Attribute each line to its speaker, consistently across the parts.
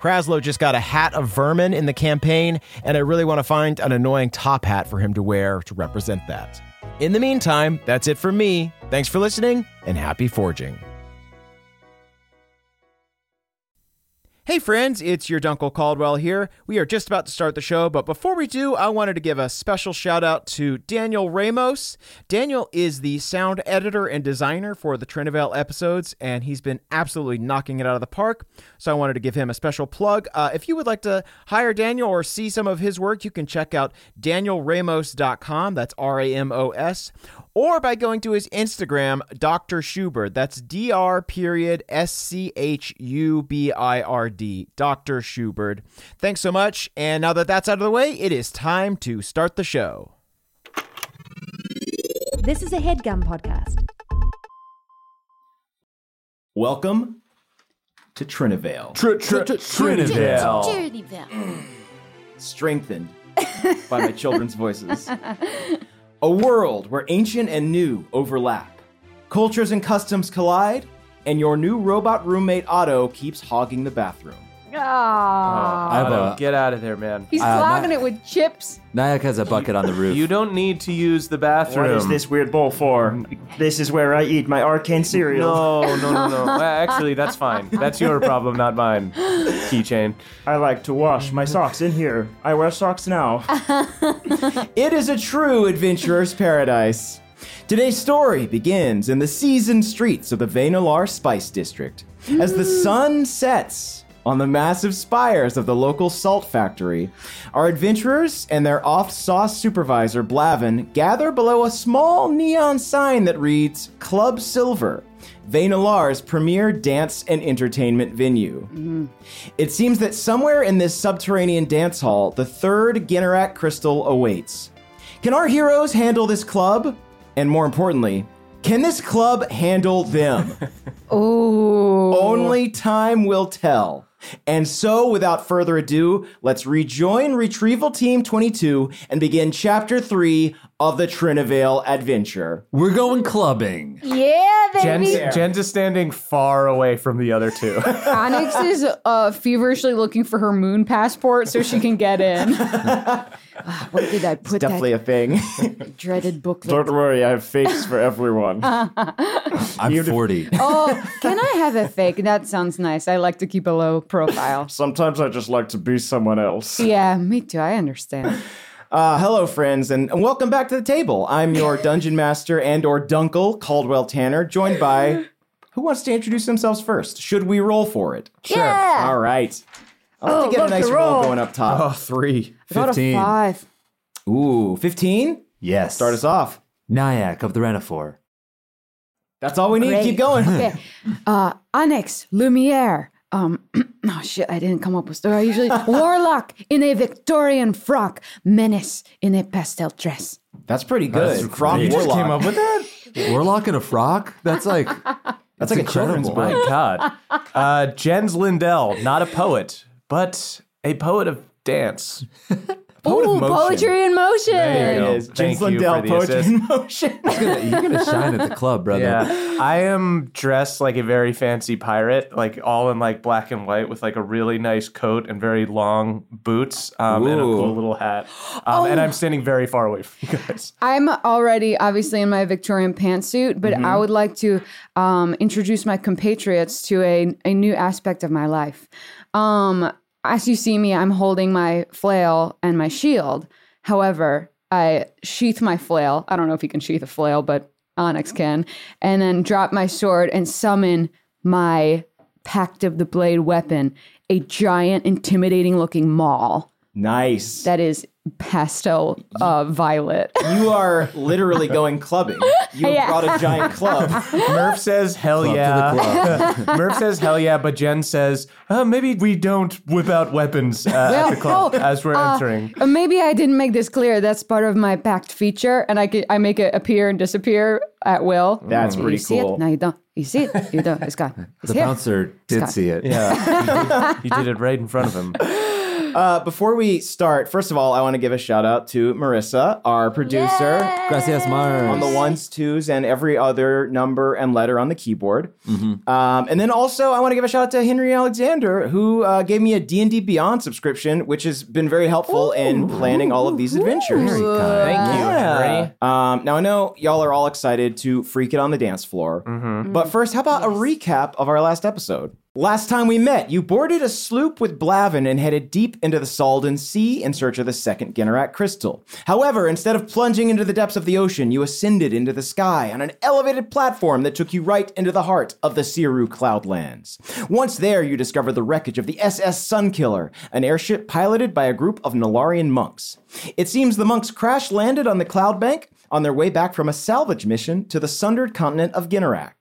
Speaker 1: Kraslow just got a hat of vermin in the campaign, and I really want to find an annoying top hat for him to wear to represent that. In the meantime, that's it from me. Thanks for listening and happy forging. Hey friends, it's your Dunkle Caldwell here. We are just about to start the show, but before we do, I wanted to give a special shout out to Daniel Ramos. Daniel is the sound editor and designer for the Trinivale episodes, and he's been absolutely knocking it out of the park. So I wanted to give him a special plug. Uh, if you would like to hire Daniel or see some of his work, you can check out danielramos.com. That's R A M O S or by going to his Instagram, Dr. Schubert. That's Dr. period S C H U B I R D, Dr. Schubert. Thanks so much. And now that that's out of the way, it is time to start the show.
Speaker 2: This is a headgum podcast.
Speaker 1: Welcome to Trinivale,
Speaker 3: Tr- tr- tr- Trinidad.
Speaker 1: strengthened by my children's voices. A world where ancient and new overlap, cultures and customs collide, and your new robot roommate Otto keeps hogging the bathroom.
Speaker 4: Aww.
Speaker 3: I have
Speaker 5: Otto,
Speaker 3: a-
Speaker 5: get out of there, man.
Speaker 4: He's
Speaker 3: Uh,
Speaker 4: clogging
Speaker 3: my-
Speaker 4: it with chips.
Speaker 3: Nyack has a bucket on the roof.
Speaker 5: You don't need to use the bathroom.
Speaker 6: What is this weird bowl for? This is where I eat my arcane cereal.
Speaker 5: No, no, no, no. Well, Actually, that's fine. That's your problem, not mine. Keychain.
Speaker 6: I like to wash my socks in here. I wear socks now.
Speaker 1: It is a true adventurer's paradise. Today's story begins in the seasoned streets of the Vainalar Spice District. As the sun sets on the massive spires of the local salt factory, our adventurers and their off sauce supervisor, Blavin, gather below a small neon sign that reads Club Silver, Vainalar's premier dance and entertainment venue. It seems that somewhere in this subterranean dance hall, the third Ginnarak crystal awaits. Can our heroes handle this club? And more importantly, can this club handle them?
Speaker 4: Ooh.
Speaker 1: Only time will tell. And so, without further ado, let's rejoin Retrieval Team 22 and begin Chapter 3 of the Trinivale Adventure.
Speaker 3: We're going clubbing.
Speaker 4: Yeah, baby.
Speaker 5: Jen's, Jen's is standing far away from the other two.
Speaker 4: Onyx is uh, feverishly looking for her moon passport so she can get in. Ah, Where did I put
Speaker 1: Definitely
Speaker 4: that
Speaker 1: a thing.
Speaker 4: dreaded booklet?
Speaker 6: Don't worry, I have fakes for everyone.
Speaker 3: I'm 40.
Speaker 4: oh, can I have a fake? That sounds nice. I like to keep a low profile.
Speaker 6: Sometimes I just like to be someone else.
Speaker 4: Yeah, me too. I understand.
Speaker 1: Uh, hello, friends, and welcome back to the table. I'm your dungeon master and or Dunkel Caldwell Tanner, joined by who wants to introduce themselves first? Should we roll for it? Sure.
Speaker 4: Yeah. Oh,
Speaker 1: All right. I want to get a nice roll. going up top.
Speaker 5: three.
Speaker 4: Got a
Speaker 3: 15.
Speaker 4: five.
Speaker 3: Oh.
Speaker 1: Ooh, fifteen.
Speaker 3: Yes.
Speaker 1: Start us off.
Speaker 3: Nyack of the Renifor.
Speaker 1: That's all we need.
Speaker 4: Great.
Speaker 1: Keep going.
Speaker 4: Okay. Uh, Onyx, Lumiere. Um, oh shit, I didn't come up with story. I usually Warlock in a Victorian frock, Menace in a pastel dress.
Speaker 1: That's pretty good.
Speaker 3: That's
Speaker 1: Frog
Speaker 3: great. You just
Speaker 1: Warlock.
Speaker 5: Came up with that?
Speaker 3: Warlock in a frock? That's like
Speaker 1: That's like a children's book.
Speaker 5: My God. Uh, Jens Lindell, not a poet, but a poet of dance.
Speaker 7: Poet of
Speaker 8: Ooh,
Speaker 7: motion.
Speaker 8: poetry in motion.
Speaker 5: There
Speaker 3: go.
Speaker 5: it is.
Speaker 1: Jim
Speaker 5: Thank you for
Speaker 1: Lundell,
Speaker 5: the
Speaker 1: poetry
Speaker 5: assist.
Speaker 1: in motion.
Speaker 3: You're gonna shine at the club, brother.
Speaker 5: Yeah, I am dressed like a very fancy pirate, like all in like black and white, with like a really nice coat and very long boots, um, and a
Speaker 7: Ooh.
Speaker 5: cool little hat. Um,
Speaker 4: Oh.
Speaker 5: And I'm standing very far away from you guys.
Speaker 4: I'm already obviously in my Victorian pantsuit, but I would like to um, introduce my compatriots to a, a new aspect of my life. Um, as you see me, I'm holding my flail and my shield. However, I sheath my flail. I don't know if you can sheath a flail, but Onyx can. And then drop my sword and summon my Pact of the Blade weapon, a giant, intimidating looking maul
Speaker 1: nice.
Speaker 4: that is pastel uh, violet.
Speaker 1: You are literally going clubbing. You have
Speaker 4: Yeah.
Speaker 1: brought a giant club.
Speaker 5: Murph says, "Hell
Speaker 3: Club
Speaker 5: yeah."
Speaker 3: to the club.
Speaker 5: Murph says, "Hell yeah," but Jen says, uh, "Maybe we don't whip out weapons uh, at
Speaker 4: Well,
Speaker 5: the club
Speaker 4: oh,
Speaker 5: as we're
Speaker 4: uh,
Speaker 5: entering."
Speaker 4: uh, Maybe I didn't make this clear. That's part of my pact feature, and I ca- I make it appear and disappear at will.
Speaker 1: That's
Speaker 4: you
Speaker 1: pretty
Speaker 4: see
Speaker 1: cool.
Speaker 4: It? No, you don't. You see it? You don't. It's gone. It's
Speaker 3: The
Speaker 4: here.
Speaker 3: bouncer did
Speaker 4: Scott.
Speaker 3: see it.
Speaker 5: Yeah, he did, he did it right in front of him.
Speaker 1: Uh, before we start, first of all, I want to give a shout out to Marissa, our producer,
Speaker 3: Gracias, Mars.
Speaker 1: on the ones, twos, and every other number and letter on the keyboard. Um, and then also, I want to give a shout out to Henry Alexander, who uh, gave me a D&D Beyond subscription, which has been very helpful in planning all of these adventures.
Speaker 3: Very kind.
Speaker 5: Thank you,
Speaker 1: Yeah.
Speaker 5: Henry.
Speaker 1: Um, now I know y'all are all excited to freak it on the dance floor,
Speaker 5: Mm-hmm.
Speaker 1: but first, how about a recap of our last episode? Last time we met, you boarded a sloop with Blavin and headed deep into the Saldan Sea in search of the second Ginnarak crystal. However, instead of plunging into the depths of the ocean, you ascended into the sky on an elevated platform that took you right into the heart of the Siru Cloudlands. Once there, you discovered the wreckage of the SS Sunkiller, an airship piloted by a group of Nalarian monks. It seems the monks crash landed on the cloud bank on their way back from a salvage mission to the sundered continent of Ginnarak.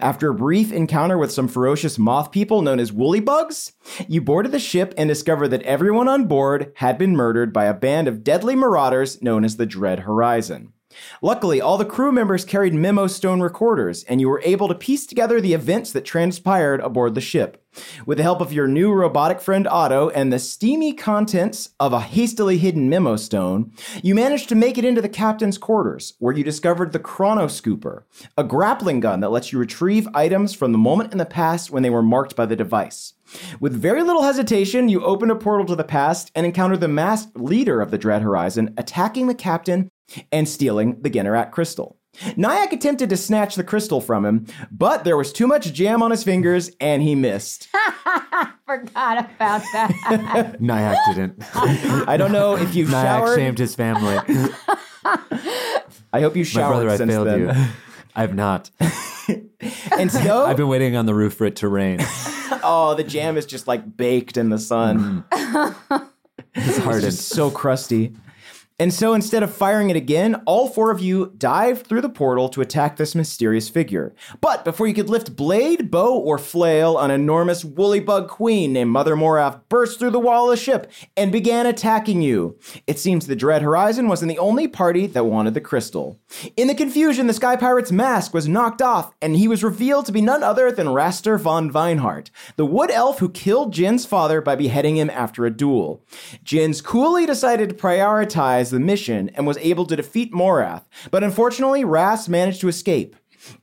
Speaker 1: After a brief encounter with some ferocious moth people known as woolly bugs, you boarded the ship and discovered that everyone on board had been murdered by a band of deadly marauders known as the Dread Horizon. Luckily, all the crew members carried memo stone recorders, and you were able to piece together the events that transpired aboard the ship. With the help of your new robotic friend Otto and the steamy contents of a hastily hidden memo stone, you managed to make it into the captain's quarters, where you discovered the Chrono Scooper, a grappling gun that lets you retrieve items from the moment in the past when they were marked by the device. With very little hesitation, you opened a portal to the past and encountered the masked leader of the Dread Horizon attacking the captain and stealing the Generac crystal. Nyack attempted to snatch the crystal from him, but there was too much jam on his fingers and he missed.
Speaker 8: Forgot about that.
Speaker 3: Nyack didn't.
Speaker 1: I don't know if you've
Speaker 3: Nyack
Speaker 1: showered.
Speaker 3: shamed his family. My
Speaker 1: I hope you showered
Speaker 3: brother, I
Speaker 1: since
Speaker 3: failed
Speaker 1: then.
Speaker 3: you. I have not.
Speaker 1: And so,
Speaker 3: I've been waiting on the roof for it to rain.
Speaker 1: oh, the jam is just like baked in the sun.
Speaker 3: It's hardened.
Speaker 1: It's so crusty. And so instead of firing it again, all four of you dived through the portal to attack this mysterious figure. But before you could lift blade, bow, or flail, an enormous woolly bug queen named Mother Morath burst through the wall of the ship and began attacking you. It seems the Dread Horizon wasn't the only party that wanted the crystal. In the confusion, the Sky Pirate's mask was knocked off, and he was revealed to be none other than Raster von Weinhardt, the wood elf who killed Jin's father by beheading him after a duel. Jin's coolly decided to prioritize the mission and was able to defeat Morath, but unfortunately, Rast managed to escape.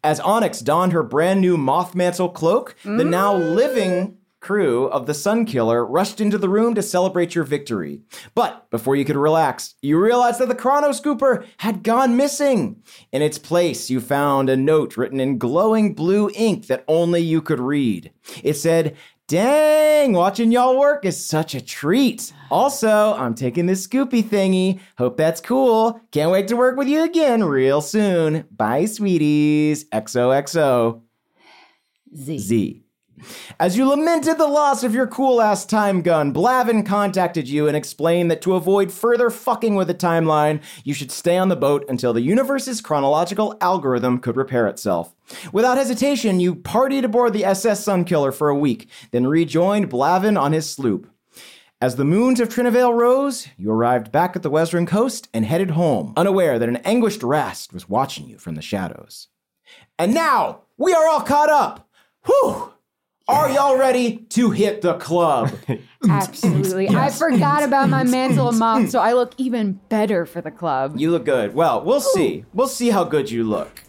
Speaker 1: As Onyx donned her brand new moth mantle cloak, the now living crew of the Sun Killer rushed into the room to celebrate your victory. But before you could relax, you realized that the Chrono Scooper had gone missing. In its place, you found a note written in glowing blue ink that only you could read. It said, Dang, watching y'all work is such a treat. Also, I'm taking this Scoopy thingy. Hope that's cool. Can't wait to work with you again real soon. Bye, sweeties. XOXO.
Speaker 8: Z.
Speaker 1: Z. As you lamented the loss of your cool ass time gun, Blavin contacted you and explained that to avoid further fucking with the timeline, you should stay on the boat until the universe's chronological algorithm could repair itself. Without hesitation, you partied aboard the SS Sunkiller for a week, then rejoined Blavin on his sloop. As the moons of Trinivale rose, you arrived back at the Western coast and headed home, unaware that an anguished Rast was watching you from the shadows. And now we are all caught up. Whew!
Speaker 6: Are y'all ready to hit the club?
Speaker 4: Absolutely. I forgot about my mantle and mop, so I look even better for the club.
Speaker 6: you look good. Well, we'll see. We'll see how good you look.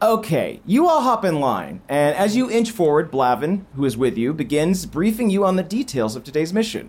Speaker 6: Okay, you all hop in line, and as you inch forward, Blavin, who is with you, begins briefing you on the details of today's mission.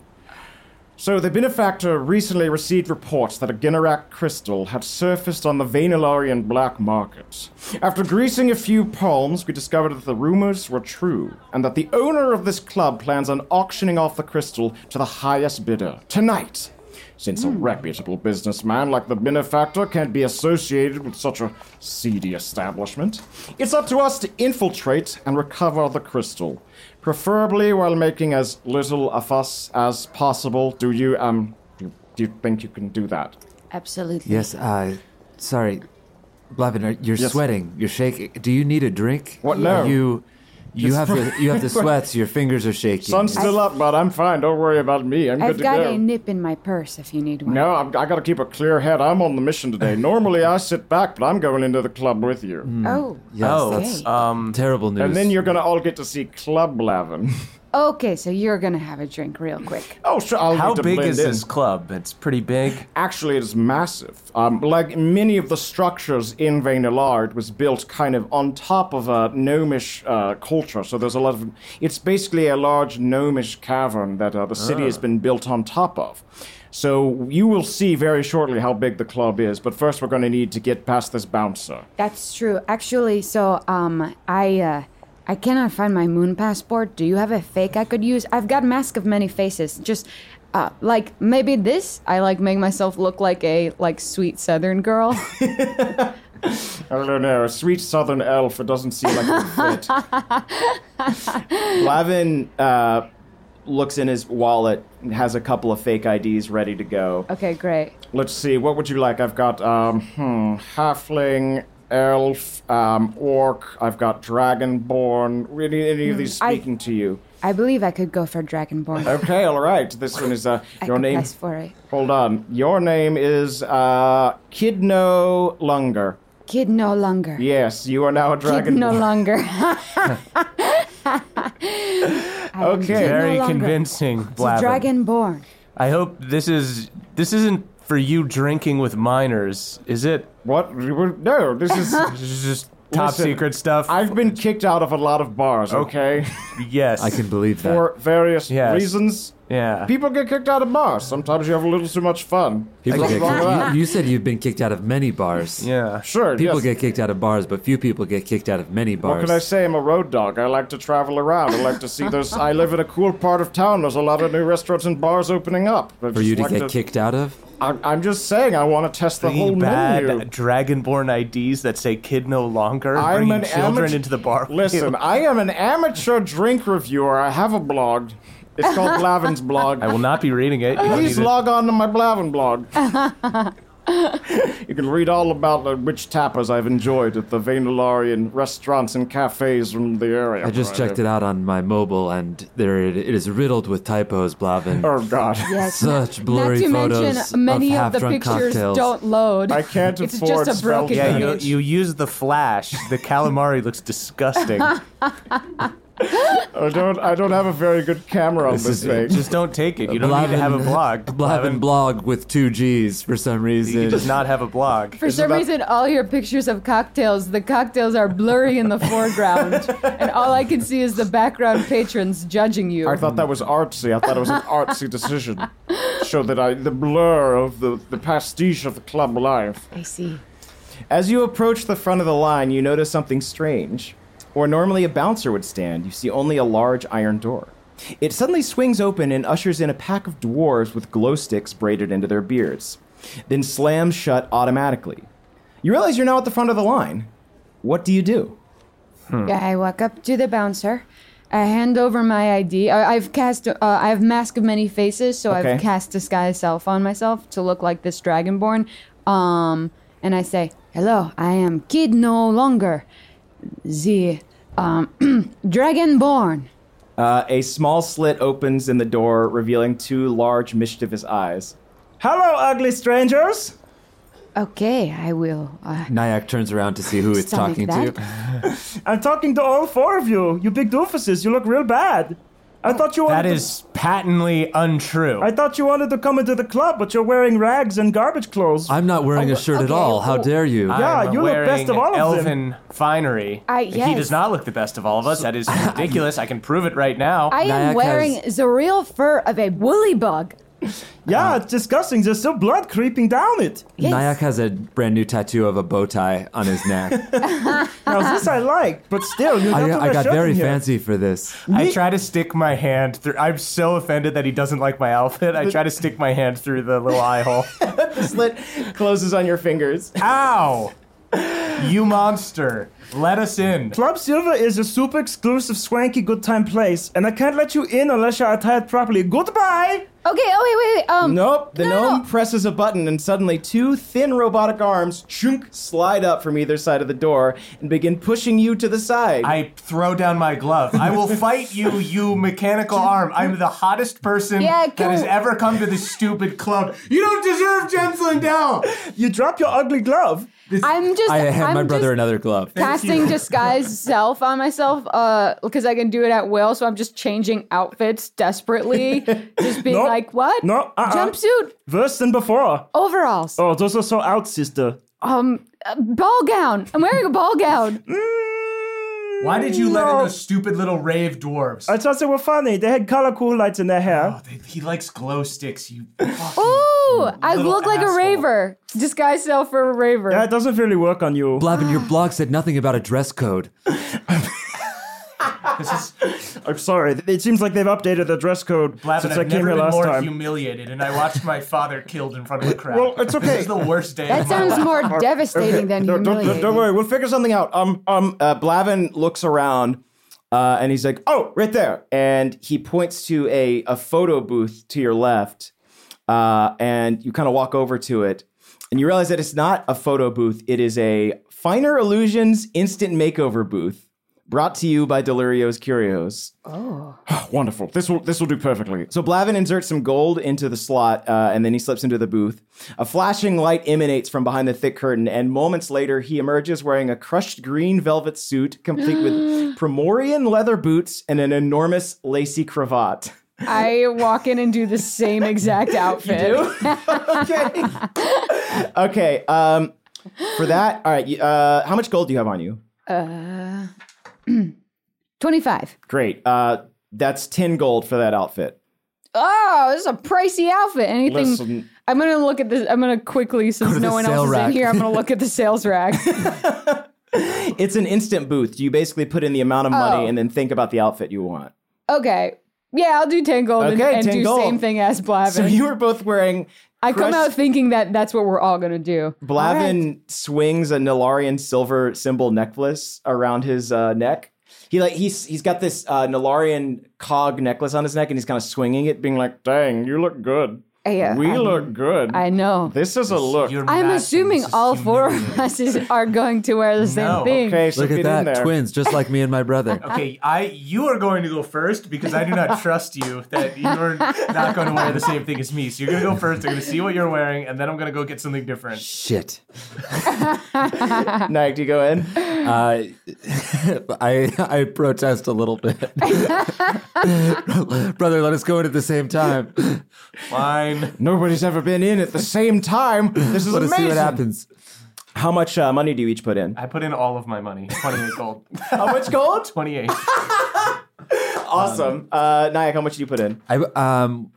Speaker 6: So, the benefactor recently received reports that a Ginnarak crystal had surfaced on the Vainilarian black market. After greasing a few palms, we discovered that the rumors were true, and that the owner of this club plans on auctioning off the crystal to the highest bidder tonight. Since a reputable businessman like the benefactor can't be associated with such a seedy establishment, it's up to us to infiltrate and recover the crystal, preferably while making as little a fuss as possible. Do you um, do, do you think you can do that?
Speaker 9: Absolutely.
Speaker 3: Yes, uh, sorry. Blavin, are- you're sweating. You're shaking. Do you need a drink?
Speaker 6: What, no.
Speaker 3: Are You, you have the you have the sweats. Your fingers are shaking.
Speaker 6: Sun's still up, but I'm fine. Don't worry about me. I'm
Speaker 4: Mm-hmm. I've
Speaker 6: good to
Speaker 4: got
Speaker 6: go.
Speaker 4: a nip in my purse if you need one.
Speaker 6: no, I'm, I gotta keep a clear head. I'm on the mission today. Normally I sit back, but I'm going into the club with you.
Speaker 4: Oh.
Speaker 3: yes,
Speaker 5: Oh,
Speaker 3: that's uh,
Speaker 5: um,
Speaker 3: terrible news.
Speaker 6: And then you're gonna all get to see Club Lavin.
Speaker 4: Okay, so you're going to have a drink real quick.
Speaker 6: Oh, sure. I'll
Speaker 5: How
Speaker 6: need to
Speaker 5: big
Speaker 6: blend
Speaker 5: is
Speaker 6: in.
Speaker 5: this club? It's pretty big.
Speaker 6: Actually, it is massive. Um, like many of the structures in Vainilar, it was built kind of on top of a gnomish uh, culture. So there's a lot of. It's basically a large gnomish cavern that uh, the city has been built on top of. So you will see very shortly how big the club is. But first, we're going to need to get past this bouncer.
Speaker 4: That's true. Actually, so um I uh I cannot find my moon passport. Do you have a fake I could use? I've got mask of many faces. Just uh like maybe this I like make myself look like a like sweet southern girl.
Speaker 6: I don't know. A sweet southern elf. It doesn't seem like it would fit. Lavin uh, looks in his wallet and has a couple of fake IDs ready to go.
Speaker 4: okay, great.
Speaker 6: Let's see. What would you like? I've got um, hmm, halfling, elf, um, orc. I've got dragonborn. Any, any of these
Speaker 4: Hmm, I-
Speaker 6: speaking to you?
Speaker 4: I believe I could go for dragonborn.
Speaker 6: Okay, all right. This one is uh,
Speaker 4: I
Speaker 6: your
Speaker 4: could
Speaker 6: name.
Speaker 4: pass for it.
Speaker 6: Hold on. Your name is uh, Kidno Lunger.
Speaker 4: Kid no longer.
Speaker 6: Yes, you are now a
Speaker 4: Kid
Speaker 6: dragonborn.
Speaker 4: no longer.
Speaker 6: Okay.
Speaker 5: Very
Speaker 4: no longer.
Speaker 5: convincing, Blavin.
Speaker 4: Dragonborn.
Speaker 5: I hope this is this isn't for you drinking with minors, is it?
Speaker 6: What? You were- No, this is.
Speaker 5: This is just top
Speaker 6: Listen,
Speaker 5: secret stuff.
Speaker 6: I've been kicked out of a lot of bars.
Speaker 3: Oh.
Speaker 6: Okay,
Speaker 5: yes,
Speaker 3: I can believe that.
Speaker 6: for various
Speaker 5: Yes.
Speaker 6: reasons.
Speaker 5: Yeah.
Speaker 6: People get kicked out of bars. Sometimes you have a little too much fun.
Speaker 3: People
Speaker 6: What's
Speaker 3: get
Speaker 6: wrong with that?
Speaker 3: you, you said you've been kicked out of many bars.
Speaker 5: yeah.
Speaker 6: Sure.
Speaker 3: People
Speaker 6: yes.
Speaker 3: get kicked out of bars, but few people get kicked out of many bars.
Speaker 6: What can I say? I'm a road dog. I like to travel around. I like to see there's. I live in a cool part of town. There's a lot of new restaurants and bars opening up. I
Speaker 3: For
Speaker 6: just
Speaker 3: you to
Speaker 6: like
Speaker 3: get kicked out of?
Speaker 6: I, I'm just saying. I want to test the whole
Speaker 5: Bringing bad
Speaker 6: menu.
Speaker 5: dragonborn IDs that say "kid no longer,"
Speaker 6: I'm
Speaker 5: bringing
Speaker 6: an
Speaker 5: children
Speaker 6: amateur-
Speaker 5: into the bar. with
Speaker 6: Listen,
Speaker 5: you.
Speaker 6: I am an amateur drink reviewer. I have a blog. It's called Blavin's blog.
Speaker 5: I will not be reading it. You don't
Speaker 6: Please
Speaker 5: need it.
Speaker 6: log on to my Blavin blog. you can read all about uh, which tapas I've enjoyed at the Vainilarian restaurants and cafes from the area.
Speaker 3: I just checked it out on my mobile, and there it, it is riddled with typos, Blavin.
Speaker 6: Oh God.
Speaker 4: Yes.
Speaker 3: Such
Speaker 4: Not
Speaker 3: blurry
Speaker 4: to
Speaker 3: photos
Speaker 4: mention, many
Speaker 3: of,
Speaker 4: of, the
Speaker 3: half-drunk
Speaker 4: pictures
Speaker 3: cocktails.
Speaker 4: don't load.
Speaker 6: I can't
Speaker 4: It's
Speaker 6: afford
Speaker 4: just a broken
Speaker 6: spell
Speaker 5: Yeah,
Speaker 6: check.
Speaker 5: you,
Speaker 4: Image.
Speaker 5: you use the flash. The calamari looks disgusting.
Speaker 6: I don't. I don't have a very good camera on
Speaker 3: This
Speaker 6: this
Speaker 3: is-
Speaker 6: thing.
Speaker 5: Just don't take it. You don't need to have a blog.
Speaker 3: Blavin blog with two G's for some reason.
Speaker 5: He does not have a blog.
Speaker 4: For some
Speaker 6: about-
Speaker 4: reason, all your pictures of cocktails, the cocktails are blurry in the foreground, and all I can see is the background patrons judging you.
Speaker 6: I thought that was artsy. I thought it was an artsy decision. Show that I the blur of the the pastiche of the club life.
Speaker 4: I see.
Speaker 6: As you approach the front of the line, you notice something strange. Where normally a bouncer would stand, you see only a large iron door. It suddenly swings open and ushers in a pack of dwarves with glow sticks braided into their beards, then slams shut automatically. You realize you're now at the front of the line. What do you do?
Speaker 4: Yeah, I walk up to the bouncer. I hand over my ID. I, I've cast. Uh, I have mask of many faces, so
Speaker 6: Okay.
Speaker 4: I've cast disguise self on myself to look like this dragonborn. Um, and I say, "Hello, I am Kid no longer, the um, dragonborn."
Speaker 6: Uh, a small slit opens in the door, revealing two large, mischievous eyes. Hello, ugly strangers!
Speaker 4: Okay, I will. Uh,
Speaker 3: Nyack turns around to see who it's talking
Speaker 4: Stomach that.
Speaker 3: to.
Speaker 10: I'm talking to all four of you. You big doofuses. You look real bad. I thought you wanted
Speaker 5: That is patently untrue.
Speaker 10: To, I thought you wanted to come into the club, but you're wearing rags and garbage clothes.
Speaker 3: I'm not
Speaker 4: Oh,
Speaker 3: wearing a shirt at all. How dare you?
Speaker 10: Yeah,
Speaker 5: I'm
Speaker 10: you look best of
Speaker 5: wearing
Speaker 10: all of them.
Speaker 5: Elven finery.
Speaker 4: I-
Speaker 5: He
Speaker 4: yes.
Speaker 5: does not look the best of all of us. That is ridiculous. I can prove it right now.
Speaker 8: I
Speaker 3: Nyack
Speaker 8: am wearing the real fur of a woolly bug.
Speaker 10: yeah, it's disgusting. There's still blood creeping down it.
Speaker 8: Yes.
Speaker 3: Nyack has a brand new tattoo of a bow tie on his neck.
Speaker 10: Now this I like, but still, you
Speaker 3: I,
Speaker 10: don't
Speaker 3: I
Speaker 10: wear
Speaker 3: got
Speaker 10: shirt
Speaker 3: very
Speaker 10: in here.
Speaker 3: fancy for this.
Speaker 5: I try to stick my hand through. I'm so offended that he doesn't like my outfit. I try to stick my hand through the little eye hole.
Speaker 1: Slit closes on your fingers.
Speaker 5: Ow! You monster! Let us in.
Speaker 10: Club Silver is a super exclusive, swanky, good time place, and I can't let you in unless you're attired properly. Goodbye.
Speaker 8: Okay. Oh wait, wait, wait. Um.
Speaker 1: Nope. The
Speaker 8: No, no,
Speaker 1: gnome
Speaker 8: no.
Speaker 1: presses a button, and suddenly two thin robotic arms chunk slide up from either side of the door and begin pushing you to the side.
Speaker 5: I throw down my glove. I will fight you, you mechanical arm. I'm the hottest person
Speaker 8: Yeah,
Speaker 5: that
Speaker 8: cool.
Speaker 5: has ever come to this stupid club. You don't deserve Jens Lindell.
Speaker 10: You drop your ugly glove.
Speaker 4: I'm just.
Speaker 3: I hand
Speaker 4: am
Speaker 3: my brother
Speaker 4: just
Speaker 3: another glove.
Speaker 4: Casting disguise self on myself, uh, because I can do it at will. So I'm just changing outfits desperately, just being
Speaker 10: Nope.
Speaker 4: like, "What?
Speaker 10: No, uh-uh.
Speaker 4: jumpsuit,
Speaker 10: Worse than before.
Speaker 4: overalls,
Speaker 10: Oh, those are so out, sister.
Speaker 4: um, a ball gown. I'm wearing a ball gown.
Speaker 10: Mm.
Speaker 5: Why did you let in
Speaker 10: No.
Speaker 5: those stupid little rave dwarves?
Speaker 10: I thought they were funny. They had color cool lights in their hair.
Speaker 5: Oh, they- he likes glow sticks. You. fucking-
Speaker 4: Ooh, I
Speaker 5: Little
Speaker 4: look like
Speaker 5: asshole.
Speaker 4: a raver. Disguise self for a raver.
Speaker 10: That doesn't really work on you.
Speaker 3: Blavin,
Speaker 4: Ah.
Speaker 3: your blog said nothing about a dress code.
Speaker 5: This is.
Speaker 10: I'm sorry. It seems like they've updated the dress code
Speaker 5: Blavin,
Speaker 10: since
Speaker 5: I've
Speaker 10: I came
Speaker 5: never
Speaker 10: here
Speaker 5: been
Speaker 10: last
Speaker 5: more
Speaker 10: time.
Speaker 5: humiliated, and I watched my father killed in front of a crowd.
Speaker 10: Well, it's okay.
Speaker 5: This is the worst day.
Speaker 4: That
Speaker 5: of my
Speaker 4: sounds
Speaker 5: life.
Speaker 4: more devastating than
Speaker 10: No, don't- don't-
Speaker 4: humiliating.
Speaker 1: Don't worry, we'll figure something out. Um, um, uh, Blavin looks around uh, and he's like, oh, right there. And he points to a, a photo booth to your left. Uh, and you kind of walk over to it. And you realize that it's not a photo booth, it is a Finer Illusions instant makeover booth brought to you by Delirio's Curios. Wonderful. This will this will do perfectly. So Blavin inserts some gold into the slot, uh, and then he slips into the booth. A flashing light emanates from behind the thick curtain, and moments later, he emerges wearing a crushed green velvet suit, complete with Primorian leather boots and an enormous lacy cravat.
Speaker 4: I walk in and do the same exact outfit.
Speaker 1: okay. okay. Um, for that, all right. you- Uh, how much gold do you have on you?
Speaker 4: Uh, 25.
Speaker 1: Great. Uh, that's ten gold for that outfit.
Speaker 4: Oh, this is a pricey outfit. Anything?
Speaker 1: Listen.
Speaker 4: I'm gonna look at this. I'm gonna quickly, since
Speaker 3: to
Speaker 4: no
Speaker 3: the
Speaker 4: one
Speaker 3: sale
Speaker 4: else is
Speaker 3: rack.
Speaker 4: in here, I'm gonna look at the sales rack.
Speaker 1: It's an instant booth. You basically put in the amount of money
Speaker 4: Oh.
Speaker 1: and then think about the outfit you want.
Speaker 4: Okay. Yeah, I'll do 10 gold and,
Speaker 1: Okay,
Speaker 4: and
Speaker 1: 10
Speaker 4: do
Speaker 1: gold.
Speaker 4: same thing as Blavin.
Speaker 1: So you were both wearing.
Speaker 4: I come
Speaker 1: crushed-
Speaker 4: out thinking that that's what we're all gonna do.
Speaker 1: Blavin swings a Nilarian silver symbol necklace around his uh, neck. He like he's he's got this uh, Nilarian cog necklace on his neck, and he's kind of swinging it, being like, "Dang, you look good.
Speaker 4: Yeah,
Speaker 1: we
Speaker 4: I-
Speaker 1: look good.
Speaker 4: uh, I know.
Speaker 1: this is a look."
Speaker 5: You're
Speaker 4: I'm
Speaker 5: mad,
Speaker 4: assuming
Speaker 5: this is
Speaker 4: all four
Speaker 5: humiliating.
Speaker 4: of us is, are going to wear the same
Speaker 5: No.
Speaker 4: thing.
Speaker 1: Okay, so
Speaker 3: Look
Speaker 1: get
Speaker 3: at
Speaker 1: in
Speaker 3: that,
Speaker 1: there.
Speaker 3: twins, just like me and my brother.
Speaker 5: Okay, I you are going to go first because I do not trust you that you're not going to wear the same thing as me. So you're going to go first. I'm going to see what you're wearing, and then I'm going to go get something different.
Speaker 3: Shit.
Speaker 1: Nike, do you go in?
Speaker 3: Uh, I I protest a little bit. brother, let us go in at the same time.
Speaker 5: Fine.
Speaker 1: Nobody's ever been in at the same time. This is
Speaker 3: Let us see
Speaker 1: amazing.
Speaker 3: what happens.
Speaker 1: How much uh, money do you each put in?
Speaker 5: I put in all of my money. 28 gold.
Speaker 1: How much gold?
Speaker 5: 28.
Speaker 1: awesome. Uh, Nyack, how much do you put in?
Speaker 3: I um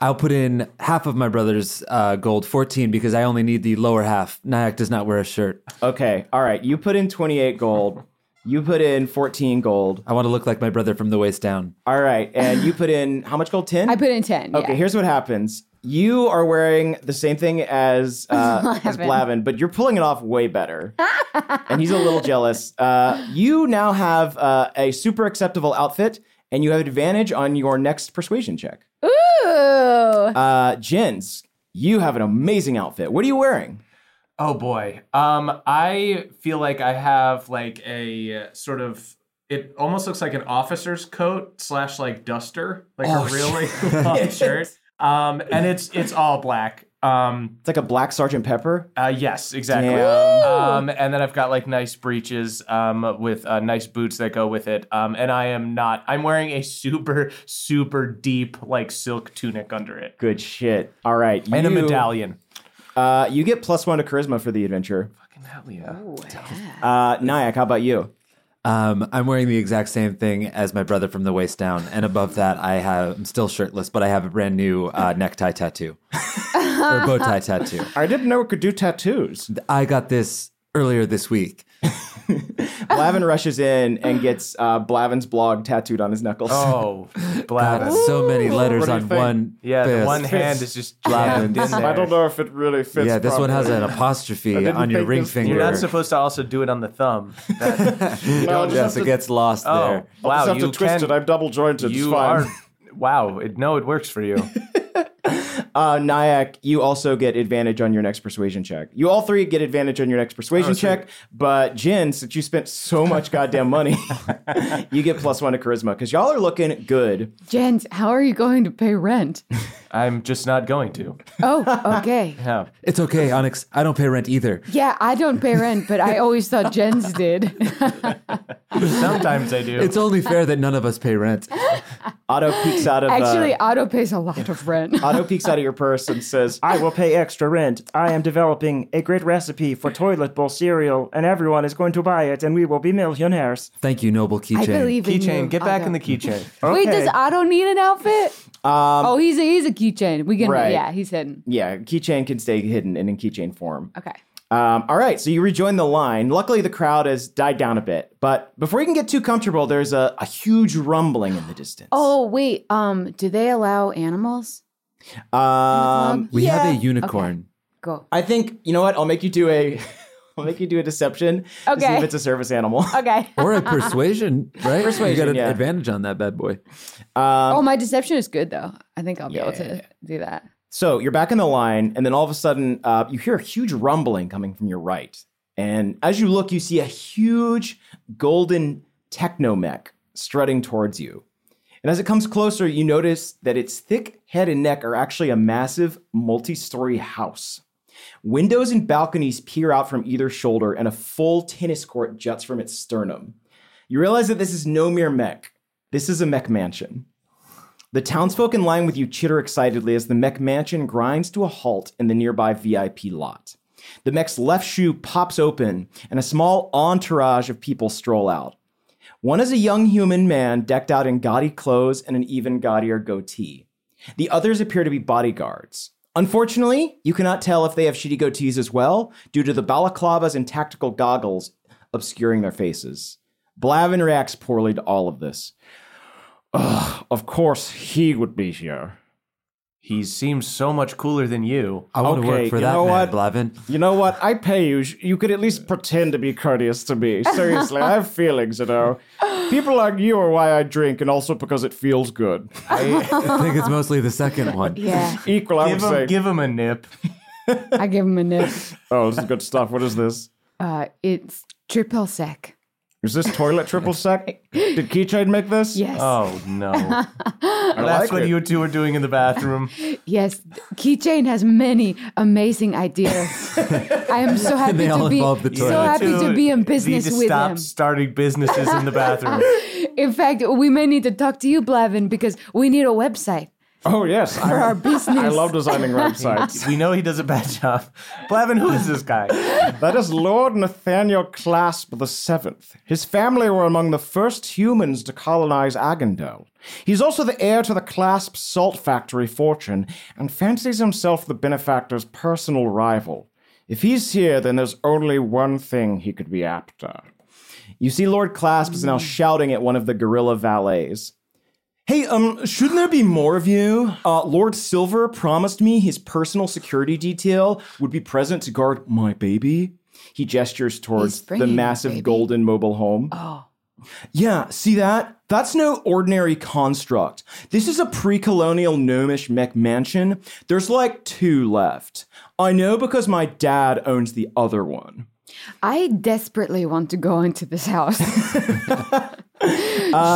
Speaker 3: I'll put in half of my brother's uh, gold, fourteen, because I only need the lower half. Nyack does not wear a shirt.
Speaker 1: Okay, all right. You put in twenty-eight gold. You put in fourteen gold.
Speaker 3: I want to look like my brother from the waist down.
Speaker 1: All right, and you put in how much gold? Ten.
Speaker 4: I put in 10.
Speaker 1: Okay,
Speaker 4: yeah.
Speaker 1: here's what happens. You are wearing the same thing as uh, as Blavin, but you're pulling it off way better. and he's a little jealous. Uh, you now have uh, a super acceptable outfit, and you have advantage on your next persuasion check.
Speaker 4: Ooh.
Speaker 1: Uh, Jens, you have an amazing outfit. What are you wearing?
Speaker 5: Oh boy. Um, I feel like I have like a uh, sort of. It almost looks like an officer's coat slash like duster, like a really long shirt. Um, and it's it's all black. Um,
Speaker 1: It's like a black Sergeant Pepper.
Speaker 5: uh, yes, exactly.
Speaker 1: Damn.
Speaker 5: Um, and then I've got like nice breeches um, with uh, nice boots that go with it. Um, and I am not. I'm wearing a super super deep like silk tunic under it
Speaker 1: Good shit. All right,
Speaker 5: and a
Speaker 1: you-
Speaker 5: medallion.
Speaker 1: Uh, you get plus one to charisma for the adventure.
Speaker 5: Hell yeah.
Speaker 1: Uh, Nyack, how about you?
Speaker 3: Um, I'm wearing the exact same thing as my brother from the waist down, and above that, I have I'm still shirtless, but I have a brand new uh, necktie tattoo or bow tie tattoo.
Speaker 1: I didn't know it could do tattoos.
Speaker 3: I got this earlier this week.
Speaker 1: Blavin rushes in and gets uh, Blavin's blog tattooed on his knuckles.
Speaker 5: Oh,
Speaker 3: God,
Speaker 5: Blavin.
Speaker 3: so many letters
Speaker 1: What do you
Speaker 3: on
Speaker 1: think?
Speaker 3: one.
Speaker 5: Yeah, the
Speaker 3: fist.
Speaker 5: one hand is just
Speaker 3: Blavin.
Speaker 5: jammed in there.
Speaker 1: know if it really fits.
Speaker 3: Yeah, this one has an apostrophe on your
Speaker 1: think
Speaker 3: ring
Speaker 1: this-
Speaker 3: finger.
Speaker 5: You're not supposed to also do it on the thumb. That-
Speaker 1: no,
Speaker 3: yes, it gets lost
Speaker 5: oh,
Speaker 3: there.
Speaker 5: wow, you can.
Speaker 1: double jointed.
Speaker 5: you are. Wow, it, no, it works for you.
Speaker 1: Uh, Nyack, you also get advantage on your next persuasion check. You all three get advantage on your next
Speaker 10: Oh,
Speaker 1: persuasion check, but Jin, since you spent so much goddamn money, you get plus one to charisma because y'all are looking good.
Speaker 4: Jens, how are you going to pay rent?
Speaker 5: I'm just not going to.
Speaker 4: Oh, okay.
Speaker 5: Yeah.
Speaker 3: It's okay, Onyx. I don't pay rent either.
Speaker 4: Yeah, I don't pay rent, but I always thought Jens did.
Speaker 5: Sometimes I do.
Speaker 3: It's only fair that none of us pay rent.
Speaker 1: Otto peeks out of uh,
Speaker 4: Actually, Otto pays a lot of rent.
Speaker 1: Otto peeks out of your purse and says,
Speaker 10: I will pay extra rent. I am developing a great recipe for toilet bowl cereal, and everyone is going to buy it, and we will be millionaires.
Speaker 3: Thank you, Noble Keychain.
Speaker 4: I believe in you,
Speaker 5: keychain. Get back
Speaker 4: Otto.
Speaker 5: in the keychain.
Speaker 4: Wait, does
Speaker 10: Okay.
Speaker 4: Otto need an outfit?
Speaker 3: Um,
Speaker 4: oh, he's a, he's a keychain. We can
Speaker 1: Right.
Speaker 4: yeah, he's hidden.
Speaker 1: "Yeah, keychain can stay hidden and in keychain form."
Speaker 4: Okay.
Speaker 1: Um, all right, so you rejoin the line. Luckily, the crowd has died down a bit, but before you can get too comfortable, there's a, a huge rumbling in the distance.
Speaker 4: Oh wait, um, do they allow animals?
Speaker 1: um,
Speaker 3: we
Speaker 1: yeah.
Speaker 3: have a unicorn.
Speaker 4: Go.
Speaker 1: I think you know what. I'll make you do a. I'll make you do a deception. To see
Speaker 4: Okay.
Speaker 1: if it's a service animal.
Speaker 4: Okay.
Speaker 3: Or a persuasion, right? You got
Speaker 1: Persuasion,
Speaker 3: an
Speaker 1: yeah.
Speaker 3: advantage on that bad boy.
Speaker 4: oh, my deception is good though. I think I'll be able to do that.
Speaker 1: So you're back in the line, and then all of a sudden, uh, you hear a huge rumbling coming from your right. And as you look, you see a huge golden technomech strutting towards you. And as it comes closer, you notice that its thick head and neck are actually a massive multi story house. Windows and balconies peer out from either shoulder, and a full tennis court juts from its sternum. You realize that this is no mere mech, this is a mech mansion. The townsfolk in line with you chitter excitedly as the mech mansion grinds to a halt in the nearby VIP lot. The mech's left shoe pops open, and a small entourage of people stroll out. One is a young human man decked out in gaudy clothes and an even gaudier goatee. The others appear to be bodyguards. Unfortunately, you cannot tell if they have shitty goatees as well, due to the balaclavas and tactical goggles obscuring their faces. Blavin reacts poorly to all of this. Of course, he would be here.
Speaker 5: He seems so much cooler than you.
Speaker 3: I want to
Speaker 1: Okay,
Speaker 3: work for
Speaker 1: you
Speaker 3: that
Speaker 1: know
Speaker 3: man,
Speaker 1: what?
Speaker 3: Blavin.
Speaker 1: You know what? I pay you. You could at least pretend to be courteous to me. Seriously, I have feelings, you know. People like you are why I drink, and also because it feels good.
Speaker 3: I think it's mostly the second one.
Speaker 4: Yeah.
Speaker 1: Equal, I
Speaker 5: Give
Speaker 1: would say.
Speaker 5: him, give him a nip.
Speaker 4: I give him a nip.
Speaker 1: oh, this is good stuff. What is this?
Speaker 4: Uh it's triple sec.
Speaker 1: Is this toilet triple sec? Did Keychain make this?
Speaker 4: Yes.
Speaker 5: Oh no!
Speaker 1: I
Speaker 5: That's
Speaker 1: like
Speaker 5: what
Speaker 1: it.
Speaker 5: you two were doing in the bathroom.
Speaker 4: Yes, Keychain has many amazing ideas. I am so happy
Speaker 3: They all
Speaker 4: to be
Speaker 3: involve the
Speaker 4: so
Speaker 3: toilet.
Speaker 4: happy to be in business
Speaker 5: need to
Speaker 4: with
Speaker 5: stop
Speaker 4: him.
Speaker 5: starting businesses in the bathroom.
Speaker 4: In fact, we may need to talk to you, Blavin, because we need a website
Speaker 1: Oh, yes.
Speaker 4: for
Speaker 1: I,
Speaker 4: our business.
Speaker 1: I love designing websites.
Speaker 5: we know he does a bad job. Blavin, who is this guy?
Speaker 1: That is Lord Nathaniel Clasp the Seventh. His family were among the first humans to colonize Agendel. He's also the heir to the Clasp salt factory fortune and fancies himself the benefactor's personal rival. If he's here, then there's only one thing he could be after. You see, Lord Clasp is now shouting at one of the gorilla valets. Mm. Hey, um, shouldn't there be more of you? Uh, Lord Silver promised me his personal security detail would be present to guard my baby. He gestures towards
Speaker 4: He's
Speaker 1: the
Speaker 4: bringing his
Speaker 1: massive
Speaker 4: baby. Oh.
Speaker 1: golden mobile home. Yeah, see that? That's no ordinary construct. This is a pre colonial gnomish mech mansion. There's like two left. I know because my dad owns the other one.
Speaker 4: I desperately want to go into this house.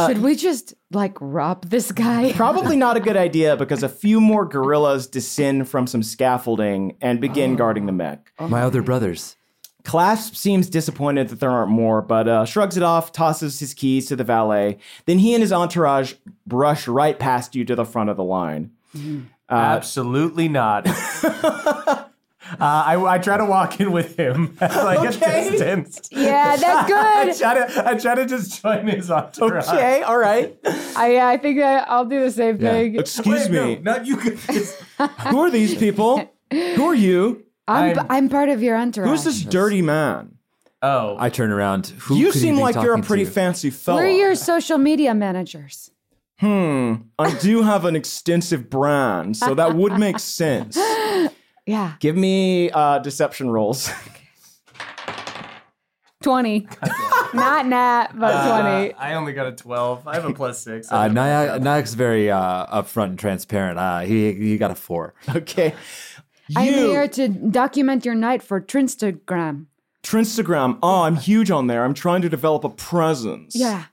Speaker 4: Should we just like rob this guy?
Speaker 6: Probably not a good idea because a few more gorillas descend from some scaffolding and begin guarding the mech.
Speaker 3: My other brothers.
Speaker 6: Clasp seems disappointed that there aren't more, but uh, shrugs it off, tosses his keys to the valet. Then he and his entourage brush right past you to the front of the line.
Speaker 5: Absolutely not. uh, I, I try to walk in with him at like a distance.
Speaker 4: yeah, that's
Speaker 5: I
Speaker 4: good.
Speaker 5: try to I try to just join his entourage.
Speaker 6: Okay, all right.
Speaker 4: I, yeah, I think I, I'll do the same
Speaker 3: Yeah.
Speaker 4: thing.
Speaker 6: Excuse
Speaker 5: Wait, no,
Speaker 6: me.
Speaker 5: not you guys.
Speaker 6: Who are these people? Who are you?
Speaker 4: I'm,
Speaker 5: I'm-
Speaker 4: I'm, part of your entourage.
Speaker 6: Who's this dirty man?
Speaker 5: Oh,
Speaker 3: I turn around. Who
Speaker 6: You
Speaker 3: could he
Speaker 6: seem
Speaker 3: be
Speaker 6: like you're a
Speaker 3: talking
Speaker 6: pretty
Speaker 3: to?
Speaker 6: fancy fella.
Speaker 4: We're your social media managers.
Speaker 6: Hmm. I do have an extensive brand, so that would make sense.
Speaker 4: Yeah,
Speaker 6: Give me uh, deception rolls.
Speaker 4: 20. Not nat, but
Speaker 5: Uh,
Speaker 4: 20.
Speaker 5: I only got a 12. I have a plus six.
Speaker 3: Uh, Nyack, Nyack's very uh, upfront and transparent. Uh, he he got a four.
Speaker 6: okay.
Speaker 4: I'm
Speaker 6: you-
Speaker 4: here to document your night for Trinstagram.
Speaker 6: Trinstagram. Oh, I'm huge on there. I'm trying to develop a presence.
Speaker 4: Yeah.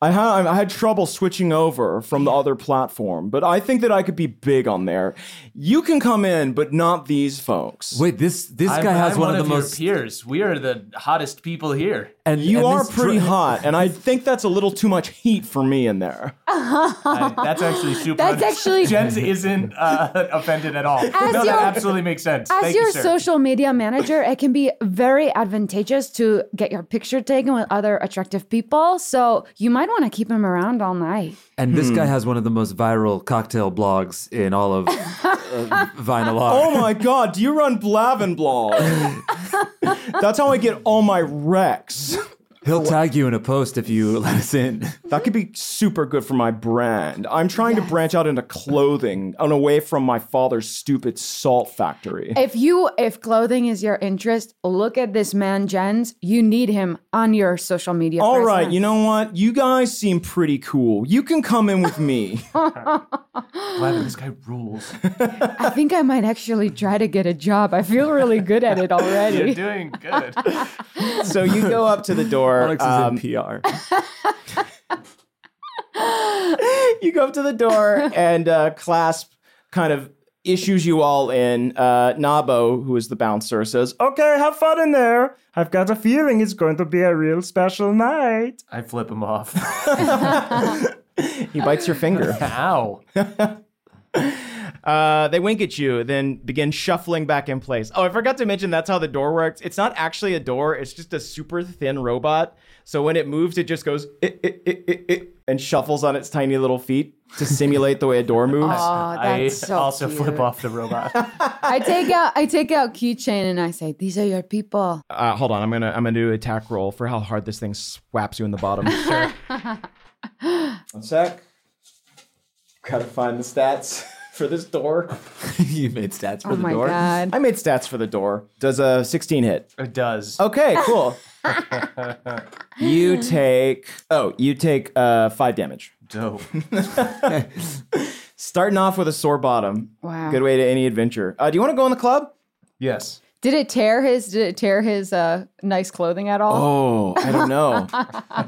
Speaker 6: I had I had trouble switching over from the other platform, but I think that I could be big on there. You can come in, but not these folks.
Speaker 3: Wait, this this
Speaker 5: I'm-
Speaker 3: guy has
Speaker 5: I'm
Speaker 3: one, of the
Speaker 5: your
Speaker 3: most.
Speaker 5: peers. We are the hottest people here.
Speaker 3: And
Speaker 6: you
Speaker 3: and
Speaker 6: are
Speaker 3: this
Speaker 6: pretty
Speaker 3: dr-
Speaker 6: hot, and I think that's a little too much heat for me in there.
Speaker 5: I- that's actually super.
Speaker 4: That's actually-
Speaker 5: Jens isn't uh, offended at all. no,
Speaker 4: your-
Speaker 5: that absolutely makes sense.
Speaker 4: As
Speaker 5: Thank
Speaker 4: your
Speaker 5: you, sir.
Speaker 4: social media manager, it can be very advantageous to get your picture taken with other attractive people. So you might want to keep him around all night.
Speaker 3: And this guy has one of the most viral cocktail blogs in all of uh, Vinylog.
Speaker 6: Oh my god, do you run Blavenblog? that's how I get all my wrecks.
Speaker 3: He'll tag you in a post if you let us in.
Speaker 6: That could be super good for my brand. I'm trying to branch out into clothing and away from my father's stupid salt factory.
Speaker 4: If you if clothing is your interest, look at this man Jens. You need him on your social media.
Speaker 6: All right,
Speaker 4: presence.
Speaker 6: you know what? You guys seem pretty cool. You can come in with me.
Speaker 5: Glavin, this guy rules.
Speaker 4: I think I might actually try to get a job. I feel really good at it
Speaker 5: You're
Speaker 4: already.
Speaker 5: doing good.
Speaker 6: so you go up to the door.
Speaker 3: Alex is
Speaker 6: um,
Speaker 3: in PR.
Speaker 6: you go up to the door and uh, Clasp kind of issues you all in. Uh, Nabo, who is the bouncer, says,
Speaker 11: Okay, have fun in there. I've got a feeling it's going to be a real special night.
Speaker 5: I flip him off.
Speaker 6: He bites your finger.
Speaker 5: Ow.
Speaker 6: Uh, they wink at you, then begin shuffling back in place. Oh, I forgot to mention that's how the door works. It's not actually a door, it's just a super thin robot. So when it moves, it just goes "Eh, eh, eh, eh, eh," and shuffles on its tiny little feet to simulate the way a door moves.
Speaker 4: Oh,
Speaker 5: I
Speaker 4: that's so
Speaker 5: also
Speaker 4: cute.
Speaker 5: flip off the robot.
Speaker 4: I take out I take out keychain and I say, "These are your people."
Speaker 6: Uh, hold on, I'm gonna I'm gonna do attack roll for how hard this thing swaps you in the bottom. One sec. Gotta find the stats for this door.
Speaker 3: you made stats for
Speaker 4: Oh
Speaker 3: the
Speaker 4: my
Speaker 3: door.
Speaker 4: god.
Speaker 6: I made stats for the door. Does a 16 hit?
Speaker 5: It does.
Speaker 3: Oh.
Speaker 6: Okay, cool. you take oh, you take uh five damage.
Speaker 5: Dope.
Speaker 6: Starting off with a sore bottom.
Speaker 4: Wow.
Speaker 6: Good way to any adventure. Uh, do you want to go in the club?
Speaker 5: Yes.
Speaker 4: Did it tear his did it tear his uh nice clothing at all?
Speaker 6: Oh, I don't know.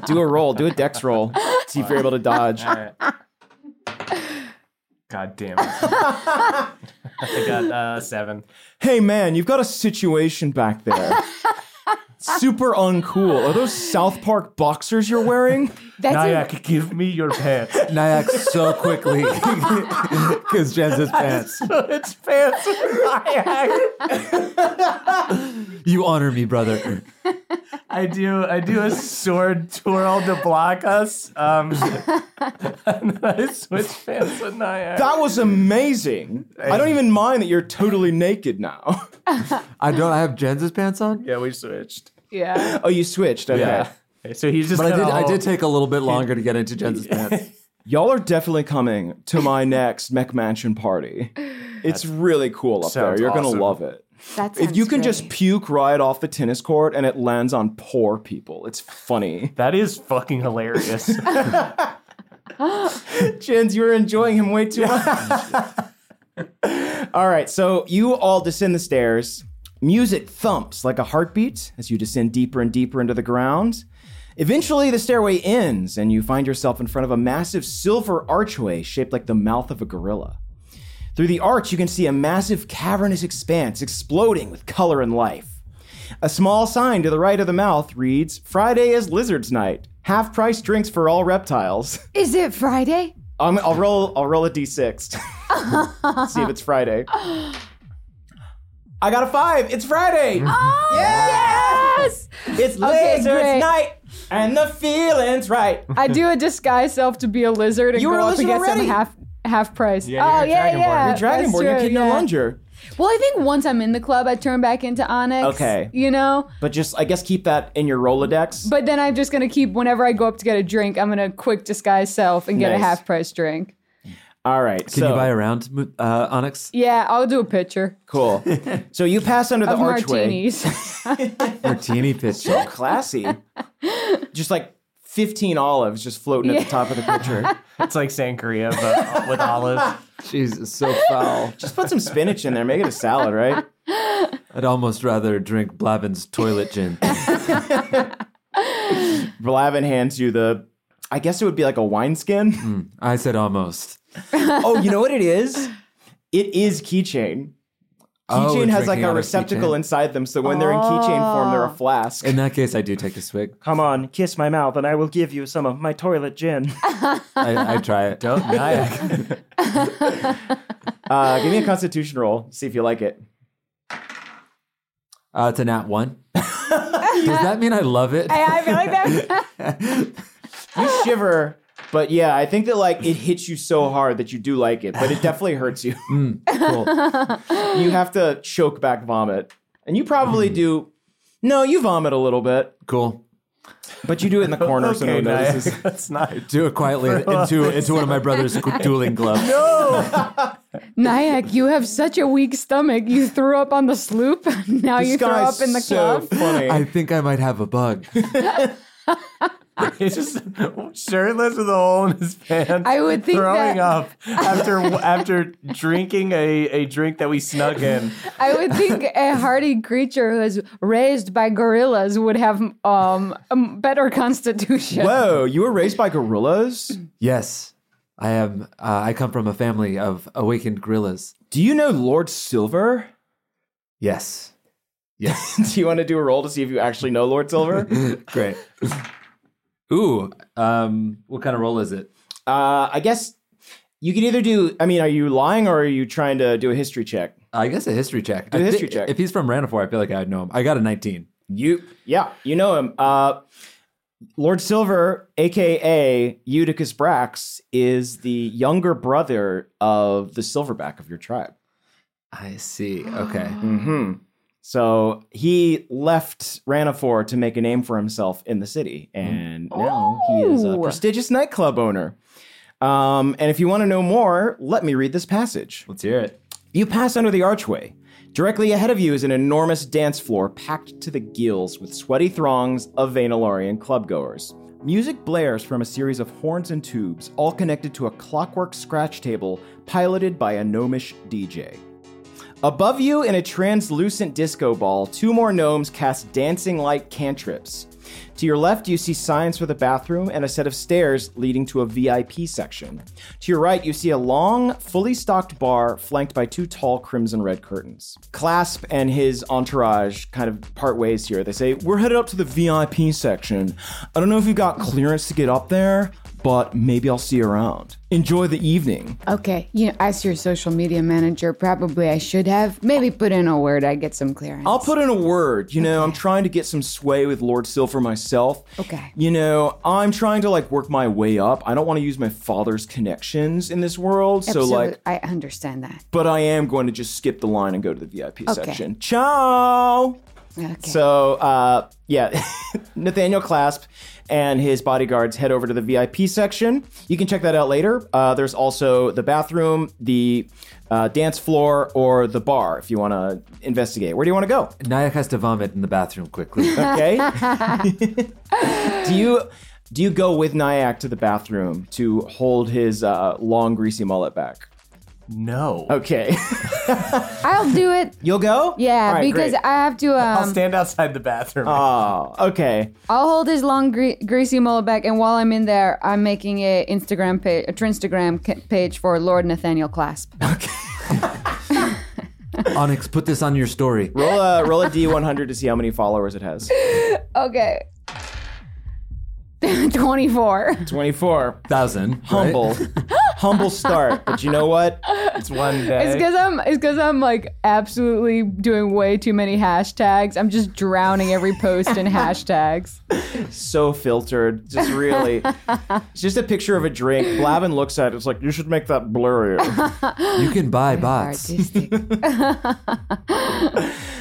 Speaker 6: do a roll. Do a dex roll. See if you're able to dodge.
Speaker 5: God damn it. I got uh, seven.
Speaker 6: Hey man, you've got a situation back there. Super uncool. Are those South Park boxers you're wearing?
Speaker 4: That's a-
Speaker 5: Nyack, give me your pants.
Speaker 3: Nyack so quickly because Jen's his pants.
Speaker 6: it's fancy.
Speaker 3: You honor me, brother.
Speaker 5: I do. I do a sword twirl to block us. Um, and then I switch pants with Nyack.
Speaker 6: That was amazing. I don't even mind that you're totally naked now.
Speaker 3: I don't I have Jen's pants on,
Speaker 5: Yeah, we switched.
Speaker 4: yeah.
Speaker 6: Oh, you switched. Okay.
Speaker 5: Yeah. So he's just.
Speaker 3: but I
Speaker 5: kinda
Speaker 3: did. I
Speaker 5: all-
Speaker 3: did take a little bit longer to get into Jen's pants.
Speaker 6: Y'all are definitely coming to my next Mech Mansion party. It's really cool up there.
Speaker 5: Sounds
Speaker 6: You're
Speaker 5: awesome.
Speaker 6: gonna love it.
Speaker 4: That
Speaker 6: If you
Speaker 4: sounds
Speaker 6: can
Speaker 4: great.
Speaker 6: just puke right off the tennis court and it lands on poor people, it's funny.
Speaker 5: That is fucking hilarious.
Speaker 6: Jens, you're enjoying him way too much. all right, so you all descend the stairs. Music thumps like a heartbeat as you descend deeper and deeper into the ground. Eventually, the stairway ends, and you find yourself in front of a massive silver archway shaped like the mouth of a gorilla. Through the arch, you can see a massive cavernous expanse exploding with color and life. A small sign to the right of the mouth reads Friday is Lizard's Night. Half price drinks for all reptiles.
Speaker 12: Is it Friday?
Speaker 6: Um, I'll roll I'll roll a D6. see if it's Friday. I got a five. It's Friday.
Speaker 4: Oh,
Speaker 12: Yes.
Speaker 6: It's
Speaker 4: Okay,
Speaker 6: Lizard's
Speaker 4: great.
Speaker 6: Night. And the feeling's right.
Speaker 4: I do a disguise self to be a lizard and
Speaker 6: You were
Speaker 4: go
Speaker 6: a
Speaker 4: up
Speaker 6: lizard
Speaker 4: and get
Speaker 6: already.
Speaker 4: some half half price.
Speaker 5: Yeah,
Speaker 4: oh
Speaker 5: you're a dragonborn.
Speaker 4: yeah, yeah.
Speaker 5: You're
Speaker 4: That's
Speaker 6: Dragonborn, you're
Speaker 4: true,
Speaker 6: kid no
Speaker 4: yeah.
Speaker 6: longer.
Speaker 4: Well, I think once I'm in the club, I turn back into Onyx.
Speaker 6: Okay.
Speaker 4: You know,
Speaker 6: But just, I guess, keep that in your Rolodex.
Speaker 4: but then I'm just gonna keep whenever I go up to get a drink, I'm gonna quick disguise self and get
Speaker 6: Nice.
Speaker 4: a half price drink.
Speaker 6: All right.
Speaker 3: Can you buy a round, Mo- uh, Onyx?
Speaker 4: Yeah, I'll do a pitcher
Speaker 6: Cool. so you pass under the
Speaker 4: of
Speaker 6: archway.
Speaker 4: martinis.
Speaker 3: Martini pitch.
Speaker 6: So classy. just like 15 olives just floating at the top of the pitcher.
Speaker 5: It's like Sankorea, but with olives.
Speaker 3: Jesus, so foul.
Speaker 6: Just put some spinach in there. Make it a salad, right?
Speaker 3: I'd almost rather drink Blavin's toilet gin.
Speaker 6: Blavin hands you the, I guess it would be like a wineskin.
Speaker 3: I said almost.
Speaker 6: oh, you know what it is? It is keychain.
Speaker 3: Oh,
Speaker 6: Keychain
Speaker 3: we're
Speaker 6: has like
Speaker 3: drinking out
Speaker 6: a
Speaker 3: of
Speaker 6: receptacle
Speaker 3: keychain. Oh.
Speaker 6: inside them, so when they're in keychain form, they're a flask.
Speaker 3: In that case, I do take a swig.
Speaker 10: Come on, kiss my mouth, and I will give you some of my toilet gin.
Speaker 3: I, I try it. Don't
Speaker 6: Uh, give me a constitution roll. See if you like it.
Speaker 3: Uh, it's a nat one. Does that mean I love it?
Speaker 4: I feel like that.
Speaker 6: You shiver, but yeah, I think that like it hits you so hard that you do like it, but it definitely hurts you.
Speaker 3: Mm, Cool. Mm.
Speaker 6: you have to choke back vomit. And you probably do. No, you vomit a little bit,
Speaker 3: cool.
Speaker 6: but you do it in the corner so no
Speaker 5: Okay,
Speaker 6: one
Speaker 5: Naya,
Speaker 6: notices.
Speaker 5: that's not.
Speaker 3: Do it quietly into into one of my brother's dueling gloves.
Speaker 4: Nyack, you have such a weak stomach. You threw up on the sloop. Now Oh, you
Speaker 6: This
Speaker 4: throw
Speaker 6: guy's
Speaker 4: up in the
Speaker 6: so
Speaker 4: club.
Speaker 6: funny.
Speaker 3: I think I might have a bug.
Speaker 5: He's just shirtless with a hole in his pants.
Speaker 4: I would think
Speaker 5: throwing
Speaker 4: that-
Speaker 5: up after after drinking a, a drink that we snug in.
Speaker 4: I would think a hardy creature who is raised by gorillas would have um, a better constitution.
Speaker 6: Whoa, you were raised by gorillas?
Speaker 3: Yes, I am. Uh, I come from a family of awakened gorillas.
Speaker 6: Do you know Lord Silver?
Speaker 3: Yes. Yes.
Speaker 6: do you want to do a roll to see if you actually know Lord Silver?
Speaker 3: Great. Ooh. Um, what kind of roll is it?
Speaker 6: uh, I guess you can either do. I mean, are you lying or are you trying to do a history check?
Speaker 3: I guess a history check.
Speaker 6: a
Speaker 3: I thi-
Speaker 6: history check.
Speaker 3: If he's from Ranafore, I feel like I'd know him. I got a 19.
Speaker 6: You, yeah, you know him. Uh, Lord Silver, aka Eutychus Brax, is the younger brother of the Silverback of your tribe.
Speaker 3: I see. Okay.
Speaker 6: hmm So he left Ranafor to make a name for himself in the city, and now he is a
Speaker 4: Oh.
Speaker 6: prestigious nightclub owner. Um, and if you want to know more, let me read this passage.
Speaker 3: Let's hear it.
Speaker 6: You pass under the archway. Directly ahead of you is an enormous dance floor packed to the gills with sweaty throngs of Vainilorian clubgoers. Music blares from a series of horns and tubes, all connected to a clockwork scratch table piloted by a gnomish DJ. Above you, in a translucent disco ball, two more gnomes cast dancing light cantrips. To your left, you see signs for the bathroom and a set of stairs leading to a VIP section. To your right, you see a long, fully stocked bar flanked by two tall crimson red curtains. Clasp and his entourage kind of part ways here. They say, We're headed up to the VIP section. I don't know if you got clearance to get up there, but maybe I'll see you around. Enjoy the evening.
Speaker 4: Okay, you know, as your social media manager, probably I should have maybe put in a word. I get some clearance.
Speaker 6: I'll put in a word. You know, I'm trying to get some sway with Lord Silver myself.
Speaker 4: Okay.
Speaker 6: You know, I'm trying to like work my way up. I don't want to use my father's connections in this world. So,
Speaker 4: Absolute-
Speaker 6: like,
Speaker 4: I understand that.
Speaker 6: but I am going to just skip the line and go to the VIP
Speaker 4: Okay.
Speaker 6: section. Ciao.
Speaker 4: Okay.
Speaker 6: So, uh, yeah, Nathaniel Clasp and his bodyguards head over to the VIP section. You can check that out later. Uh, there's also the bathroom, the uh, dance floor, or the bar if you want to investigate. Where do you want to go?
Speaker 3: Nayak has to vomit in the bathroom quickly.
Speaker 6: Okay. do you do you go with Nyack to the bathroom to hold his uh, long greasy mullet back?
Speaker 5: No.
Speaker 6: Okay.
Speaker 4: I'll do it.
Speaker 6: You'll go?
Speaker 4: Yeah,
Speaker 6: All right,
Speaker 4: because
Speaker 6: great.
Speaker 4: I have to.
Speaker 5: I'll
Speaker 4: Um,
Speaker 5: stand outside the bathroom.
Speaker 6: Oh, okay.
Speaker 4: I'll hold his long gre- greasy mullet back, and while I'm in there, I'm making a Instagram page, a Trinstagram ca- page for Lord Nathaniel Clasp.
Speaker 3: Onyx, put this on your story.
Speaker 6: Roll a roll a D100 to see how many followers it has.
Speaker 4: okay. 24.
Speaker 6: 24.
Speaker 3: Thousand.
Speaker 6: Humble. Humble start, but you know what?
Speaker 5: it's one day.
Speaker 4: It's because I'm it's because I'm like absolutely doing way too many hashtags. I'm just drowning every post in hashtags.
Speaker 6: So filtered. Just really. It's just a picture of a drink. Blavin looks at it. It's like, you should make that blurrier.
Speaker 3: You can buy bots.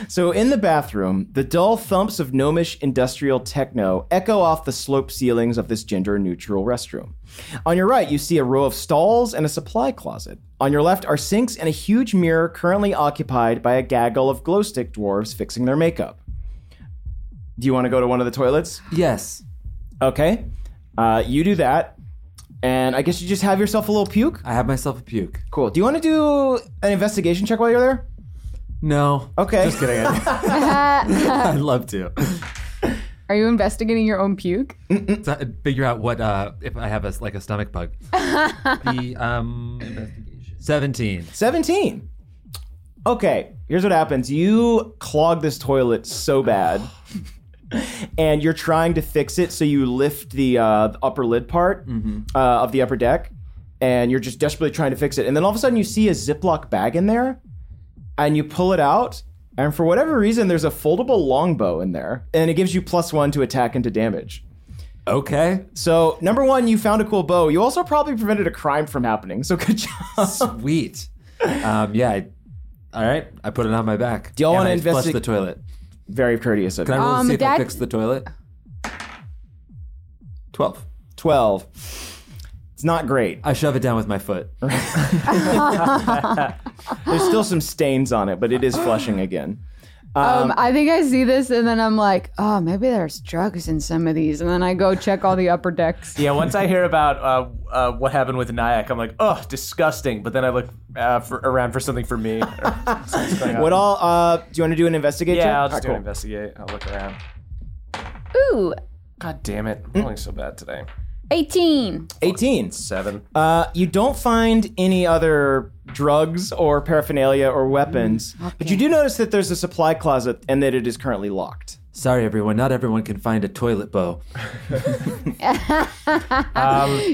Speaker 6: so in the bathroom, the dull thumps of gnomish industrial techno echo off the slope ceilings of this gender neutral restroom. On your right, you see a row of stalls and a supply closet. On your left are sinks and a huge mirror currently occupied by a gaggle of glow stick dwarves fixing their makeup. Do you want to go to one of the toilets?
Speaker 3: Yes.
Speaker 6: Okay. Uh, you do that. And I guess you just have yourself a little puke.
Speaker 3: I have myself a puke.
Speaker 6: Cool. Do you want to do an investigation check while you're there?
Speaker 3: No.
Speaker 6: Okay.
Speaker 3: Just kidding. I'd I'd love to.
Speaker 4: Are you investigating your own puke?
Speaker 3: So I'd figure out what uh, if I have a, like a stomach bug. the um, investigation. Seventeen.
Speaker 6: 17. Okay. Here's what happens you clog this toilet so bad. And you're trying to fix it, so you lift the, uh, the upper lid part uh, of the upper deck, and you're just desperately trying to fix it. And then all of a sudden, you see a Ziploc bag in there, and you pull it out. And for whatever reason, there's a foldable longbow in there, and it gives you plus one to attack and to damage.
Speaker 3: Okay.
Speaker 6: So, number one, you found a cool bow. You also probably prevented a crime from happening. So, good job.
Speaker 3: Sweet. Um, yeah. I, all right. I put it on my back. Do
Speaker 6: y'all wanna
Speaker 3: Flush
Speaker 6: investi-
Speaker 3: the toilet.
Speaker 6: Very courteous of
Speaker 3: Can I
Speaker 6: you.
Speaker 3: roll
Speaker 4: Um,
Speaker 3: to see if I
Speaker 4: that-
Speaker 3: fix the toilet? Twelve.
Speaker 6: 12. It's not great.
Speaker 3: I shove it down with my foot.
Speaker 6: There's still some stains on it, but it is flushing again.
Speaker 4: Um, I think I see this and then I'm like, oh, maybe there's drugs in some of these. And then I go check all the upper decks.
Speaker 5: yeah, once I hear about uh, uh, what happened with Nyack, I'm like, oh, disgusting. But then I look uh, for, around for something for me.
Speaker 6: What all? Uh, do you want to do an investigation?
Speaker 5: yeah, I'll just do an investigate. I'll look around.
Speaker 4: Ooh,
Speaker 5: God damn it. I'm rolling so bad today.
Speaker 4: 18.
Speaker 6: 18.
Speaker 5: Seven.
Speaker 6: Uh, you don't find any other drugs or paraphernalia or weapons, but you do notice that there's a supply closet and that it is currently locked.
Speaker 3: Sorry, everyone. Not everyone can find a toilet bow.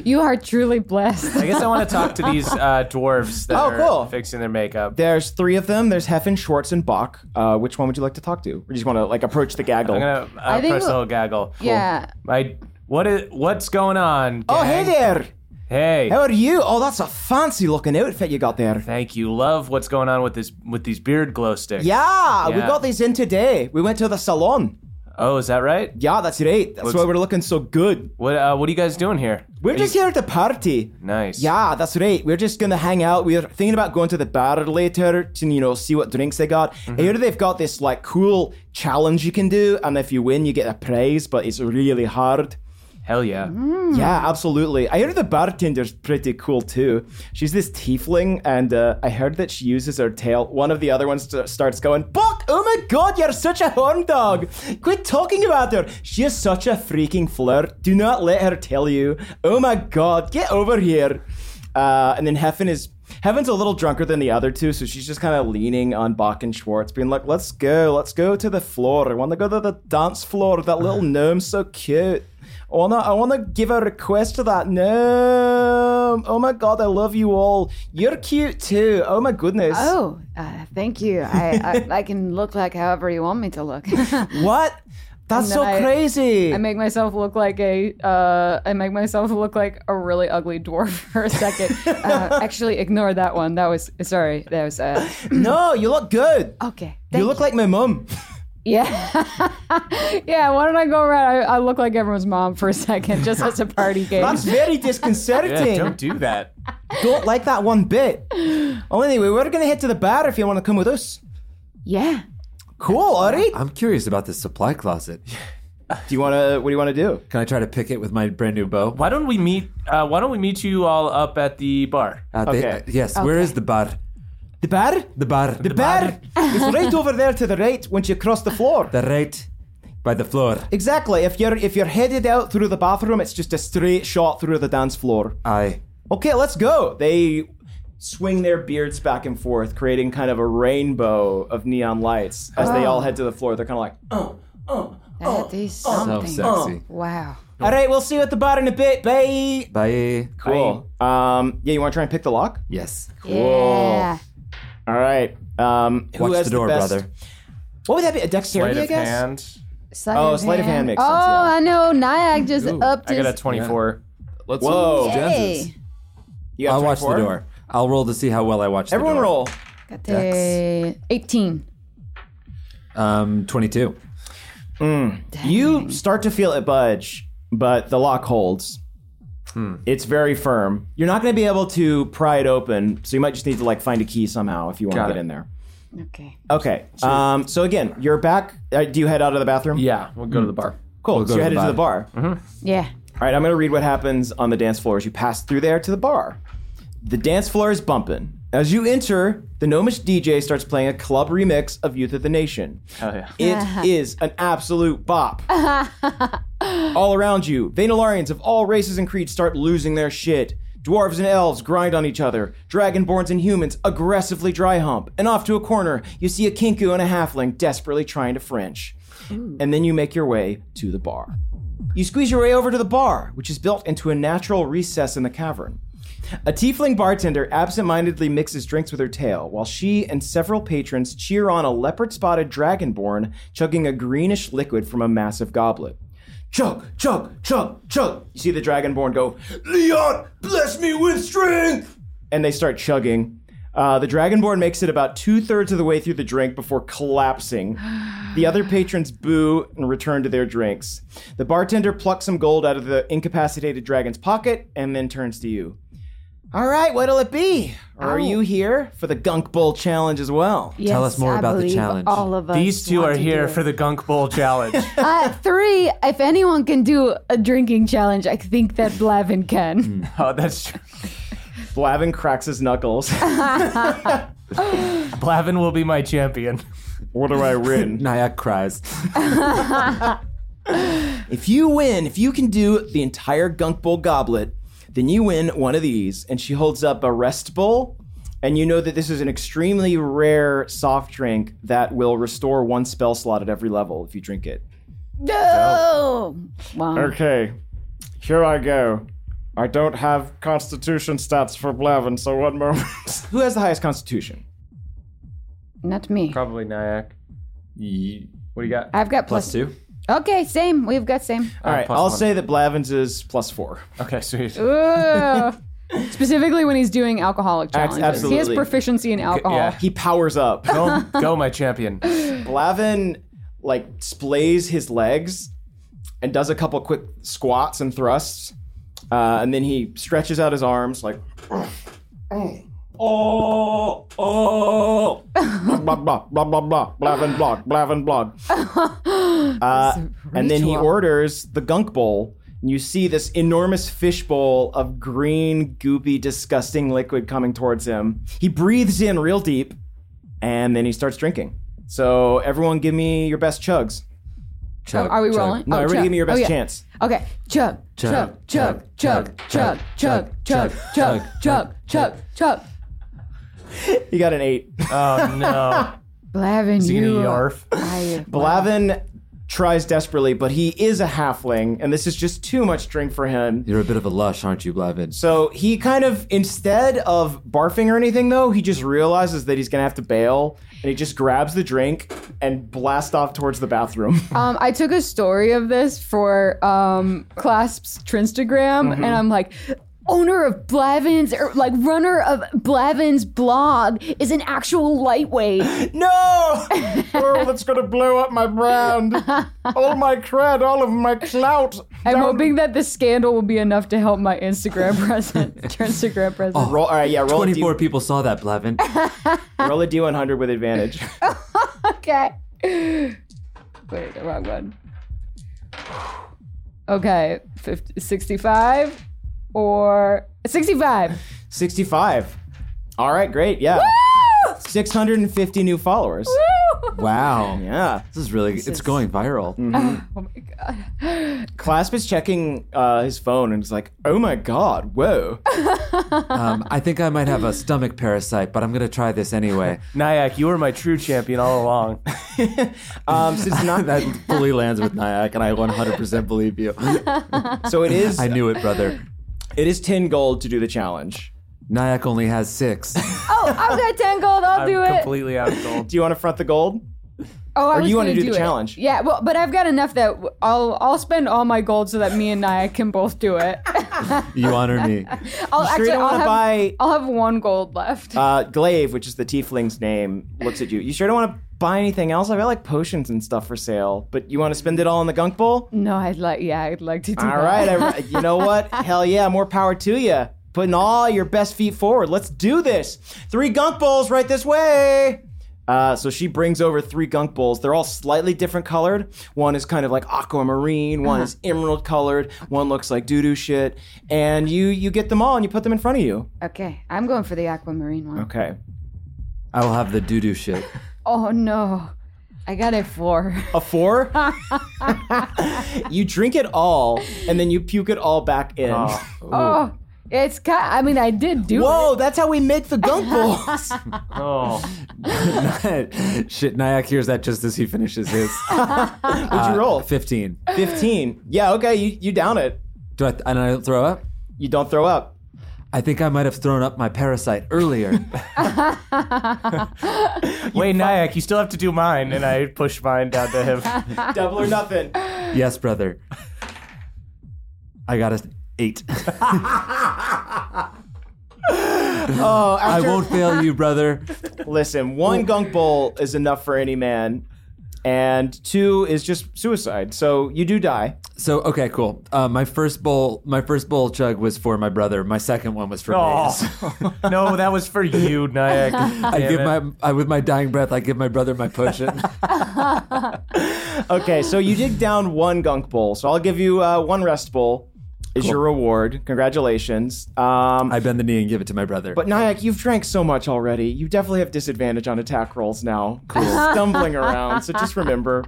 Speaker 4: You are truly blessed.
Speaker 5: I guess I want to talk to these uh, dwarves that
Speaker 6: Oh,
Speaker 5: are
Speaker 6: cool.
Speaker 5: fixing their makeup.
Speaker 6: There's three of them. There's Heffen, Schwartz, and Bach. Uh, which one would you like to talk to? Or just want to like approach the gaggle?
Speaker 5: I'm gonna uh,
Speaker 4: think
Speaker 5: press the
Speaker 4: we'll-
Speaker 5: whole gaggle.
Speaker 4: Yeah.
Speaker 5: My what is what's going on?
Speaker 6: Oh, hey
Speaker 5: gang?
Speaker 6: there.
Speaker 5: Hey.
Speaker 6: How are you? Oh, that's a fancy looking outfit you got there.
Speaker 5: Thank you. Love what's going on with this with these beard glow sticks.
Speaker 6: Yeah, we
Speaker 5: Yeah.
Speaker 6: got these in today. We went to the salon.
Speaker 5: Oh, is that right?
Speaker 6: Yeah, that's right. That's why we're looking so good.
Speaker 5: What uh, what are you guys doing here?
Speaker 6: We're
Speaker 5: Are
Speaker 6: just
Speaker 5: you-
Speaker 6: here to party.
Speaker 5: Nice.
Speaker 6: Yeah, that's right. We're just gonna hang out. We're thinking about going to the bar later to you know see what drinks they got.
Speaker 5: Mm-hmm.
Speaker 6: Here they've got this like cool challenge you can do, and if you win, you get a prize, but it's really hard.
Speaker 5: Hell yeah.
Speaker 4: Mm-hmm.
Speaker 6: Yeah, absolutely. I heard the bartender's pretty cool too. She's this tiefling, and uh, I heard that she uses her tail. One of the other ones st- starts going, Buck, oh my god, you're such a horn dog. Quit talking about her. She is such a freaking flirt. Do not let her tell you. Oh my god, get over here. Uh, and then Heffen is. Heaven's a little drunker than the other two, so she's just kind of leaning on Bach and Schwartz, being like, let's go, let's go to the floor. I want to go to the dance floor. That little gnome's so cute. I wanna, I wanna give a request to that. No, oh my god, I love you all. You're cute too. Oh my goodness.
Speaker 4: Oh, uh, thank you. I, I, I can look like however you want me to look.
Speaker 6: What? That's
Speaker 4: And then
Speaker 6: so
Speaker 4: I-
Speaker 6: crazy.
Speaker 4: I make myself look like a uh, I make myself look like a really ugly dwarf for a second. uh, actually, ignore that one. That was sorry. That was uh,
Speaker 6: no, you look good.
Speaker 4: okay.
Speaker 6: you look like my mum.
Speaker 4: yeah, yeah. Why don't I go around? I, I look like everyone's mom for a second, just as a party game.
Speaker 6: That's very
Speaker 5: Yeah,
Speaker 6: disconcerting.
Speaker 5: don't
Speaker 6: don't,
Speaker 5: do that.
Speaker 6: like that one bit. Oh, anyway, we're gonna head to the bar if you wanna come with us.
Speaker 4: yeah.
Speaker 6: Cool, all right.
Speaker 3: I'm curious about this supply closet.
Speaker 6: Do you want to? What do you want to do?
Speaker 3: Can I try to pick it with my brand new bow?
Speaker 5: Why don't we meet? Uh, why don't we meet you all up at the bar?
Speaker 3: Uh, they-
Speaker 6: Okay.
Speaker 3: uh, yes. Where is the bar?
Speaker 6: The bar?
Speaker 3: The bar.
Speaker 6: The bar is right over there to the right once you cross the floor.
Speaker 3: The right by the floor.
Speaker 6: Exactly. If you're if you're headed out through the bathroom, it's just a straight shot through the dance floor.
Speaker 3: I.
Speaker 6: Okay, let's go. They swing their beards back and forth, creating kind of a rainbow of neon lights as they all head to the floor. They're kind of like,
Speaker 4: That is
Speaker 3: So
Speaker 4: something. Oh.
Speaker 3: sexy.
Speaker 4: Wow.
Speaker 6: "All right, we'll see you at the bar in a bit. Bye."
Speaker 3: Bye.
Speaker 6: Cool. Um, yeah, you want to try and pick the lock?
Speaker 3: Yes.
Speaker 4: Yeah.
Speaker 6: All right. Um, who
Speaker 3: Watch
Speaker 6: has
Speaker 3: the door,
Speaker 6: best-
Speaker 3: brother.
Speaker 6: What would that be? A dexterity, I guess.
Speaker 4: Sleight
Speaker 6: Oh, sleight of hand makes
Speaker 4: oh,
Speaker 6: sense, yeah.
Speaker 4: I know. Nyack just upped
Speaker 5: I
Speaker 4: his.
Speaker 5: got a twenty-four.
Speaker 3: Let's
Speaker 6: Whoa.
Speaker 3: see what Jens is.
Speaker 4: Hey.
Speaker 6: You got
Speaker 3: I'll watch the
Speaker 6: 24?
Speaker 3: door. I'll roll to see how well I watch.
Speaker 6: Everyone
Speaker 3: the door.
Speaker 6: roll.
Speaker 4: Got the 18.
Speaker 3: Um, twenty-two.
Speaker 6: You start to feel it budge, but the lock holds. It's very firm. You're not going to be able to pry it open, so you might just need to like find a key somehow if you want
Speaker 5: Got
Speaker 6: to get
Speaker 5: it.
Speaker 6: in there.
Speaker 4: Okay.
Speaker 6: Okay. Um, so again, you're back. Uh, do you head out of the bathroom?
Speaker 5: Yeah, we'll go to the bar.
Speaker 6: Cool.
Speaker 3: We'll go
Speaker 6: so you're
Speaker 3: to
Speaker 6: headed
Speaker 3: the
Speaker 6: to the bar.
Speaker 4: Yeah.
Speaker 6: All right. I'm going to read what happens on the dance floor as you pass through there to the bar. The dance floor is bumping. As you enter, the gnomish DJ starts playing a club remix of Youth of the Nation.
Speaker 5: Oh yeah.
Speaker 6: It is an absolute bop. all around you, Vainalarians of all races and creeds start losing their shit. Dwarves and elves grind on each other. Dragonborns and humans aggressively dry hump. And off to a corner, you see a kinku and a halfling desperately trying to French. And then you make your way to the bar. You squeeze your way over to the bar, which is built into a natural recess in the cavern. A tiefling bartender absentmindedly mixes drinks with her tail, while she and several patrons cheer on a leopard spotted dragonborn chugging a greenish liquid from a massive goblet. Chug, chug, chug, chug. You see the dragonborn go, Leon, bless me with strength! And they start chugging. Uh, the dragonborn makes it about two thirds of the way through the drink before collapsing. The other patrons boo and return to their drinks. The bartender plucks some gold out of the incapacitated dragon's pocket and then turns to you. All right, what'll it be? Are you here for the Gunk Bowl challenge as well?
Speaker 4: Yes,
Speaker 3: us more
Speaker 4: I
Speaker 3: about the
Speaker 4: believe
Speaker 3: challenge.
Speaker 4: All of us.
Speaker 5: These two
Speaker 4: want
Speaker 5: are
Speaker 4: to
Speaker 5: here
Speaker 4: do it.
Speaker 5: for the Gunk Bowl challenge.
Speaker 4: Uh, three, if anyone can do a drinking challenge, I think that Blavin can.
Speaker 5: oh, that's true.
Speaker 6: Blavin cracks his knuckles.
Speaker 5: Blavin will be my champion.
Speaker 6: what do I win?
Speaker 3: Nyack cries.
Speaker 6: If you win, if you can do the entire Gunk Bowl goblet, then you win one of these. And she holds up a rest bowl. And you know that this is an extremely rare soft drink that will restore one spell slot at every level if you drink it.
Speaker 4: No. Wow.
Speaker 6: Er,
Speaker 13: Okay, here I go. I don't have constitution stats for Blavin, so one moment.
Speaker 6: Who has the highest constitution?
Speaker 4: Not me.
Speaker 5: Probably Nyack.
Speaker 3: Ye-
Speaker 5: What do you got?
Speaker 4: I've got
Speaker 3: Plus two.
Speaker 4: Okay, same. We've got same.
Speaker 6: All right,
Speaker 5: plus
Speaker 6: I'll
Speaker 5: one.
Speaker 6: say that Blavin's is plus four.
Speaker 5: Okay, sweet.
Speaker 4: Ooh. Specifically when he's doing alcoholic
Speaker 6: Abs-
Speaker 4: challenges. He has
Speaker 6: absolutely.
Speaker 4: proficiency in alcohol.
Speaker 5: yeah.
Speaker 6: He powers up.
Speaker 5: Go, go, my champion.
Speaker 6: Blavin like splays his legs and does a couple quick squats and thrusts, uh, and then he stretches out his arms like. Oh, oh, blah, blah, blah, blah, blah, blah, blavin, blog, blavin, blog. Uh, and then he
Speaker 4: ritual.
Speaker 6: orders the gunk bowl, and you see this enormous fishbowl of green, goopy, disgusting liquid coming towards him. He breathes in real deep, and then he starts drinking. So everyone, give me your best chugs.
Speaker 3: Chug,
Speaker 4: Are we
Speaker 3: chug.
Speaker 4: rolling?
Speaker 6: No,
Speaker 4: Oh,
Speaker 6: everybody,
Speaker 4: chug.
Speaker 6: give me your
Speaker 4: Oh,
Speaker 6: best
Speaker 4: yeah.
Speaker 6: chance.
Speaker 4: Okay. Chug, chug, chug, chug, chug, chug, chug, chug, chug, chug, chug.
Speaker 6: You got an eight.
Speaker 5: Oh no.
Speaker 4: Blavin,
Speaker 5: Is he
Speaker 4: you
Speaker 5: gonna E
Speaker 4: are
Speaker 5: yarf?
Speaker 4: fired.
Speaker 6: Blavin tries desperately, but he is a halfling, and this is just too much drink for him.
Speaker 3: You're a bit of a lush, aren't you, Blavin?
Speaker 6: So he kind of, instead of barfing or anything, though, he just realizes that he's gonna have to bail, and he just grabs the drink and blasts off towards the bathroom.
Speaker 4: Um, I took a story of this for um, Clasp's Trinstagram, and I'm like, owner of Blavin's, or like runner of Blavin's blog is an actual lightweight.
Speaker 6: no,
Speaker 13: oh, that's gonna blow up my brand. All my cred, all of my clout.
Speaker 4: I'm hoping that this scandal will be enough to help my Instagram presence. Instagram presence.
Speaker 6: roll. All right, yeah, roll a, D,
Speaker 3: Twenty-four people saw that, Blavin.
Speaker 6: roll a D100 with advantage.
Speaker 4: Okay. Wait, the wrong one. Okay, 50, 65 or 65.
Speaker 6: 65. All right, great. Yeah. 650 new followers.
Speaker 3: Wow.
Speaker 6: Yeah.
Speaker 3: This is really, it's going viral.
Speaker 4: Oh my god.
Speaker 6: Clasp is checking uh, his phone and he's like, oh my God, whoa.
Speaker 3: Um, I think I might have a stomach parasite, but I'm going to try this anyway.
Speaker 5: Nyack, you were my true champion all along.
Speaker 6: Um, since not
Speaker 3: that fully lands with Nyack, and I 100% believe you.
Speaker 6: so it is
Speaker 3: I knew it, brother.
Speaker 6: it is 10 gold to do the challenge.
Speaker 3: Nyack only has six.
Speaker 4: Oh, I've got 10 gold. I'll do
Speaker 5: I'm
Speaker 4: it.
Speaker 5: completely out of gold.
Speaker 6: Do you want to front the gold?
Speaker 4: oh, I
Speaker 6: or
Speaker 4: was
Speaker 6: you wanna
Speaker 4: gonna
Speaker 6: do the
Speaker 4: it.
Speaker 6: challenge?
Speaker 4: Yeah, well, but I've got enough that w- I'll I'll spend all my gold so that me and Naya can both do it.
Speaker 3: You honor me.
Speaker 4: I'll
Speaker 6: sure you
Speaker 4: actually
Speaker 6: don't
Speaker 4: I'll
Speaker 6: wanna
Speaker 4: have
Speaker 6: buy-
Speaker 4: I'll have one gold left.
Speaker 6: Uh, Glaive, which is the tiefling's name, looks at you. You sure don't want to buy anything else? I've got like potions and stuff for sale, but you want to spend it all in the gunk bowl?
Speaker 4: no, I'd like yeah, I'd like to do
Speaker 6: All
Speaker 4: that.
Speaker 6: right. I, you know what? Hell yeah. More power to you. Putting all your best feet forward. Let's do this. Three gunk bowls right this way. Uh, so she brings over three gunk bowls. They're all slightly different colored. One is kind of like aquamarine. One is emerald colored. One looks like doo doo shit. And you you get them all and you put them in front of you.
Speaker 4: Okay, I'm going for the aquamarine one.
Speaker 6: Okay.
Speaker 3: I will have the doo doo shit.
Speaker 4: Oh no. I got a 4.
Speaker 6: A four. you drink it all and then you puke it all back in.
Speaker 4: Oh, it's ki I mean, I did do
Speaker 6: Whoa,
Speaker 4: it.
Speaker 6: that's how we make the gunk bowls.
Speaker 5: Oh,
Speaker 3: shit, Nyack hears that just as he finishes his. uh,
Speaker 6: What'd you roll?
Speaker 3: 15.
Speaker 6: 15. Yeah, okay, you, you down it.
Speaker 3: Do I, and I don't throw up?
Speaker 6: You don't throw up.
Speaker 3: I think I might have thrown up my parasite earlier.
Speaker 5: wait, Nyack, you still have to do mine, and I pushed mine down to him.
Speaker 6: Double or nothing.
Speaker 3: yes, brother. I got a eight.
Speaker 6: Oh,
Speaker 3: I
Speaker 6: after,
Speaker 3: won't fail you, brother.
Speaker 6: listen, one gunk bowl is enough for any man, and two is just suicide. So you do die.
Speaker 3: So okay, cool. Uh, my first bowl, my first bowl chug was for my brother. My second one was for me. So
Speaker 5: Oh. no, that was for you, Nyack.
Speaker 3: I
Speaker 5: Damn
Speaker 3: give
Speaker 5: it.
Speaker 3: my, I with my dying breath, I give my brother my potion.
Speaker 6: Okay, so you dig down one gunk bowl. So I'll give you uh, one rest bowl. Is your reward? Congratulations. Um,
Speaker 3: I bend the knee and give it to my brother.
Speaker 6: But Nyack, you've drank so much already. You definitely have disadvantage on attack rolls now. Cool. Stumbling around, so just remember.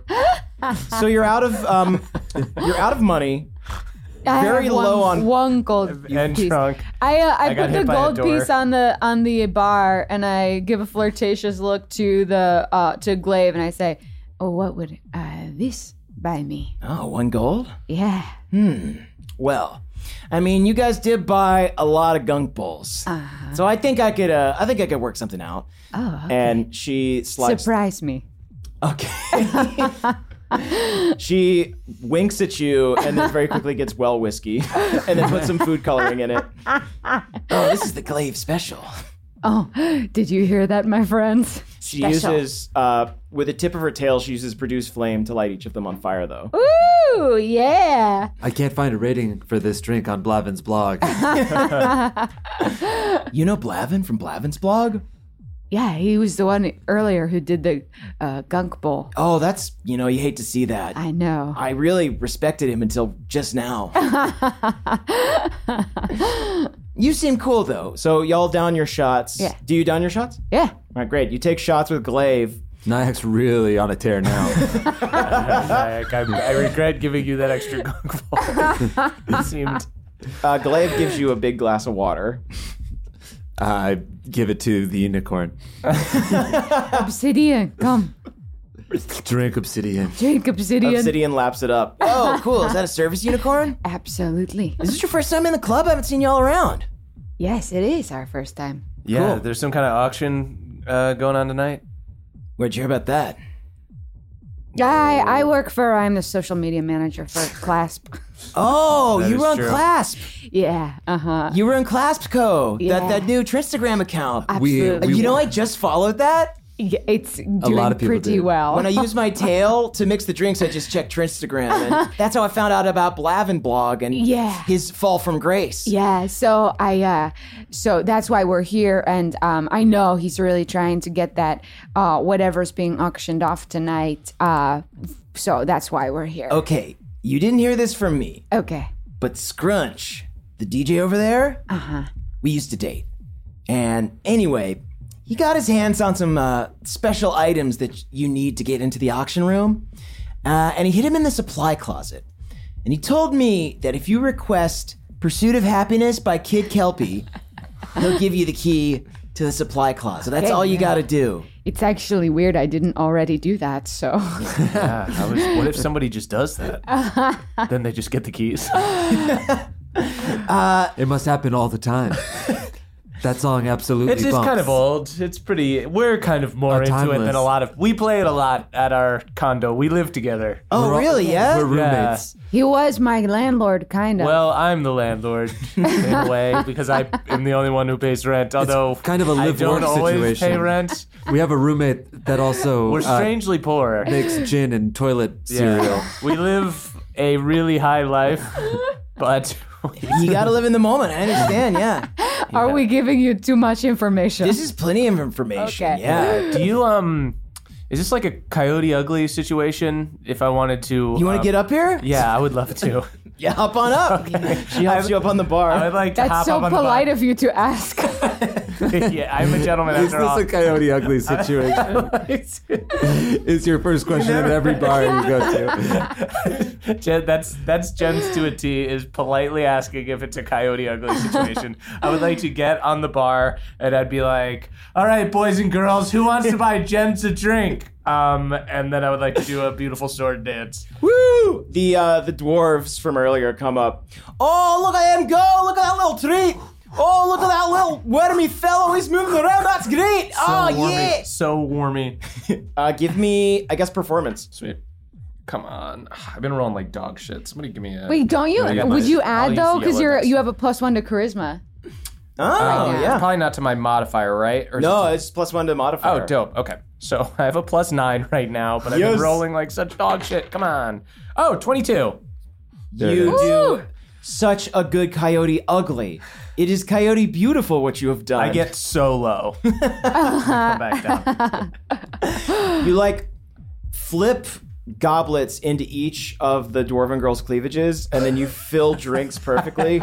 Speaker 6: So you're out of um, you're out of money.
Speaker 4: I have
Speaker 6: very
Speaker 4: one-
Speaker 6: low on-
Speaker 4: one gold
Speaker 5: and
Speaker 4: piece.
Speaker 5: drunk.
Speaker 4: I uh, I,
Speaker 5: got
Speaker 4: put the
Speaker 5: hit by a
Speaker 4: gold
Speaker 5: door.
Speaker 4: piece on the on the bar, and I give a flirtatious look to the uh, to Glaive, and I say, "Oh, what would uh, this buy me?"
Speaker 6: Oh, one gold.
Speaker 4: Yeah,
Speaker 6: Well, I mean, you guys did buy a lot of gunk bowls, so I think I could uh, I think I could work something out.
Speaker 4: Uh-huh. Oh,
Speaker 6: And she slides.
Speaker 4: surprise me.
Speaker 6: Okay. she winks at you and then very quickly gets well whiskey and then puts some food coloring in it. Oh, this is the glaive special.
Speaker 4: Oh, did you hear that, my friends?
Speaker 6: She uses uh, with the tip of her tail. She uses produce flame to light each of them on fire, though.
Speaker 4: Oh. Ooh, yeah.
Speaker 3: I can't find a rating for this drink on Blavin's blog.
Speaker 6: You know Blavin from Blavin's blog?
Speaker 4: Yeah, he was the one earlier who did the uh, gunk bowl.
Speaker 6: Oh, that's you know you hate to see that.
Speaker 4: I know.
Speaker 6: I really respected him until just now. you seem cool though. So y'all down your shots.
Speaker 4: Yeah.
Speaker 6: Do you down your shots? All
Speaker 4: yeah.
Speaker 6: right, great. You take shots with glaive.
Speaker 3: Nyack's really on a tear now.
Speaker 5: Nyack, I, I regret giving you that extra gunk ball. it seemed.
Speaker 6: Uh, glaive gives you a big glass of water.
Speaker 3: I give it to the unicorn.
Speaker 4: Obsidian, come
Speaker 3: Drink obsidian.
Speaker 4: drink obsidian.
Speaker 6: Obsidian laps it up. Oh, cool. Is that a service unicorn?
Speaker 4: Absolutely.
Speaker 6: Is this your first time in the club? I haven't seen y'all around.
Speaker 4: Yes, it is our first time.
Speaker 5: Yeah,
Speaker 6: Cool.
Speaker 5: there's some kind of auction uh, going on tonight.
Speaker 6: Where'd you hear about that?
Speaker 5: Oh.
Speaker 4: I I work for I'm the social media manager for Clasp.
Speaker 6: Oh, you
Speaker 5: is
Speaker 6: were on
Speaker 5: true.
Speaker 6: Clasp.
Speaker 4: yeah, uh huh.
Speaker 6: You were on Clasp Co. That
Speaker 4: Yeah.
Speaker 6: that new Tristagram account.
Speaker 4: Absolutely.
Speaker 3: we-
Speaker 6: you know, I just followed that.
Speaker 4: Yeah, it's doing
Speaker 3: lot of people
Speaker 4: pretty
Speaker 3: do.
Speaker 4: well.
Speaker 6: When I used my tail to mix the drinks, I just checked Tristagram, and that's how I found out about Blavin blog and
Speaker 4: Yeah.
Speaker 6: his fall from grace.
Speaker 4: yeah, so I uh so that's why we're here and um I know he's really trying to get that
Speaker 5: Oh.
Speaker 4: uh whatever's being auctioned off tonight. Uh so that's why we're here.
Speaker 6: Okay, You didn't hear this from me,
Speaker 4: Okay.
Speaker 6: but Scrunch, the DJ over there, uh-huh. we used to date. And anyway, he got his hands on some uh, special items that you need to get into the auction room, uh, and he hid him in the supply closet. And he told me that if you request "Pursuit of Happiness" by Kid Kelpie, he'll give you the key to the supply closet. That's all you got to do.
Speaker 4: It's actually weird I didn't already do that, so
Speaker 5: Yeah, I was, what if somebody just does that? then they just get the keys.
Speaker 3: It must happen all the time. that song absolutely
Speaker 5: It's, it's
Speaker 3: bumps.
Speaker 5: kind of old. It's pretty. We're kind of more
Speaker 3: A
Speaker 5: into it
Speaker 3: timeless-
Speaker 5: than a lot of. We play it a lot at our condo. We live together.
Speaker 6: Oh,
Speaker 3: We're all-
Speaker 6: really? Yeah.
Speaker 3: We're
Speaker 5: Yeah.
Speaker 3: roommates.
Speaker 4: he was my landlord kind of.
Speaker 5: Well, I'm the landlord in a way because I am the only one who pays rent. Although
Speaker 3: kind of a
Speaker 5: I
Speaker 3: live
Speaker 5: don't
Speaker 3: work
Speaker 5: always
Speaker 3: situation.
Speaker 5: pay rent.
Speaker 3: We have a roommate that also
Speaker 5: We're
Speaker 3: uh,
Speaker 5: strangely poor.
Speaker 3: makes gin and toilet cereal.
Speaker 5: Yeah. we live a really high life, but
Speaker 6: You got to live in the moment. I understand. Yeah.
Speaker 4: Are we giving you too much information?
Speaker 6: This is plenty of information.
Speaker 4: Okay.
Speaker 6: Yeah.
Speaker 5: do you um? Is this like a Coyote Ugly situation? If I wanted to,
Speaker 6: You want to
Speaker 5: um,
Speaker 6: get up here?
Speaker 5: Yeah, I would love to.
Speaker 6: Yeah, hop on up. she helps you up on the
Speaker 5: I
Speaker 6: bar.
Speaker 5: would like to
Speaker 4: That's
Speaker 5: hop
Speaker 4: so
Speaker 5: up on
Speaker 4: polite
Speaker 5: the
Speaker 4: of you to ask.
Speaker 5: bike. yeah, I'm a gentleman
Speaker 3: Is
Speaker 5: after
Speaker 3: this
Speaker 5: all.
Speaker 3: a Coyote Ugly situation? is your first question at every bar you go to?
Speaker 5: Jen, that's that's Jen's to a T is politely asking if it's a coyote ugly situation. I would like to get on the bar and I'd be like, "All right, boys and girls, who wants to buy Jen's a drink?" Um, and then I would like to do a beautiful sword dance.
Speaker 6: Woo! The uh, the dwarves from earlier come up. Oh, look at him go! Look at that little tree! Oh, look at that little wormy fellow! He's moving around. That's great!
Speaker 5: So
Speaker 6: oh
Speaker 5: warmy,
Speaker 6: yeah!
Speaker 5: so warmy.
Speaker 6: Uh, give me, I guess, performance.
Speaker 5: Sweet. Come on, I've been rolling like dog shit. Somebody give me a.
Speaker 4: Wait, don't you?
Speaker 5: Yeah,
Speaker 4: would
Speaker 5: but
Speaker 4: you
Speaker 5: I'll
Speaker 4: add
Speaker 5: use
Speaker 4: though?
Speaker 5: the
Speaker 4: Because
Speaker 5: yellow
Speaker 4: you're
Speaker 5: dice.
Speaker 4: you have a plus one to charisma.
Speaker 6: Oh
Speaker 4: yeah.
Speaker 6: yeah.
Speaker 5: Probably not to my modifier, right? Or
Speaker 6: No, it's plus one to
Speaker 5: Oh,
Speaker 6: modifier.
Speaker 5: dope. Okay. So I have a plus nine right now, but I've
Speaker 6: Yes.
Speaker 5: been rolling like such dog shit. Come on. Oh, 22.
Speaker 6: You do such a good coyote ugly. It is coyote beautiful what you have done.
Speaker 5: I get so low. Come back down.
Speaker 6: You like flip goblets into each of the dwarven girls' cleavages, and then you fill drinks perfectly.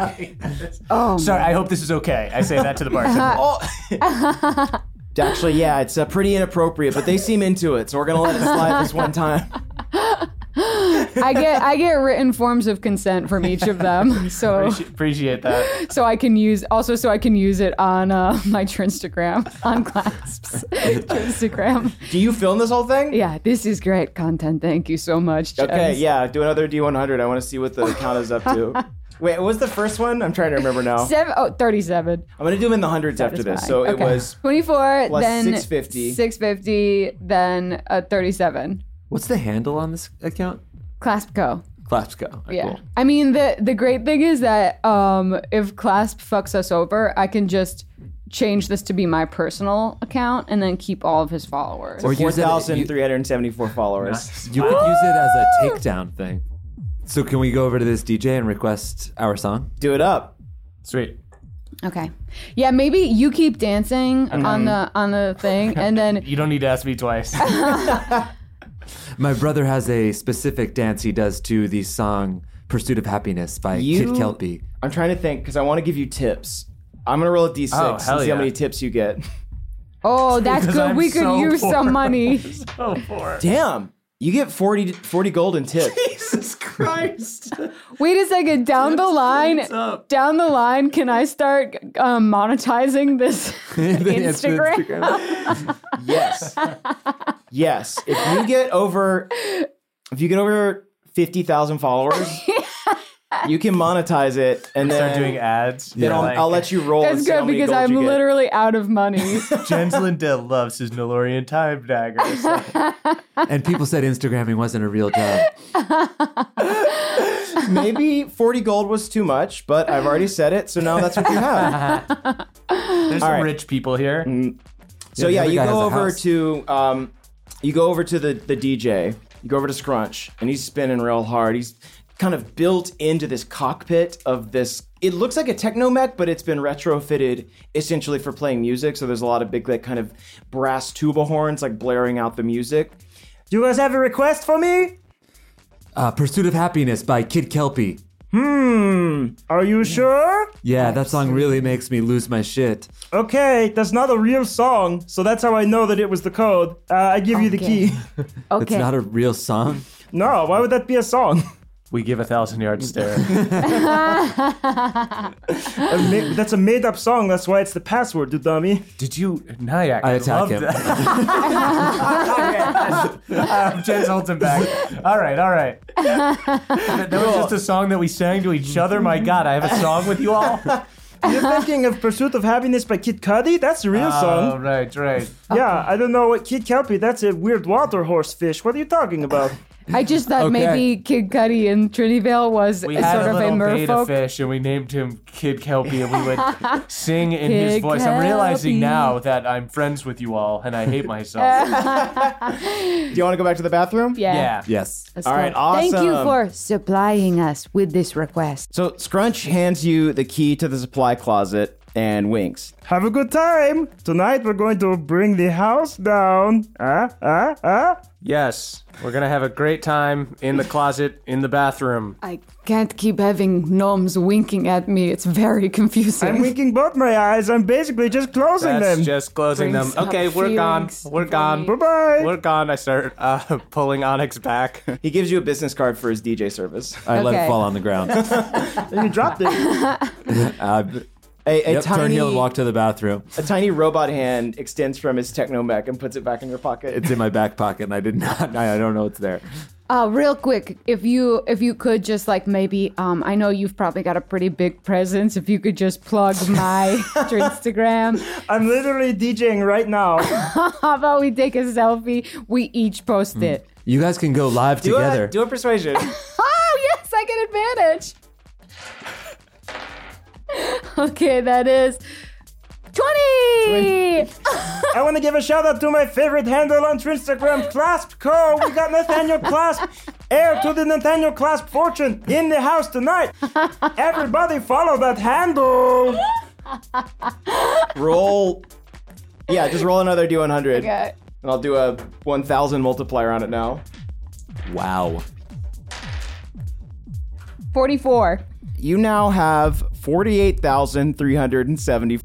Speaker 4: Oh,
Speaker 5: Sorry, I hope this is okay. I say that to the bartender.
Speaker 6: oh. Actually, yeah, it's uh, pretty inappropriate, but they seem into it, so we're gonna let it slide this one time.
Speaker 4: I get I get written forms of consent from each of them, so
Speaker 5: Appreci- Appreciate that.
Speaker 4: so I can use also so I can use it on uh, my Instagram on clasps Instagram.
Speaker 6: Do you film this whole thing?
Speaker 4: Yeah, this is great content. Thank you so much. Jess.
Speaker 6: Okay, yeah, do another D100. I want to see what the count is up to. Wait, what was the first one? I'm trying to remember now.
Speaker 4: Seven, oh, 37.
Speaker 6: I'm gonna do them in the hundreds after
Speaker 4: Satisfying.
Speaker 6: this. So it
Speaker 4: Okay.
Speaker 6: was
Speaker 4: 24,
Speaker 6: plus
Speaker 4: then
Speaker 6: 650.
Speaker 4: 650, then uh, 37.
Speaker 3: What's the handle on this account?
Speaker 4: Clasp go.
Speaker 3: Clapsco.
Speaker 4: Yeah. I mean, the the great thing is that um, if Clasp fucks us over, I can just change this to be my personal account and then keep all of his followers.
Speaker 3: Or use it, you,
Speaker 6: 4,374 followers.
Speaker 3: you could use it as a takedown thing. So can we go over to this DJ and request our song?
Speaker 6: Do it up.
Speaker 5: Sweet.
Speaker 4: Okay. Yeah, maybe you keep dancing on the on the thing and then
Speaker 5: You don't need to ask me twice.
Speaker 3: My brother has a specific dance he does to the song "Pursuit of Happiness" by
Speaker 6: You-
Speaker 3: Kid Kelpie.
Speaker 6: I'm trying to think because I want to give you tips. I'm gonna roll a d6
Speaker 5: Oh,
Speaker 6: and see
Speaker 5: hell
Speaker 6: how
Speaker 5: yeah.
Speaker 6: many tips you get.
Speaker 4: oh, that's
Speaker 5: Because
Speaker 4: good.
Speaker 5: I'm
Speaker 4: we could
Speaker 5: so
Speaker 4: use some
Speaker 5: poor.
Speaker 4: money.
Speaker 5: oh, four.
Speaker 6: Damn, you get 40, 40 golden tips.
Speaker 5: Jesus Christ.
Speaker 4: Wait a second. Down the line, down the line, can I start um, monetizing this Instagram?
Speaker 6: yes, yes. If you get over, if you get over fifty thousand followers, you can monetize it, and then
Speaker 5: Start doing ads.
Speaker 6: Then I'll,
Speaker 5: Like,
Speaker 6: I'll let you roll.
Speaker 4: That's
Speaker 6: and see how
Speaker 4: good
Speaker 6: many
Speaker 4: because
Speaker 6: gold
Speaker 4: I'm
Speaker 6: you get.
Speaker 4: literally out of money.
Speaker 5: Jens Lindell loves his Nalorian time daggers.
Speaker 3: and people said Instagramming wasn't a real job.
Speaker 6: maybe forty gold was too much, but I've already said it, so now that's what you have.
Speaker 5: There's some
Speaker 6: right.
Speaker 5: rich people here.
Speaker 6: So
Speaker 3: the
Speaker 6: yeah,
Speaker 3: other
Speaker 6: you
Speaker 3: guy
Speaker 6: go
Speaker 3: has a
Speaker 6: over
Speaker 3: house.
Speaker 6: to um, you go over to the the DJ. You go over to Scrunch, and he's spinning real hard. He's kind of built into this cockpit of this. It looks like a technomech, but it's been retrofitted essentially for playing music. So there's a lot of big like kind of brass tuba horns like blaring out the music.
Speaker 10: Do you guys have a request for me?
Speaker 3: Uh, Pursuit of Happiness by Kid Kelpie.
Speaker 10: Hmm. Are you sure?
Speaker 3: Yeah, that song really makes me lose my shit.
Speaker 10: Okay, that's not a real song, so that's how I know that it was the code. Uh, I give you the
Speaker 4: Okay.
Speaker 10: key.
Speaker 3: It's
Speaker 4: Okay.
Speaker 3: not a real song.
Speaker 10: No, why would that be a song?
Speaker 5: We give a thousand yard stare.
Speaker 10: A ma- that's a made-up song. That's why it's the password, you dummy.
Speaker 5: Did you? Nayak.
Speaker 3: I attack
Speaker 5: loved
Speaker 3: him.
Speaker 5: that. okay. Uh, Jens holds him back. All right, all right. That was just a song that we sang to each other. My God, I have a song with you all.
Speaker 10: You're thinking of "Pursuit of Happiness" by Kid Cudi? That's a real
Speaker 5: Oh,
Speaker 10: song.
Speaker 5: right, right.
Speaker 10: Yeah, I don't know what Kid Kelpie. That's a weird water horse fish. What are you talking about?
Speaker 4: I just thought
Speaker 3: Okay.
Speaker 4: maybe Kid Cudi and Trinity Vale was
Speaker 5: We
Speaker 4: a
Speaker 5: had
Speaker 4: sort
Speaker 5: a
Speaker 4: of a
Speaker 5: little beta
Speaker 4: merfolk.
Speaker 5: fish, and we named him Kid Kelpie, and we would sing in his
Speaker 4: Kid
Speaker 5: voice. I'm realizing
Speaker 4: Kelpie.
Speaker 5: now that I'm friends with you all, and I hate myself.
Speaker 6: Do you want to go back to the bathroom?
Speaker 4: Yeah.
Speaker 5: yeah.
Speaker 3: Yes.
Speaker 4: Let's
Speaker 6: All
Speaker 4: go.
Speaker 6: right, awesome.
Speaker 4: Thank you for supplying us with this request.
Speaker 6: So Scrunch hands you the key to the supply closet and winks.
Speaker 10: Have a good time tonight. We're going to bring the house down. Ah, ah, ah.
Speaker 5: Yes, we're gonna have a great time in the closet, in the bathroom.
Speaker 4: I can't keep having gnomes winking at me. It's very confusing.
Speaker 10: I'm winking both my eyes. I'm basically just closing
Speaker 5: That's
Speaker 10: them.
Speaker 5: just closing
Speaker 4: Brings
Speaker 5: them.
Speaker 4: up
Speaker 5: Okay, we're gone.
Speaker 4: feelings
Speaker 5: We're
Speaker 4: for
Speaker 5: gone.
Speaker 4: me.
Speaker 10: Bye-bye.
Speaker 5: We're gone. I start uh, pulling Onyx back.
Speaker 6: He gives you a business card for his DJ service.
Speaker 3: I let it
Speaker 4: Okay.
Speaker 3: fall on the ground. uh,
Speaker 10: You dropped it.
Speaker 6: A, a
Speaker 3: yep, turn
Speaker 6: tiny,
Speaker 3: heel and walk to the bathroom.
Speaker 6: a tiny robot hand extends from his technomech and puts it back in your pocket.
Speaker 3: It's in my back pocket, and I did not. I I don't know it's there.
Speaker 4: Uh, real quick, if you if you could just like maybe um, I know you've probably got a pretty big presence. If you could just plug my your Instagram,
Speaker 10: I'm literally DJing right now.
Speaker 4: how about we take a selfie? We each post it.
Speaker 3: You guys can go live
Speaker 6: do
Speaker 3: together.
Speaker 6: a, do a persuasion.
Speaker 4: Oh yes, I get advantage. okay, that is twenty.
Speaker 10: I want to give a shout out to my favorite handle on Instagram, Clasp Co. We got Nathaniel Clasp, heir to the Nathaniel Clasp fortune, in the house tonight. Everybody follow that handle.
Speaker 6: roll. Yeah, just roll another D100.
Speaker 4: Okay.
Speaker 6: And I'll do a 1000 multiplier on it now.
Speaker 3: wow.
Speaker 4: Forty-four.
Speaker 6: You now have 48,370.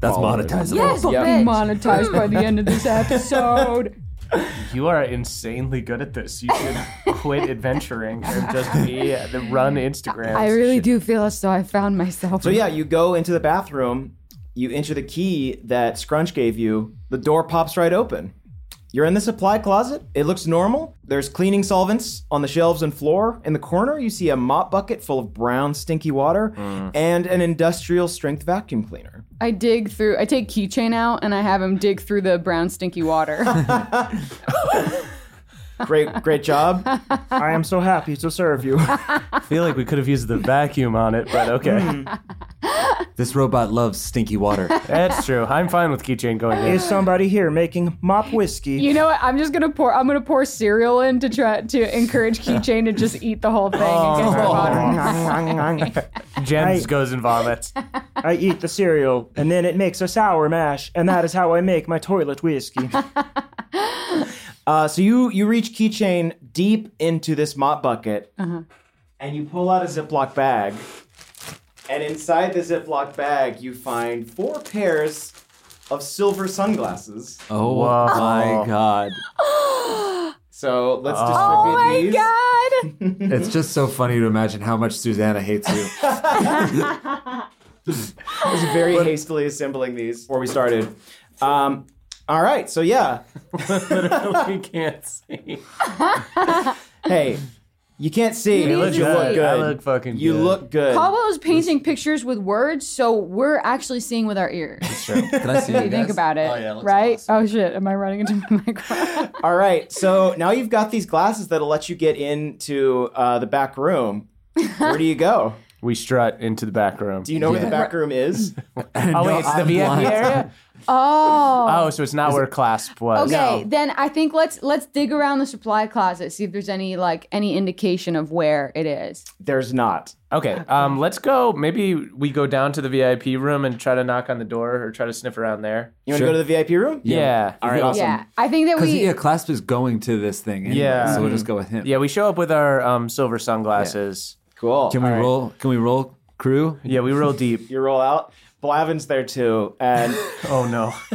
Speaker 3: That's
Speaker 6: Followers.
Speaker 3: monetizable.
Speaker 4: Yes,
Speaker 6: Yeah.
Speaker 4: be Oh, monetized by the end of this episode.
Speaker 5: You are insanely good at this. You should quit adventuring and just be the run Instagram.
Speaker 4: I really do feel as though I found myself.
Speaker 6: So yeah, you go into the bathroom, you enter the key that Scrunch gave you, the door pops right open. You're in the supply closet. It looks normal. There's cleaning solvents on the shelves and floor. In the corner, you see a mop bucket full of brown, stinky water and an industrial strength vacuum cleaner.
Speaker 4: I dig through. I take keychain out and I have him dig through the brown stinky water.
Speaker 6: Great, great job.
Speaker 10: I am so happy to serve you.
Speaker 5: feel like we could have used the vacuum on it, but okay.
Speaker 3: This robot loves stinky water.
Speaker 5: That's true. I'm fine with keychain going in.
Speaker 10: Is somebody here making mop whiskey?
Speaker 4: you know what? I'm just gonna pour. I'm gonna pour cereal in to try to encourage keychain to just eat the whole thing and get the water.
Speaker 5: Jens
Speaker 10: I-
Speaker 5: goes and vomits.
Speaker 10: I eat the cereal and then it makes a sour mash, and that is how I make my toilet whiskey.
Speaker 6: Uh, so you you reach keychain deep into this mop bucket, and you pull out a Ziploc bag, and inside the Ziploc bag you find four pairs of silver sunglasses.
Speaker 3: Oh
Speaker 5: Whoa.
Speaker 3: my god.
Speaker 6: So let's
Speaker 4: Oh
Speaker 6: distribute
Speaker 4: my
Speaker 6: these.
Speaker 4: god!
Speaker 3: It's just so funny to imagine how much Susanna hates you.
Speaker 6: I was very hastily assembling these before we started. Um, all right, so yeah,
Speaker 5: Literally can't see.
Speaker 6: hey, you can't see,
Speaker 4: You
Speaker 6: but
Speaker 4: need
Speaker 6: you
Speaker 4: to
Speaker 6: look
Speaker 4: see.
Speaker 6: good.
Speaker 5: I look fucking
Speaker 6: you
Speaker 5: good.
Speaker 6: look good.
Speaker 4: Pablo's painting pictures with words, so we're actually seeing with our ears.
Speaker 3: Can I see you
Speaker 4: Think
Speaker 3: guys?
Speaker 4: about it,
Speaker 5: yeah, it looks
Speaker 4: right? Oh shit! Am I running into my microphone?
Speaker 6: All right, so now you've got these glasses that'll let you get into uh, the back room. Where do you go?
Speaker 5: We strut into the back room.
Speaker 6: Do you know where the
Speaker 3: Yeah.
Speaker 6: back room is?
Speaker 5: oh, wait, it's the
Speaker 3: I'm
Speaker 5: VIP
Speaker 3: blind.
Speaker 5: area?
Speaker 4: Oh.
Speaker 5: Oh, so it's not where clasp was.
Speaker 4: Okay, then I think let's let's dig around the supply closet, see if there's any like any indication of where it is.
Speaker 6: There's not.
Speaker 5: Okay. Um, let's go. Maybe we go down to the VIP room and try to knock on the door or try to sniff around there.
Speaker 6: You want to go to the VIP room?
Speaker 5: Yeah. All right. Awesome.
Speaker 4: Yeah, I think that
Speaker 3: Because
Speaker 4: we.
Speaker 3: yeah, Clasp is going to this thing. Anyway,
Speaker 5: Yeah.
Speaker 3: so we'll just go with him.
Speaker 5: Yeah. We show up with our um, silver sunglasses.
Speaker 6: Cool.
Speaker 3: Can we roll? Can we roll crew?
Speaker 5: Yeah. we roll deep.
Speaker 6: You roll out. Blavin's there too, and
Speaker 5: oh no.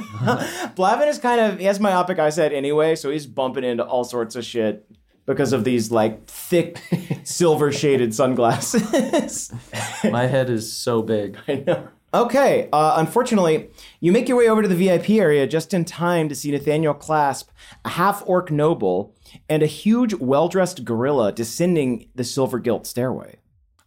Speaker 6: Blavin is kind of he has myopic eyesight anyway, so he's bumping into all sorts of shit because of these like thick silver shaded sunglasses.
Speaker 5: My head is so big.
Speaker 6: I know. Okay, uh, unfortunately, you make your way over to the VIP area just in time to see Nathaniel Clasp, a half orc noble, and a huge, well dressed gorilla descending the silver gilt stairway.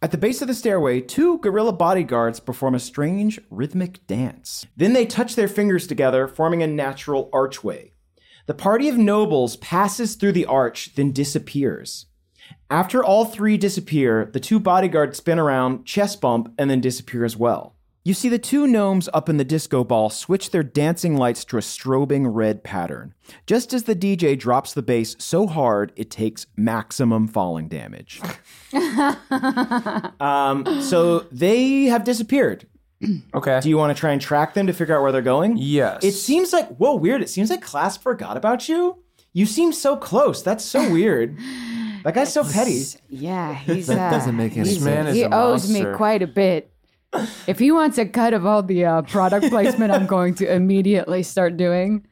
Speaker 6: At the base of the stairway, two gorilla bodyguards perform a strange rhythmic dance. Then they touch their fingers together, forming a natural archway. The party of nobles passes through the arch, then disappears. After all three disappear, the two bodyguards spin around, chest bump, and then disappear as well. You see the two gnomes up in the disco ball switch their dancing lights to a strobing red pattern, just as the DJ drops the bass so hard it takes maximum falling damage. um, so they have disappeared.
Speaker 5: Okay.
Speaker 6: Do you want to try and track them to figure out where they're going?
Speaker 5: yes.
Speaker 6: It seems like, whoa, weird. It seems like Class forgot about you. You seem so close. That's so weird. that guy's so petty.
Speaker 4: yeah, he's
Speaker 3: That
Speaker 4: uh,
Speaker 3: doesn't make any
Speaker 5: This
Speaker 3: sense.
Speaker 5: man is
Speaker 4: he
Speaker 5: a
Speaker 4: owes
Speaker 5: monster.
Speaker 4: me quite a bit. If he wants a cut of all the uh, product placement, I'm going to immediately start doing.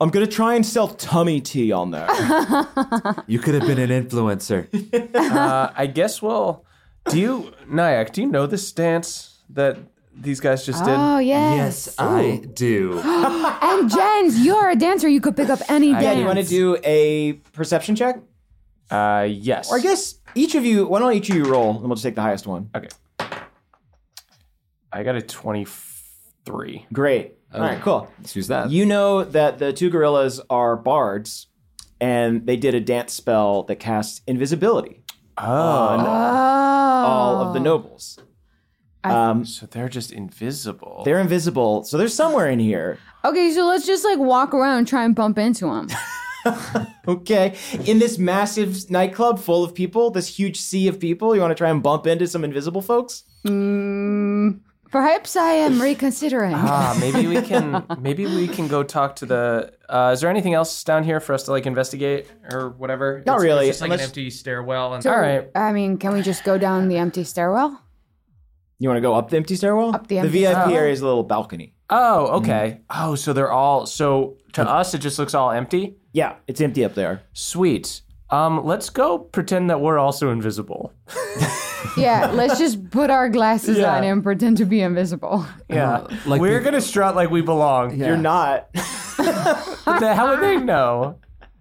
Speaker 6: I'm gonna try and sell tummy tea on that.
Speaker 3: You could have been an influencer.
Speaker 5: Uh, I guess we'll. Do you, Nyack? Do you know this dance that these guys just did?
Speaker 4: Oh yes.
Speaker 3: yes, I do.
Speaker 4: And Jens, you're a dancer. You could pick up any
Speaker 6: yeah,
Speaker 4: dance.
Speaker 6: do you want to do a perception check?
Speaker 5: Uh, yes.
Speaker 6: Or I guess each of you. Why don't each of you roll, and we'll just take the highest one.
Speaker 5: Okay. I got a twenty-three.
Speaker 6: Great. Oh. All right, cool.
Speaker 3: Let's use that.
Speaker 6: You know that the two gorillas are bards, and they did a dance spell that casts invisibility
Speaker 5: Oh.
Speaker 6: on
Speaker 4: Oh.
Speaker 6: all of the nobles. Um,
Speaker 5: So they're just invisible.
Speaker 6: they're invisible, so they're somewhere in here.
Speaker 4: okay, so let's just like walk around and try and bump into him.
Speaker 6: Okay, in this massive nightclub full of people, this huge sea of people, you want to try and bump into some invisible folks?
Speaker 4: Perhaps I am reconsidering.
Speaker 5: Ah, maybe we can. Maybe we can go talk to the. Uh, is there anything else down here for us to like investigate or whatever? Not
Speaker 6: really,
Speaker 5: It's just like an
Speaker 6: unless-
Speaker 5: empty stairwell. And
Speaker 4: So,
Speaker 5: all right.
Speaker 4: I mean, can we just go down the empty stairwell?
Speaker 6: You want to go up the empty stairwell?
Speaker 4: Up the empty
Speaker 6: VIP
Speaker 4: stairwell.
Speaker 6: area is a little balcony.
Speaker 5: Oh, okay. Oh, so they're all. So to us, it just looks all empty.
Speaker 6: Yeah, it's empty up there.
Speaker 5: Sweet. Um, let's go pretend that we're also invisible.
Speaker 4: Yeah, let's just put our glasses
Speaker 5: Yeah.
Speaker 4: on and pretend to be invisible.
Speaker 5: Yeah,
Speaker 3: like
Speaker 5: we're
Speaker 3: the-
Speaker 5: gonna strut like we belong.
Speaker 3: Yeah.
Speaker 6: You're not.
Speaker 5: But then How would they know?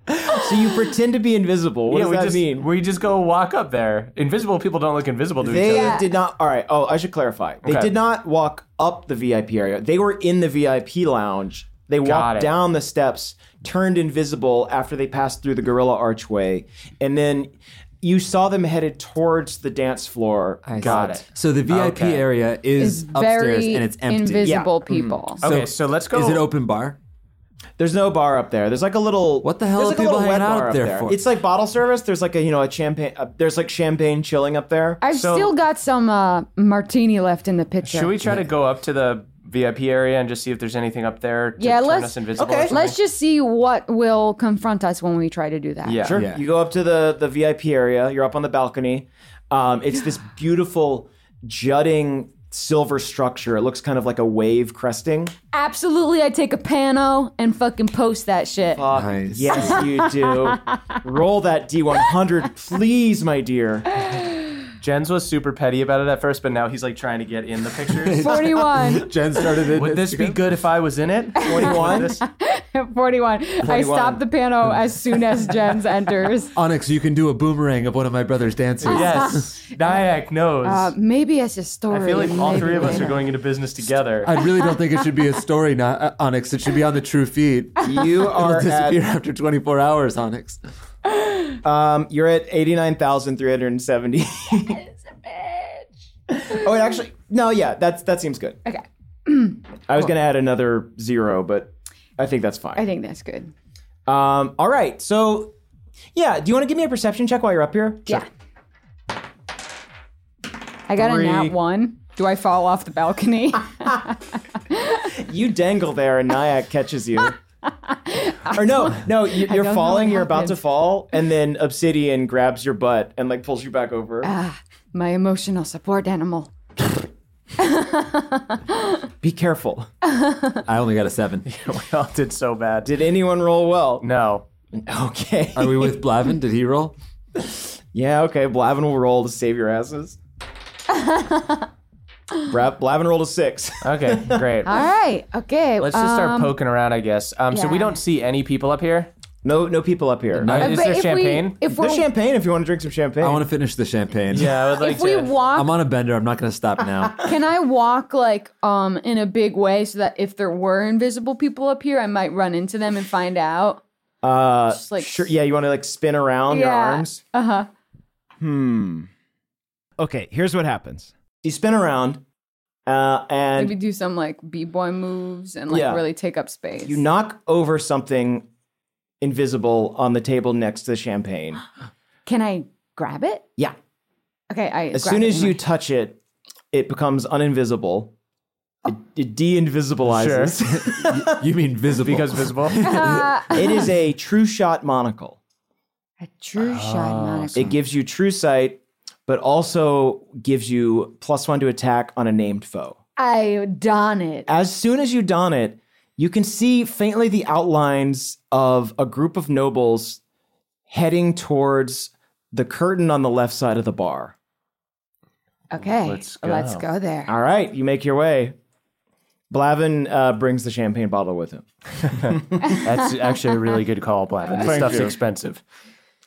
Speaker 6: so you pretend to be invisible. What
Speaker 5: yeah,
Speaker 6: does
Speaker 5: we
Speaker 6: that
Speaker 5: just
Speaker 6: mean?
Speaker 5: we just go walk up there. Invisible people don't look invisible to
Speaker 6: They
Speaker 5: each other.
Speaker 6: did not. All right. Oh, I should clarify. They
Speaker 5: Okay.
Speaker 6: did not walk up the VIP area. They were in the VIP lounge. They walked
Speaker 5: it.
Speaker 6: down the steps, turned invisible after they passed through the gorilla archway, and then you saw them headed towards the dance floor.
Speaker 5: Got it.
Speaker 3: So the VIP
Speaker 5: Okay.
Speaker 3: area is
Speaker 4: It's
Speaker 3: upstairs
Speaker 4: very
Speaker 3: and it's empty.
Speaker 4: invisible
Speaker 5: Mm-hmm.
Speaker 4: people.
Speaker 5: Okay, so let's go.
Speaker 3: Is it open bar?
Speaker 6: There's no bar up there. There's like a little.
Speaker 3: What the hell
Speaker 6: there's
Speaker 3: are
Speaker 6: like
Speaker 3: people
Speaker 6: a little wet
Speaker 3: hanging out
Speaker 6: bar
Speaker 3: up
Speaker 6: up
Speaker 3: there
Speaker 6: there.
Speaker 3: for?
Speaker 6: It's like bottle service. There's like a you know a champagne. Uh, there's like champagne chilling up there.
Speaker 4: I've
Speaker 5: So-
Speaker 4: still got some uh, martini left in the pitcher.
Speaker 5: Should we try to go up to the VIP area and just see if there's anything up there to
Speaker 4: Yeah,
Speaker 5: turn
Speaker 4: let's-
Speaker 5: us invisible?
Speaker 6: okay.
Speaker 5: or something?
Speaker 4: Let's just see what will confront us when we try to do that.
Speaker 5: yeah.
Speaker 6: Sure.
Speaker 3: Yeah.
Speaker 6: You go up to the the VIP area. You're up on the balcony. Um, it's this beautiful jutting silver structure. It looks kind of like a wave cresting.
Speaker 4: Absolutely, I take a pano and fucking post that shit.
Speaker 6: Uh,
Speaker 3: Nice.
Speaker 6: Yes, you do. Roll that D100, please, my dear.
Speaker 5: Jens was super petty about it at first, but now he's like trying to get in the pictures.
Speaker 4: 41.
Speaker 3: Jen started it.
Speaker 5: Would this be good if I was in it?
Speaker 6: 21.
Speaker 4: 41. I stop the pano as soon as Jens enters.
Speaker 3: Onyx, you can do a boomerang of one of my brother's dances.
Speaker 5: yes. Nyack knows.
Speaker 4: Uh, maybe as a story.
Speaker 5: I feel like all
Speaker 4: maybe
Speaker 5: three of us
Speaker 4: later.
Speaker 5: are going into business together.
Speaker 3: I really don't think it should be a story, not uh, Onyx. It should be on the true feed.
Speaker 6: You
Speaker 3: It'll
Speaker 6: are
Speaker 3: disappear
Speaker 6: at,
Speaker 3: after 24 hours, Onyx.
Speaker 6: um, you're at 89,370. Oh, it actually, no, yeah, that's that seems good.
Speaker 4: Okay.
Speaker 6: I was going to add another zero, but I think that's fine.
Speaker 4: I think that's good.
Speaker 6: Um, all right. So, yeah. Do you want to give me a perception check while you're up here?
Speaker 4: Yeah. I got a
Speaker 6: Three.
Speaker 4: nat one. Do I fall off the balcony?
Speaker 6: You dangle there, and Nyack catches you. or no, no, you,
Speaker 4: I don't know
Speaker 6: you're
Speaker 4: what
Speaker 6: falling. You're about to
Speaker 4: happened.
Speaker 6: fall, and then Obsidian grabs your butt and like pulls you back over.
Speaker 4: Ah. My emotional support animal.
Speaker 6: Be careful.
Speaker 3: I only got a seven.
Speaker 5: we all did so bad.
Speaker 6: Did anyone roll well?
Speaker 5: no.
Speaker 6: Okay.
Speaker 3: Are we with Blavin? Did he roll?
Speaker 6: Yeah. Okay. Blavin will roll to save your asses. Bra- Blavin rolled a six.
Speaker 5: Okay, great.
Speaker 4: All right. Okay.
Speaker 5: Let's just start
Speaker 4: um,
Speaker 5: poking around, I guess. Um, So we
Speaker 4: yeah.
Speaker 5: don't see any people up here.
Speaker 6: No, no people up here.
Speaker 3: No.
Speaker 5: Uh, is
Speaker 4: but
Speaker 5: there
Speaker 4: if we-
Speaker 5: champagne?
Speaker 4: if we're,
Speaker 6: There's champagne if you want to drink some champagne.
Speaker 3: I want to finish the champagne.
Speaker 5: yeah, I would like
Speaker 4: if we
Speaker 5: to.
Speaker 4: walk,
Speaker 3: I'm on a bender. I'm not going to stop now.
Speaker 4: can I walk like um in a big way so that if there were invisible people up here, I might run into them and find out.
Speaker 6: Uh,
Speaker 4: Just like-
Speaker 6: sure. Yeah, you want to like spin around your
Speaker 4: Yeah.
Speaker 6: arms.
Speaker 4: Uh huh.
Speaker 14: Okay, here's what happens.
Speaker 6: You spin around, uh, and
Speaker 4: Maybe do some like b boy moves and like
Speaker 6: Yeah.
Speaker 4: really take up space.
Speaker 6: you knock over something invisible on the table next to the champagne.
Speaker 4: can I grab it?
Speaker 6: Yeah.
Speaker 4: Okay. I
Speaker 6: As
Speaker 4: grab
Speaker 6: soon
Speaker 4: it
Speaker 6: as
Speaker 4: in
Speaker 6: you
Speaker 4: my-
Speaker 6: touch it, it becomes uninvisible.
Speaker 4: Oh.
Speaker 6: It, it de-invisibilizes.
Speaker 3: You mean visible?
Speaker 5: because visible.
Speaker 4: Ah,
Speaker 6: it is a true shot monocle.
Speaker 4: a true shot, not a
Speaker 14: Hmm.
Speaker 6: It gives you true sight, but also gives you plus one to attack on a named foe.
Speaker 4: I don it.
Speaker 6: as soon as you don it, you can see faintly the outlines of a group of nobles heading towards the curtain on the left side of the bar.
Speaker 4: Okay.
Speaker 5: Let's
Speaker 4: Let's
Speaker 5: go.
Speaker 4: go, there.
Speaker 6: All right, you make your way. Blavin uh, brings the champagne bottle with him.
Speaker 5: That's actually a really good call, Blavin. This stuff's expensive.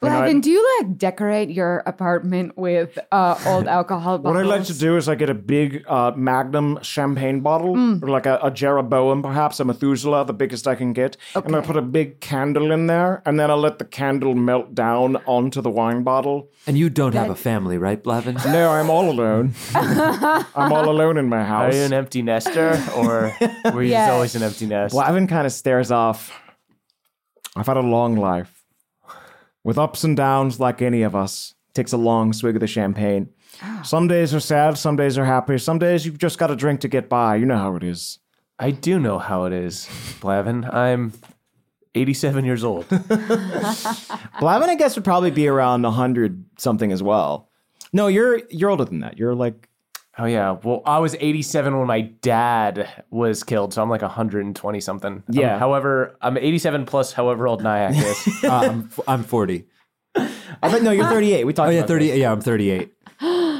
Speaker 4: Blavin, do you like decorate your apartment with uh, old alcohol bottles?
Speaker 6: do is I get a big uh, Magnum champagne bottle, or like a, a Jeroboam, perhaps a Methuselah, the biggest I can get, and I put a big candle in there, and then I let the candle melt down onto the wine bottle.
Speaker 3: and you don't have a family, right, Blavin?
Speaker 6: No, I'm all alone. I'm all alone in my
Speaker 5: Are
Speaker 6: house.
Speaker 5: you an empty nester, or were you
Speaker 4: Yeah.
Speaker 5: just always an empty nest?
Speaker 6: Blavin kind of stares off. I've had a long life with ups and downs, like any of us. Takes a long swig of the champagne. Some days are sad, some days are happy, some days you've just got to drink to get by. You know how it is.
Speaker 5: I do know how it is, Blavin. I'm 87 years old.
Speaker 6: Blavin, I guess, would probably be around 100 something as well. No, you're you're older than that. You're like
Speaker 5: Oh yeah. Well, I was 87 when my dad was killed, so I'm like 120 something.
Speaker 6: Yeah.
Speaker 5: Um, however, I'm 87 plus however old Nyack is.
Speaker 3: Uh, I'm, I'm 40.
Speaker 6: I thought no, you're 38. We talked
Speaker 3: Oh yeah,
Speaker 6: about this.
Speaker 3: 38. Yeah, I'm 38.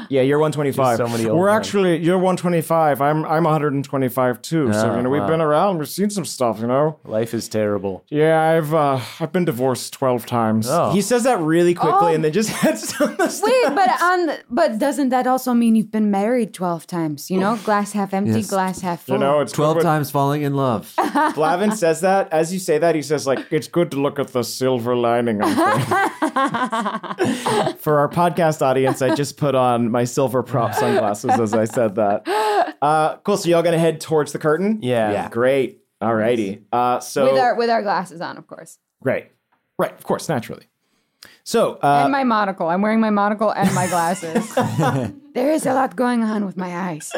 Speaker 6: Yeah, you're 125.
Speaker 5: There's so many old
Speaker 15: We're
Speaker 5: men.
Speaker 15: actually you're 125. I'm I'm 125 too. so you know we've been around. We've seen some stuff. You know.
Speaker 5: Life is terrible.
Speaker 15: Yeah, I've uh, I've been divorced 12 times.
Speaker 5: Oh.
Speaker 6: He says that really quickly
Speaker 4: Oh.
Speaker 6: and then just heads down the stairs.
Speaker 4: Wait, but on the- but doesn't that also mean you've been married twelve times? You know, glass half empty,
Speaker 3: Yes.
Speaker 4: glass half full.
Speaker 15: You know it's
Speaker 3: 12
Speaker 15: good with-
Speaker 3: times falling in love.
Speaker 6: Blavin says that. As you say that, he says like
Speaker 15: It's good to look at the silver lining. on things.
Speaker 6: for our podcast audience, I just put on my silver prop sunglasses as I said that. Uh, cool. So y'all gonna head towards the curtain?
Speaker 5: Yeah.
Speaker 6: Great. Alrighty. Uh, so
Speaker 4: with our with our glasses on, of course,
Speaker 6: great. Right. Of course. Naturally. So uh,
Speaker 4: and my monocle. I'm wearing my monocle and my glasses. there is a lot going on with my eyes.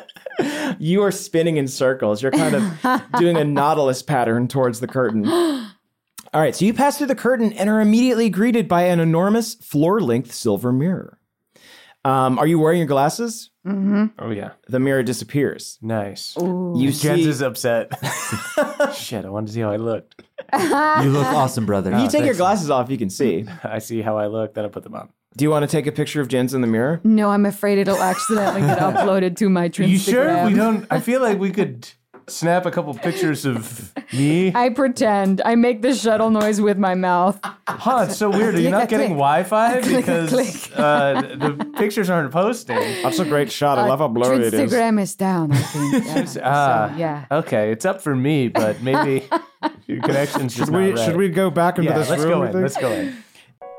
Speaker 6: you are spinning in circles. You're kind of doing a nautilus pattern towards the curtain. All right. So you pass through the curtain and are immediately greeted by an enormous floor-length silver mirror. Um, are you wearing your glasses?
Speaker 5: Oh yeah.
Speaker 6: The mirror disappears.
Speaker 5: Nice.
Speaker 6: You
Speaker 5: Jens
Speaker 6: see-
Speaker 5: is upset. Shit, I wanted to see how I looked.
Speaker 3: you look awesome, brother.
Speaker 6: you take your glasses off, you can see.
Speaker 5: I see how I look, then I put them on.
Speaker 6: Do you want to take a picture of Jens in the mirror?
Speaker 4: No, I'm afraid it'll accidentally get uploaded to my Instagram.
Speaker 5: You sure? We don't. I feel like we could snap a couple pictures of me.
Speaker 4: I pretend. I make the shuttle noise with my mouth.
Speaker 5: Huh? It's so weird. Are you not getting Wi-Fi because
Speaker 4: click.
Speaker 5: uh, the pictures aren't posting?
Speaker 15: That's a great shot. I love how blurry it is.
Speaker 4: Instagram is down. I think. Yeah.
Speaker 5: Ah,
Speaker 4: So, yeah.
Speaker 5: Okay, it's up for me, but maybe your connection's just
Speaker 15: Should we
Speaker 5: not right.
Speaker 15: should we go back into
Speaker 5: Yeah,
Speaker 15: this
Speaker 5: let's
Speaker 15: room?
Speaker 5: go
Speaker 15: you
Speaker 5: in.
Speaker 15: think?
Speaker 5: Let's go in.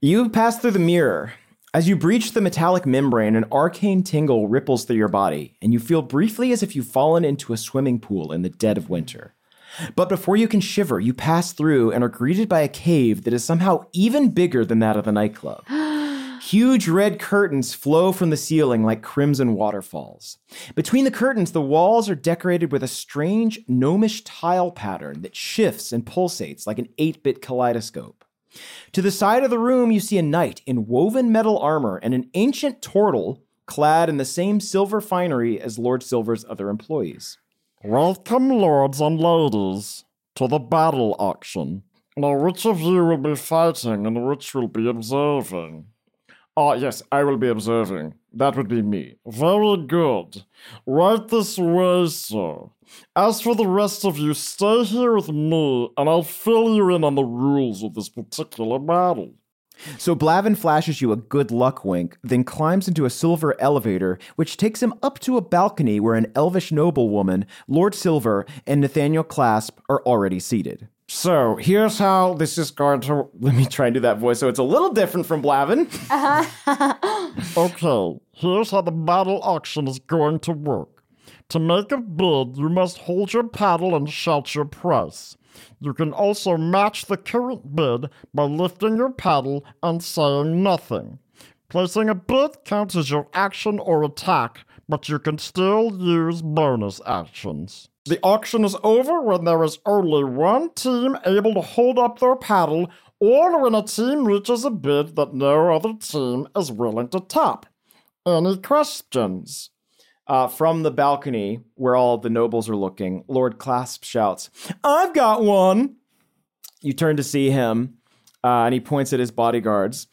Speaker 1: You pass through the mirror. As you breach the metallic membrane, an arcane tingle ripples through your body, and you feel briefly as if you've fallen into a swimming pool in the dead of winter. But before you can shiver, you pass through and are greeted by a cave that is somehow even bigger than that of the nightclub. Huge red curtains flow from the ceiling like crimson waterfalls. Between the curtains, the walls are decorated with a strange gnomish tile pattern that shifts and pulsates like an 8 bit kaleidoscope. To the side of the room, you see a knight in woven metal armor and an ancient turtle clad in the same silver finery as Lord Silver's other employees.
Speaker 6: Welcome, lords and ladies, to the battle auction. Now, which of you will be fighting and which will be observing? Ah, yes, I will be observing. That would be me. Very good. Right this way, sir. As for the rest of you, stay here with me, and I'll fill you in on the rules of this particular battle.
Speaker 1: So Blavin flashes you a good luck wink, then climbs into a silver elevator, which takes him up to a balcony where an elvish noblewoman, Lord Silver, and Nathaniel Clasp are already seated.
Speaker 6: So here's how this is going to.
Speaker 1: Let me try and do that voice so it's a little different from Blavin.
Speaker 6: Okay, here's how the battle auction is going to work. To make a bid, you must hold your paddle and shout your price. You can also match the current bid by lifting your paddle and saying nothing. Placing a bid counts as your action or attack, but you can still use bonus actions. The auction is over when there is only one team able to hold up their paddle or when a team reaches a bid that no other team is willing to top. Any questions?
Speaker 1: Uh, from the balcony where all the nobles are looking, Lord Clasp shouts, I've got one! You turn to see him, uh, and he points at his bodyguards.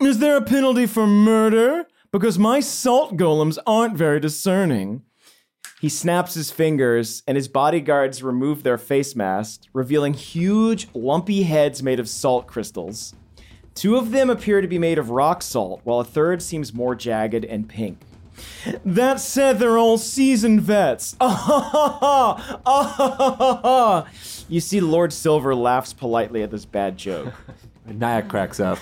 Speaker 1: Is there a penalty for murder? Because my salt golems aren't very discerning. He snaps his fingers, and his bodyguards remove their face masks, revealing huge, lumpy heads made of salt crystals. Two of them appear to be made of rock salt, while a third seems more jagged and pink. That said, they're all seasoned vets. Ah ha ha ha! Ah ha ha ha ha! You see, Lord Silver laughs politely at this bad joke.
Speaker 16: Naya cracks up.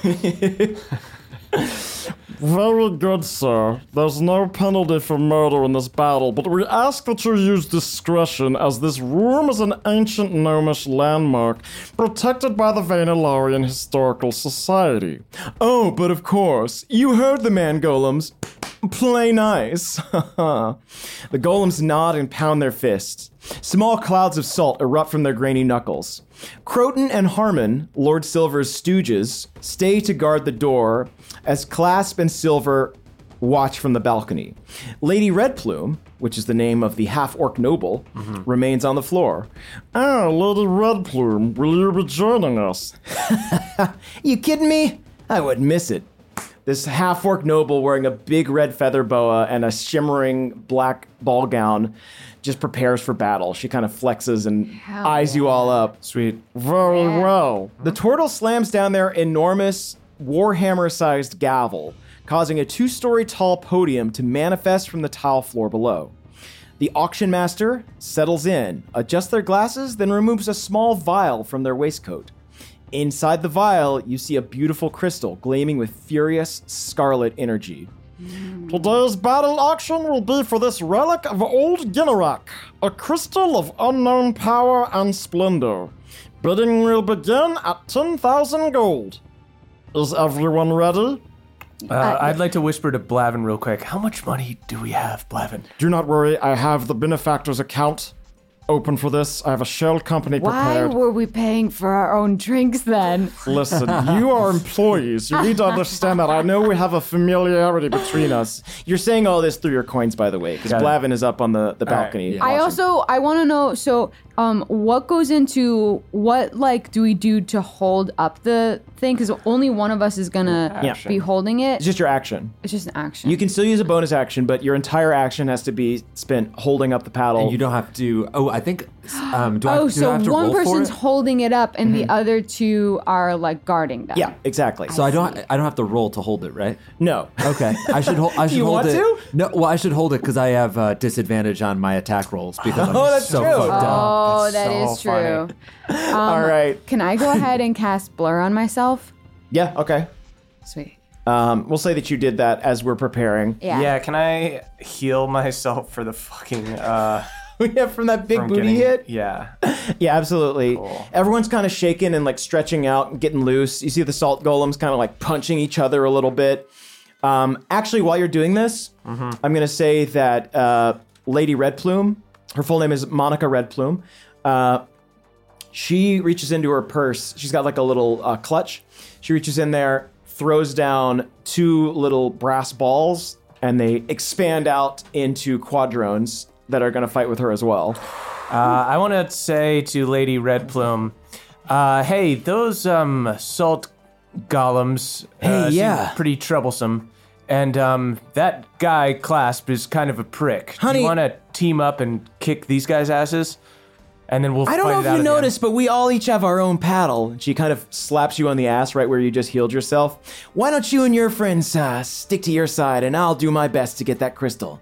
Speaker 6: Very good, sir. There's no penalty for murder in this battle, but we ask that you use discretion as this room is an ancient gnomish landmark protected by the Vainilarian Historical Society.
Speaker 1: Oh, but of course, you heard the man golems. Play nice. the golems nod and pound their fists. Small clouds of salt erupt from their grainy knuckles. Croton and Harmon, Lord Silver's stooges, stay to guard the door as Clasp and Silver watch from the balcony. Lady Redplume, which is the name of the half orc noble, remains on the floor. Oh,
Speaker 6: Ah, Lady Redplume, will you be joining us?
Speaker 1: you kidding me? I would miss it. This half orc noble wearing a big red feather boa and a shimmering black ball gown just prepares for battle. She kind of flexes and
Speaker 6: Hell
Speaker 1: eyes you all up.
Speaker 5: Sweet.
Speaker 1: Very well. The turtle slams down their enormous warhammer sized gavel, causing a two story tall podium to manifest from the tile floor below. The auction master settles in, adjusts their glasses, then removes a small vial from their waistcoat. Inside the vial, you see a beautiful crystal gleaming with furious scarlet energy.
Speaker 6: Today's battle auction will be for this relic of old Ginnarak, a crystal of unknown power and splendor. Bidding will begin at 10,000 gold. Is everyone ready?
Speaker 5: Uh, I'd like to whisper to Blavin real quick. How much money do we have, Blavin?
Speaker 6: Do not worry, I have the benefactor's account open for this. I have a shell company
Speaker 4: Why
Speaker 6: prepared.
Speaker 4: were we paying for our own drinks then?
Speaker 6: Listen, you are employees. You need to understand that. I know we have a familiarity between us.
Speaker 1: You're saying all this through your coins, by the way, because
Speaker 6: Got it.
Speaker 1: Blavin is up on the, the balcony.
Speaker 4: I also I want to know so um what goes into what like do we do to hold up the thing cuz only one of us is going
Speaker 1: Yeah.
Speaker 4: to be holding it.
Speaker 1: It's just your action.
Speaker 4: It's just an action.
Speaker 1: You can still use a bonus action, but your entire action has to be spent holding up the paddle. And you
Speaker 3: don't have to. Oh, I think. Um,
Speaker 4: oh, so one person's holding it up and the other two are like guarding them.
Speaker 3: Yeah,
Speaker 1: exactly.
Speaker 3: So I, don't. I don't have to roll to hold it, right?
Speaker 1: No.
Speaker 3: Okay. I should hold. I should
Speaker 1: You
Speaker 3: hold
Speaker 1: want
Speaker 3: it.
Speaker 1: to?
Speaker 3: No. Well, I should hold it because I have uh, disadvantage on my attack rolls because I'm
Speaker 1: Oh, that's
Speaker 3: so
Speaker 1: true.
Speaker 3: fucked up.
Speaker 4: Oh, that
Speaker 3: so
Speaker 4: is true. Um,
Speaker 1: All right.
Speaker 4: Can I go ahead and cast blur on myself?
Speaker 1: Yeah, okay.
Speaker 4: Sweet.
Speaker 1: Um, we'll say that you did that as we're preparing.
Speaker 4: Yeah.
Speaker 5: can I heal myself for the fucking uh
Speaker 1: yeah from that big booty hit?
Speaker 5: Yeah.
Speaker 1: Yeah, absolutely. Everyone's kind of shaken and like stretching out and getting loose. You see the salt golems kind of like punching each other a little bit. Um, actually, while you're doing this, I'm going to say that uh, Lady Red Plume, her full name is Monica Red Plume, uh, she reaches into her purse. She's got like a little uh, clutch. She reaches in there, throws down two little brass balls, and they expand out into quadrones that are going to fight with her as well.
Speaker 5: Uh, I want to say to Lady Red Plume, uh, hey, those um, salt golems
Speaker 3: Hey,
Speaker 5: uh, seem
Speaker 3: yeah.
Speaker 5: pretty troublesome. And um, that guy Clasp is kind of a prick. Do
Speaker 1: Honey-
Speaker 5: you want to team up and kick these guys' asses? And then we'll
Speaker 1: I don't know
Speaker 5: fight it out
Speaker 1: if you
Speaker 5: at the end.
Speaker 1: noticed, but we all each have our own paddle. And She kind of slaps you on the ass right where you just healed yourself. Why don't you and your friends uh, stick to your side, and I'll do my best to get that crystal.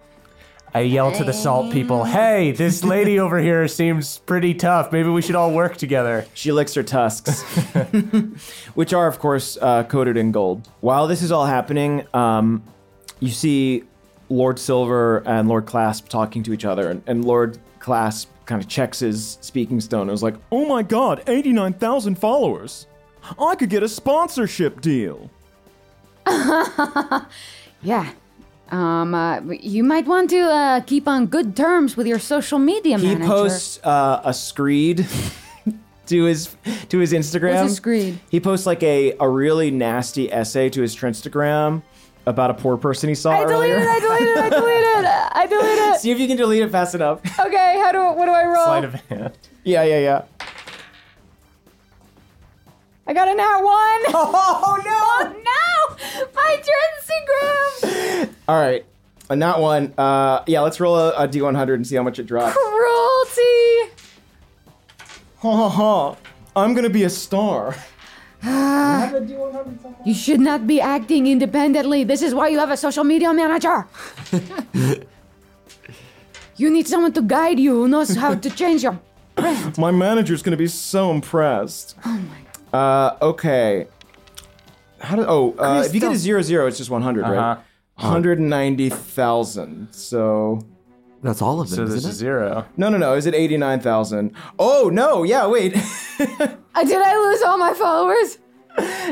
Speaker 5: I yell to the salt people, hey, this lady over here seems pretty tough. Maybe we should all work together.
Speaker 1: She licks her tusks, which are, of course, uh, coated in gold. While this is all happening, um, you see Lord Silver and Lord Clasp talking to each other, and, and Lord Clasp kind of checks his speaking stone and was like, Oh my god, 89,000 followers! I could get a sponsorship deal!
Speaker 4: Yeah. Um, uh, you might want to uh, keep on good terms with your social media
Speaker 1: He
Speaker 4: manager.
Speaker 1: posts uh, a screed to his to his Instagram.
Speaker 4: What's a screed?
Speaker 1: He posts like a, a really nasty essay to his Instagram about a poor person he saw
Speaker 4: I deleted
Speaker 1: earlier.
Speaker 4: it. I deleted it. I deleted it. I deleted
Speaker 1: See if you can delete it fast enough.
Speaker 4: it. Okay, how do what do I roll?
Speaker 5: hand.
Speaker 1: Yeah, yeah, yeah.
Speaker 4: I got an hour one.
Speaker 1: Oh no!
Speaker 4: Oh no! My Instagram.
Speaker 1: All right, uh, not one. Uh, yeah, let's roll a a d100 and see how much it drops.
Speaker 4: Cruelty.
Speaker 1: ha ha ha! I'm gonna be a star.
Speaker 4: You should not be acting independently. This is why you have a social media manager. you need someone to guide you who knows how to change your.
Speaker 1: My manager's gonna be so impressed. Oh my. Uh, okay. How do? Oh, uh, if you get a zero zero, it's just one
Speaker 5: Uh-huh.
Speaker 1: right? One hundred ninety thousand. So.
Speaker 3: That's all of it.
Speaker 5: So there's a zero.
Speaker 1: No, no, no. Is it eighty nine thousand? Oh no! Yeah, wait.
Speaker 4: Uh, did I lose all my followers?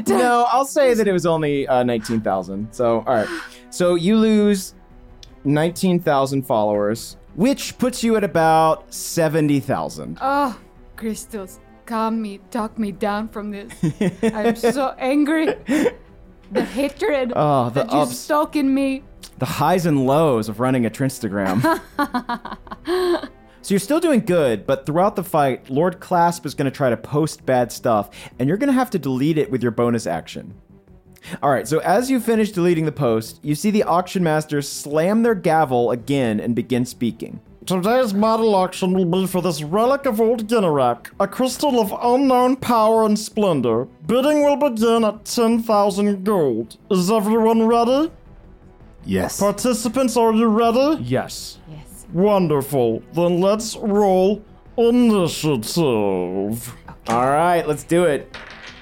Speaker 1: no, I'll say that it was only uh, 19,000. So, all right. So you lose 19,000 followers, which puts you at about 70,000.
Speaker 8: Oh, Christos, calm me, talk me down from this. I'm so angry. The hatred
Speaker 1: Oh, the
Speaker 8: that you
Speaker 1: ups.
Speaker 8: stoke in me.
Speaker 1: The highs and lows of running a Trinstagram. so you're still doing good, but throughout the fight, Lord Clasp is going to try to post bad stuff, and you're going to have to delete it with your bonus action. All right, so as you finish deleting the post, you see the auction masters slam their gavel again and begin speaking.
Speaker 6: Today's model auction will be for this relic of old Ginnarak, a crystal of unknown power and splendor. Bidding will begin at 10,000 gold. Is everyone ready?
Speaker 3: Yes.
Speaker 6: Participants, are you ready?
Speaker 1: Yes.
Speaker 6: Yes. Wonderful. Then let's roll initiative.
Speaker 1: All right, let's do it.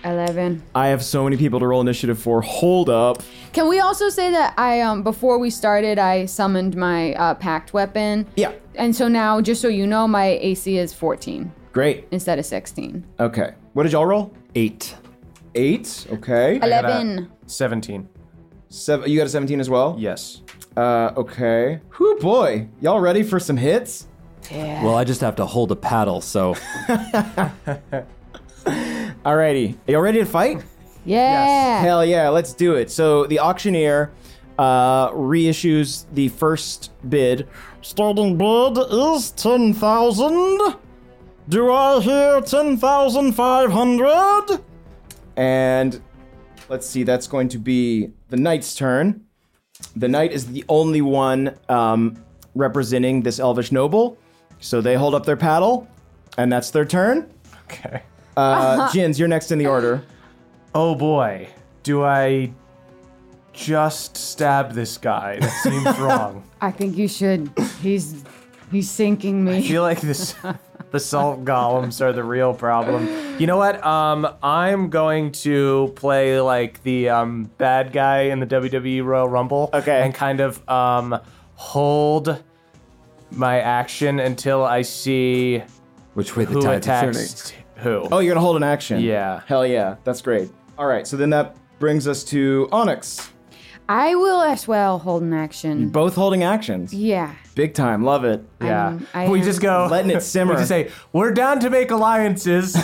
Speaker 4: 11.
Speaker 1: I have so many people to roll initiative for. Hold up.
Speaker 4: Can we also say that I um before we started I summoned my uh, packed weapon.
Speaker 1: Yeah.
Speaker 4: And so now, just so you know, my AC is 14
Speaker 1: Great.
Speaker 4: instead of 16.
Speaker 1: Okay. What did y'all roll?
Speaker 3: Eight.
Speaker 1: Eight? Okay.
Speaker 4: I got a 11.
Speaker 5: 17.
Speaker 1: Seven, you got a 17 as well?
Speaker 5: Yes.
Speaker 1: Uh, okay. Whoo boy. Y'all ready for some hits?
Speaker 3: Well, I just have to hold a paddle, so
Speaker 1: Alrighty. Are y'all ready to fight?
Speaker 4: Yeah.
Speaker 1: Hell yeah, let's do it. So the auctioneer uh, reissues the first bid.
Speaker 6: Starting bid is 10,000. Do I hear 10,500?
Speaker 1: And let's see, that's going to be the knight's turn. The knight is the only one um, representing this elvish noble. So they hold up their paddle, and that's their turn.
Speaker 5: Okay.
Speaker 4: Uh-huh.
Speaker 1: Uh, Jins, you're next in the order.
Speaker 5: Oh boy. Do I just stab this guy? That seems wrong.
Speaker 4: I think you should. He's he's sinking
Speaker 5: I
Speaker 4: me.
Speaker 5: feel like this the salt golems are the real problem. You know what? Um, I'm going to play like the um, bad guy in the WWE Royal Rumble.
Speaker 1: Okay.
Speaker 5: And kind of um, hold my action until I see
Speaker 3: which way the
Speaker 5: who
Speaker 3: tide's turning?
Speaker 5: attacks who.
Speaker 1: Oh, you're gonna hold an action.
Speaker 5: Yeah.
Speaker 1: Hell yeah. That's great. All right. So then that brings us to Onyx.
Speaker 4: I will as well hold an action.
Speaker 1: Both holding actions.
Speaker 4: Yeah.
Speaker 1: Big time. Love it.
Speaker 5: yeah.
Speaker 4: Um, I
Speaker 5: we
Speaker 4: am-
Speaker 5: just go
Speaker 1: Letting it simmer.
Speaker 5: We just say we're down to make alliances.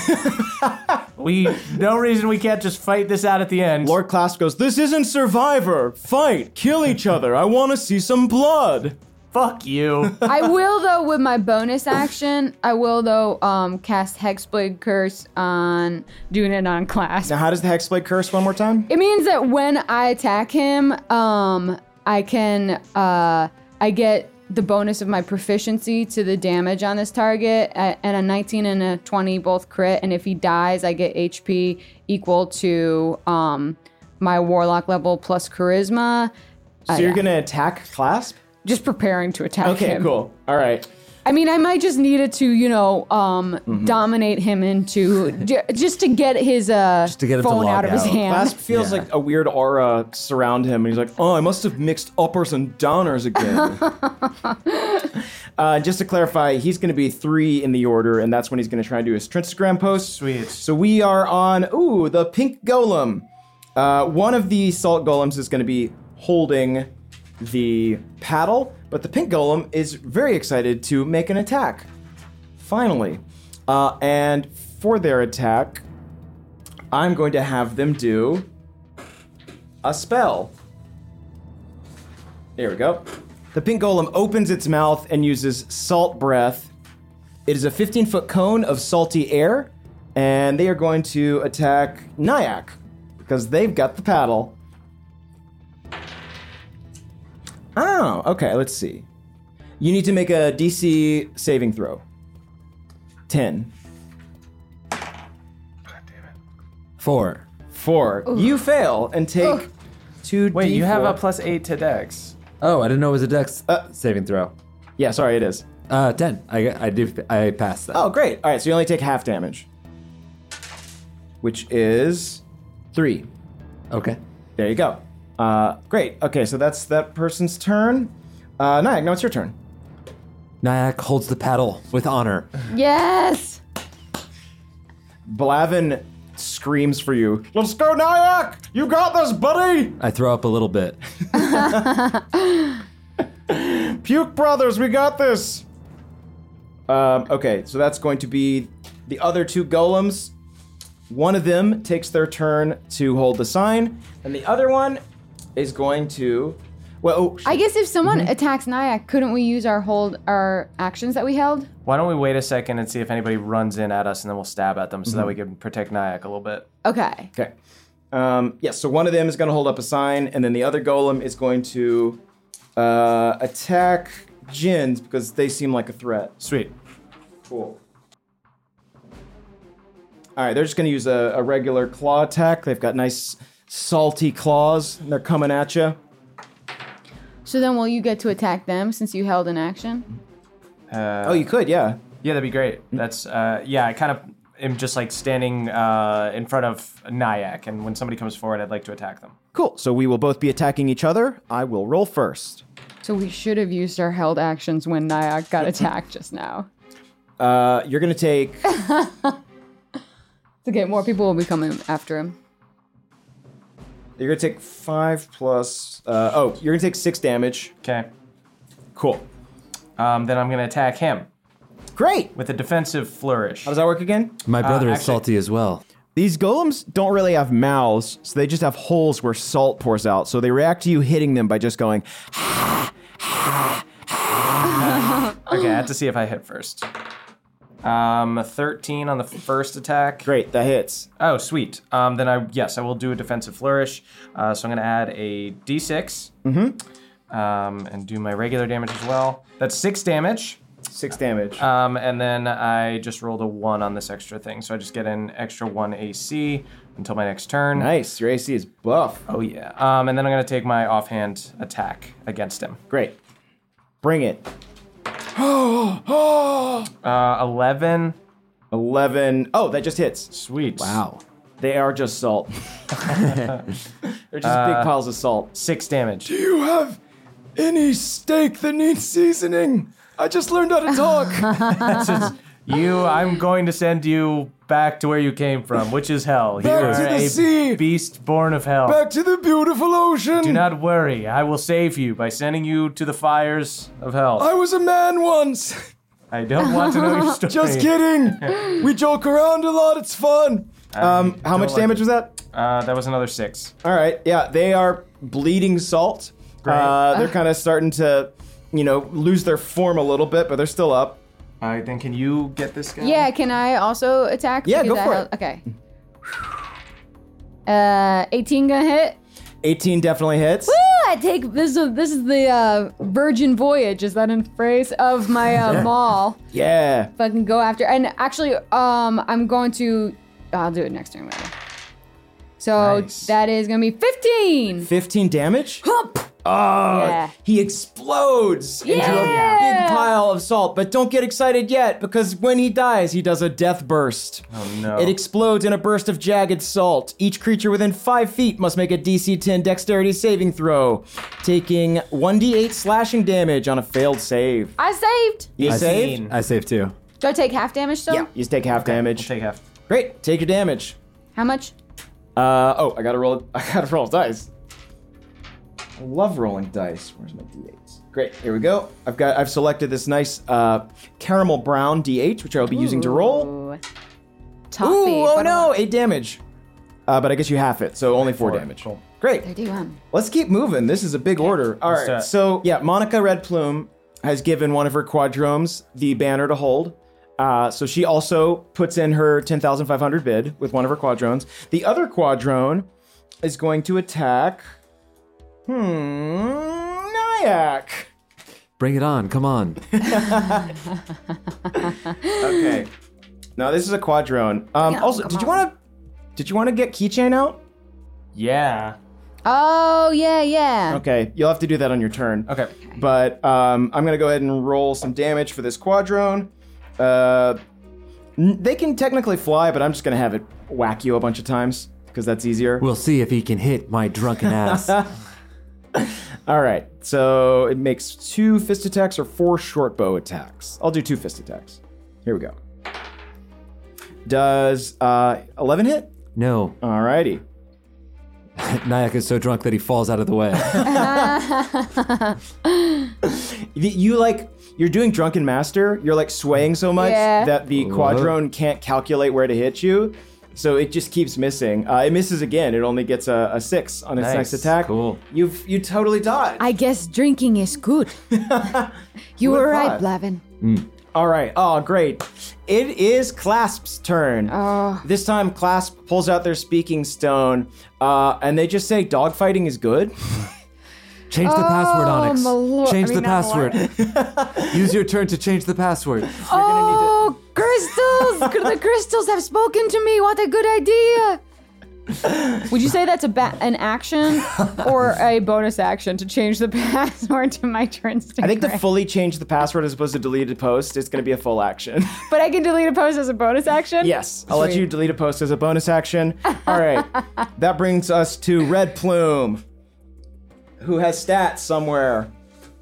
Speaker 5: we no reason we can't just fight this out at the end.
Speaker 1: Lord Clasp goes, This isn't Survivor. Fight. Kill each other. I want to see some blood.
Speaker 5: fuck you.
Speaker 4: I will though with my bonus action. I will though um cast Hexblade Curse on doing it on class.
Speaker 1: Now, how does the Hexblade curse one more time?
Speaker 4: It means that when I attack him, um, I can uh, I get the bonus of my proficiency to the damage on this target, a- and a 19 and a 20 both crit. And if he dies, I get HP equal to um, my warlock level plus charisma.
Speaker 1: So you're going to attack Clasp?
Speaker 4: Just preparing to attack
Speaker 1: Okay,
Speaker 4: him.
Speaker 1: cool. All right.
Speaker 4: I mean, I might just need it to, you know, um,
Speaker 3: Mm-hmm.
Speaker 4: dominate him into j- just to get his uh,
Speaker 3: to get him to
Speaker 4: phone
Speaker 3: log
Speaker 4: out of his
Speaker 3: out.
Speaker 4: hand.
Speaker 1: Clasp feels like a weird aura surround him, and he's like, "Oh, I must have mixed uppers and downers again." uh, just to clarify, he's going to be three in the order, and that's when he's going to try and do his Instagram post.
Speaker 5: Sweet.
Speaker 1: So we are on ooh the pink golem. Uh, one of the salt golems is going to be holding the paddle, but the pink golem is very excited to make an attack. Finally, uh, and for their attack, I'm going to have them do a spell. Here we go. The pink golem opens its mouth and uses salt breath. It is a 15 foot cone of salty air, and they are going to attack Nyack because they've got the paddle. Oh, okay, let's see. You need to make a DC saving throw 10.
Speaker 3: Four.
Speaker 1: Four. You fail and take two.
Speaker 5: Wait, you have
Speaker 1: D4.
Speaker 5: a plus eight to Dex.
Speaker 3: Oh, I didn't know it was a dex saving throw.
Speaker 1: Yeah, sorry, it is.
Speaker 3: Uh, ten. I I did I passed that.
Speaker 1: Oh, great. All right, so you only take half damage, which is three.
Speaker 3: Okay.
Speaker 1: There you go. Uh, great. Okay, so that's that person's turn. Uh, Nyack, now it's your turn.
Speaker 3: Nyack holds the paddle with honor.
Speaker 4: yes.
Speaker 1: Blavin screams for you. Let's go, Nyack! You got this, buddy!
Speaker 3: I throw up a little bit.
Speaker 1: Puke Brothers, we got this. Um, okay, so that's going to be the other two golems. One of them takes their turn to hold the sign, and the other one is going to. Well, oh,
Speaker 4: I guess if someone attacks Nyack, couldn't we use our hold our actions that we held?
Speaker 5: Why don't we wait a second and see if anybody runs in at us and then we'll stab at them so
Speaker 1: Mm-hmm.
Speaker 5: that we can protect Nyack a little bit.
Speaker 4: Okay.
Speaker 1: Okay. Um, yeah, so one of them is going to hold up a sign, and then the other golem is going to uh, attack Jins because they seem like a threat.
Speaker 5: Sweet.
Speaker 1: Cool. All right, they're just going to use a, a regular claw attack. They've got nice, salty claws, and they're coming at you.
Speaker 4: So then will you get to attack them since you held an action?
Speaker 5: Uh,
Speaker 1: Oh, you could, yeah.
Speaker 5: Yeah, that'd be great.
Speaker 1: Mm.
Speaker 5: That's uh, yeah. I kind of am just like standing uh, in front of Nyack, and when somebody comes forward, I'd like to attack them.
Speaker 1: Cool. So we will both be attacking each other. I will roll first.
Speaker 4: So we should have used our held actions when Nyack got attacked just now.
Speaker 1: Uh, you're going to take.
Speaker 4: To get more people will be coming after him.
Speaker 1: You're gonna take five plus. Uh, oh, you're gonna take six damage.
Speaker 5: Okay.
Speaker 1: Cool.
Speaker 5: Um, then I'm gonna attack him
Speaker 1: Great.
Speaker 5: with a defensive flourish.
Speaker 1: How does that work again?
Speaker 3: My brother is
Speaker 5: actually-
Speaker 3: salty as well.
Speaker 1: These golems don't really have mouths, so they just have holes where salt pours out. So they react to you hitting them by just going.
Speaker 5: Okay, I have to see if I hit first. Um, 13 on the first attack.
Speaker 1: Great, that hits.
Speaker 5: Oh, sweet. Um, then I yes, I will do a defensive flourish. Uh, so I'm gonna add a d6. Mm-hmm. Um, and do my regular damage as well. That's six damage.
Speaker 1: Six damage.
Speaker 6: Uh,
Speaker 5: Um, and then I just rolled a one on this extra thing, so I just get an extra one AC until my next turn.
Speaker 1: nice. Your AC is buff.
Speaker 5: Oh yeah. Um, and then I'm gonna take my offhand attack against him.
Speaker 1: Great. Bring it.
Speaker 5: Uh, Eleven.
Speaker 1: Eleven. Oh, that just hits.
Speaker 5: Sweet.
Speaker 3: Wow.
Speaker 1: They are just salt. They're just
Speaker 5: Uh,
Speaker 1: big piles of salt.
Speaker 5: Six damage.
Speaker 1: Do you have any steak that needs seasoning? I just learned how to talk.
Speaker 5: You, I'm going to send you back to where you came from, which is hell. you
Speaker 1: Back
Speaker 5: are
Speaker 1: to the
Speaker 5: a
Speaker 1: sea.
Speaker 5: beast born of hell.
Speaker 1: to the beautiful ocean.
Speaker 5: Do not worry, I will save you by sending you to the fires of hell. I,
Speaker 1: was a man once.
Speaker 5: don't want to know your story.
Speaker 1: kidding. we joke around a lot. It's fun. Um, how
Speaker 5: don't
Speaker 1: much
Speaker 5: like
Speaker 1: damage was
Speaker 5: it.
Speaker 1: that?
Speaker 5: Uh, that was another six.
Speaker 1: All right. Yeah, they are bleeding salt. Uh, they're kind of starting to, you know, lose their form a little bit, but they're still up.
Speaker 5: All right, then can you get this guy?
Speaker 4: Yeah, can I also attack?
Speaker 1: Yeah,
Speaker 4: Because
Speaker 1: go
Speaker 4: I
Speaker 1: for
Speaker 4: held-
Speaker 1: it.
Speaker 4: Okay. Uh, 18 gonna hit.
Speaker 1: 18 definitely hits.
Speaker 4: Woo! I take this. Is, this is the uh, virgin voyage. Is that in phrase of my uh, mall?
Speaker 1: Yeah.
Speaker 4: Fucking go after. And actually, um, I'm going to. I'll do it next turn. Whatever. So
Speaker 5: Nice.
Speaker 4: that is gonna be 15.
Speaker 1: 15 damage.
Speaker 4: Hump.
Speaker 1: Oh,
Speaker 4: Yeah.
Speaker 1: he explodes into a
Speaker 4: Yeah.
Speaker 1: big pile of salt. But don't get excited yet, because when he dies, he does a death burst.
Speaker 5: Oh, no.
Speaker 1: It explodes in a burst of jagged salt. Each creature within five feet must make a DC 10 dexterity saving throw, taking 1d8 slashing damage on a failed save.
Speaker 4: I saved.
Speaker 1: You
Speaker 3: I
Speaker 1: saved?
Speaker 3: I save too.
Speaker 4: Do I take half damage still?
Speaker 1: Yeah, you just take half
Speaker 5: I'll
Speaker 1: damage.
Speaker 5: take half.
Speaker 1: Great, take your damage.
Speaker 4: How much?
Speaker 1: Uh, oh, I gotta roll. I gotta roll dice. I love rolling dice. Where's my d8s? Great. Here we go. I've got. I've selected this nice uh, caramel brown d8, which I will be using to roll.
Speaker 4: Ooh.
Speaker 1: Ooh!
Speaker 4: Toffee.
Speaker 1: Oh
Speaker 4: but
Speaker 1: no! Eight damage. Uh, but I guess you half it, so only four
Speaker 5: Four.
Speaker 1: damage.
Speaker 5: Cool.
Speaker 1: Great.
Speaker 4: 31.
Speaker 1: Let's keep moving. This is a big order. All
Speaker 5: Let's do
Speaker 1: right.
Speaker 5: it.
Speaker 1: So yeah, Monica Red Plume has given one of her quadromes the banner to hold. Uh, so she also puts in her ten thousand five hundred bid with one of her quadrones. The other quadrone is going to attack. Hmm. Nyack.
Speaker 3: Bring it on. Come on.
Speaker 1: Okay. No, this is a quadrone. Um, also, did you want to? Did you want to get keychain out?
Speaker 5: Yeah.
Speaker 4: Oh yeah, yeah.
Speaker 1: Okay, you'll have to do that on your turn.
Speaker 5: Okay.
Speaker 1: But um, I'm gonna go ahead and roll some damage for this quadrone. Uh, n- they can technically fly, but I'm just gonna have it whack you a bunch of times because that's easier.
Speaker 3: We'll see if he can hit my drunken ass.
Speaker 1: All right, so it makes two fist attacks or four short bow attacks. I'll do two fist attacks. Here we go. Does uh, 11 hit?
Speaker 3: No.
Speaker 1: Alrighty.
Speaker 3: Nayak is so drunk that he falls out of the way.
Speaker 1: You- You like you're doing drunken master. You're like swaying so much
Speaker 8: Yeah.
Speaker 1: that the quadrone can't calculate where to hit you, so it just keeps missing. Uh, it misses again. It only gets a, a six on its
Speaker 5: Nice.
Speaker 1: next attack. Cool. You've you totally dodged.
Speaker 4: I guess drinking is good. you
Speaker 1: Who
Speaker 4: were
Speaker 1: would've
Speaker 4: right,
Speaker 1: thought?
Speaker 4: Blavin.
Speaker 1: All right. Oh, great. It is Clasp's turn. This time, Clasp pulls out their speaking stone, uh, and they just say dogfighting is good.
Speaker 3: Change the password, Onyx.
Speaker 4: Oh, my lord.
Speaker 3: Change
Speaker 4: I
Speaker 3: the
Speaker 4: mean, not my
Speaker 3: password. Use your turn to change the password.
Speaker 4: Oh, crystals! the crystals have spoken to me. What a good idea! Would you say that's a ba- an action or a bonus action to change the password to my turn?
Speaker 1: I think to fully change the password as opposed to delete a post, it's going to be a full action.
Speaker 4: but I can delete a post as a bonus action.
Speaker 1: Yes, I'll let you delete a post as a bonus action. All right, that brings us to Red Plume, who has stats somewhere.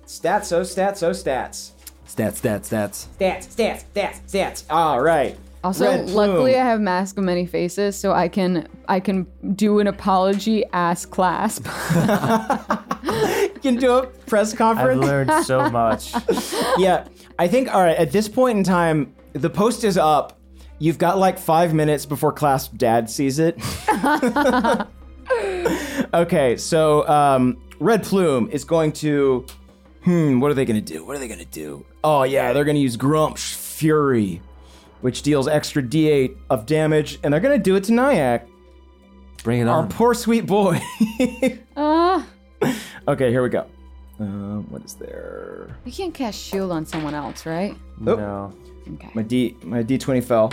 Speaker 1: Stats, oh stats, oh stats,
Speaker 3: Stats, stats, stats.
Speaker 1: stats, stats, stats, stats. All right.
Speaker 4: Also,
Speaker 1: Red Plume.
Speaker 4: luckily, I have mask of many faces, so I can I can do an apology ass clasp.
Speaker 1: you can do a press
Speaker 5: I've
Speaker 1: conference.
Speaker 5: learned so much.
Speaker 1: yeah, I think. All right, at this point in time, the post is up. You've got like five minutes before class dad sees it. okay, so um, Red Plume is going to. Hmm, what are they going to do? What are they going to do? Oh, yeah, they're going to use Grump's Fury, which deals extra d8 of damage, and they're going to do it to Nyack.
Speaker 3: Bring it
Speaker 1: Our
Speaker 3: on.
Speaker 1: poor sweet boy.
Speaker 4: Ah,
Speaker 1: okay, here we go. Uh, what is there?
Speaker 4: you can't cast shield on someone else, right?
Speaker 1: Oh.
Speaker 5: No.
Speaker 1: My D my D twenty fell.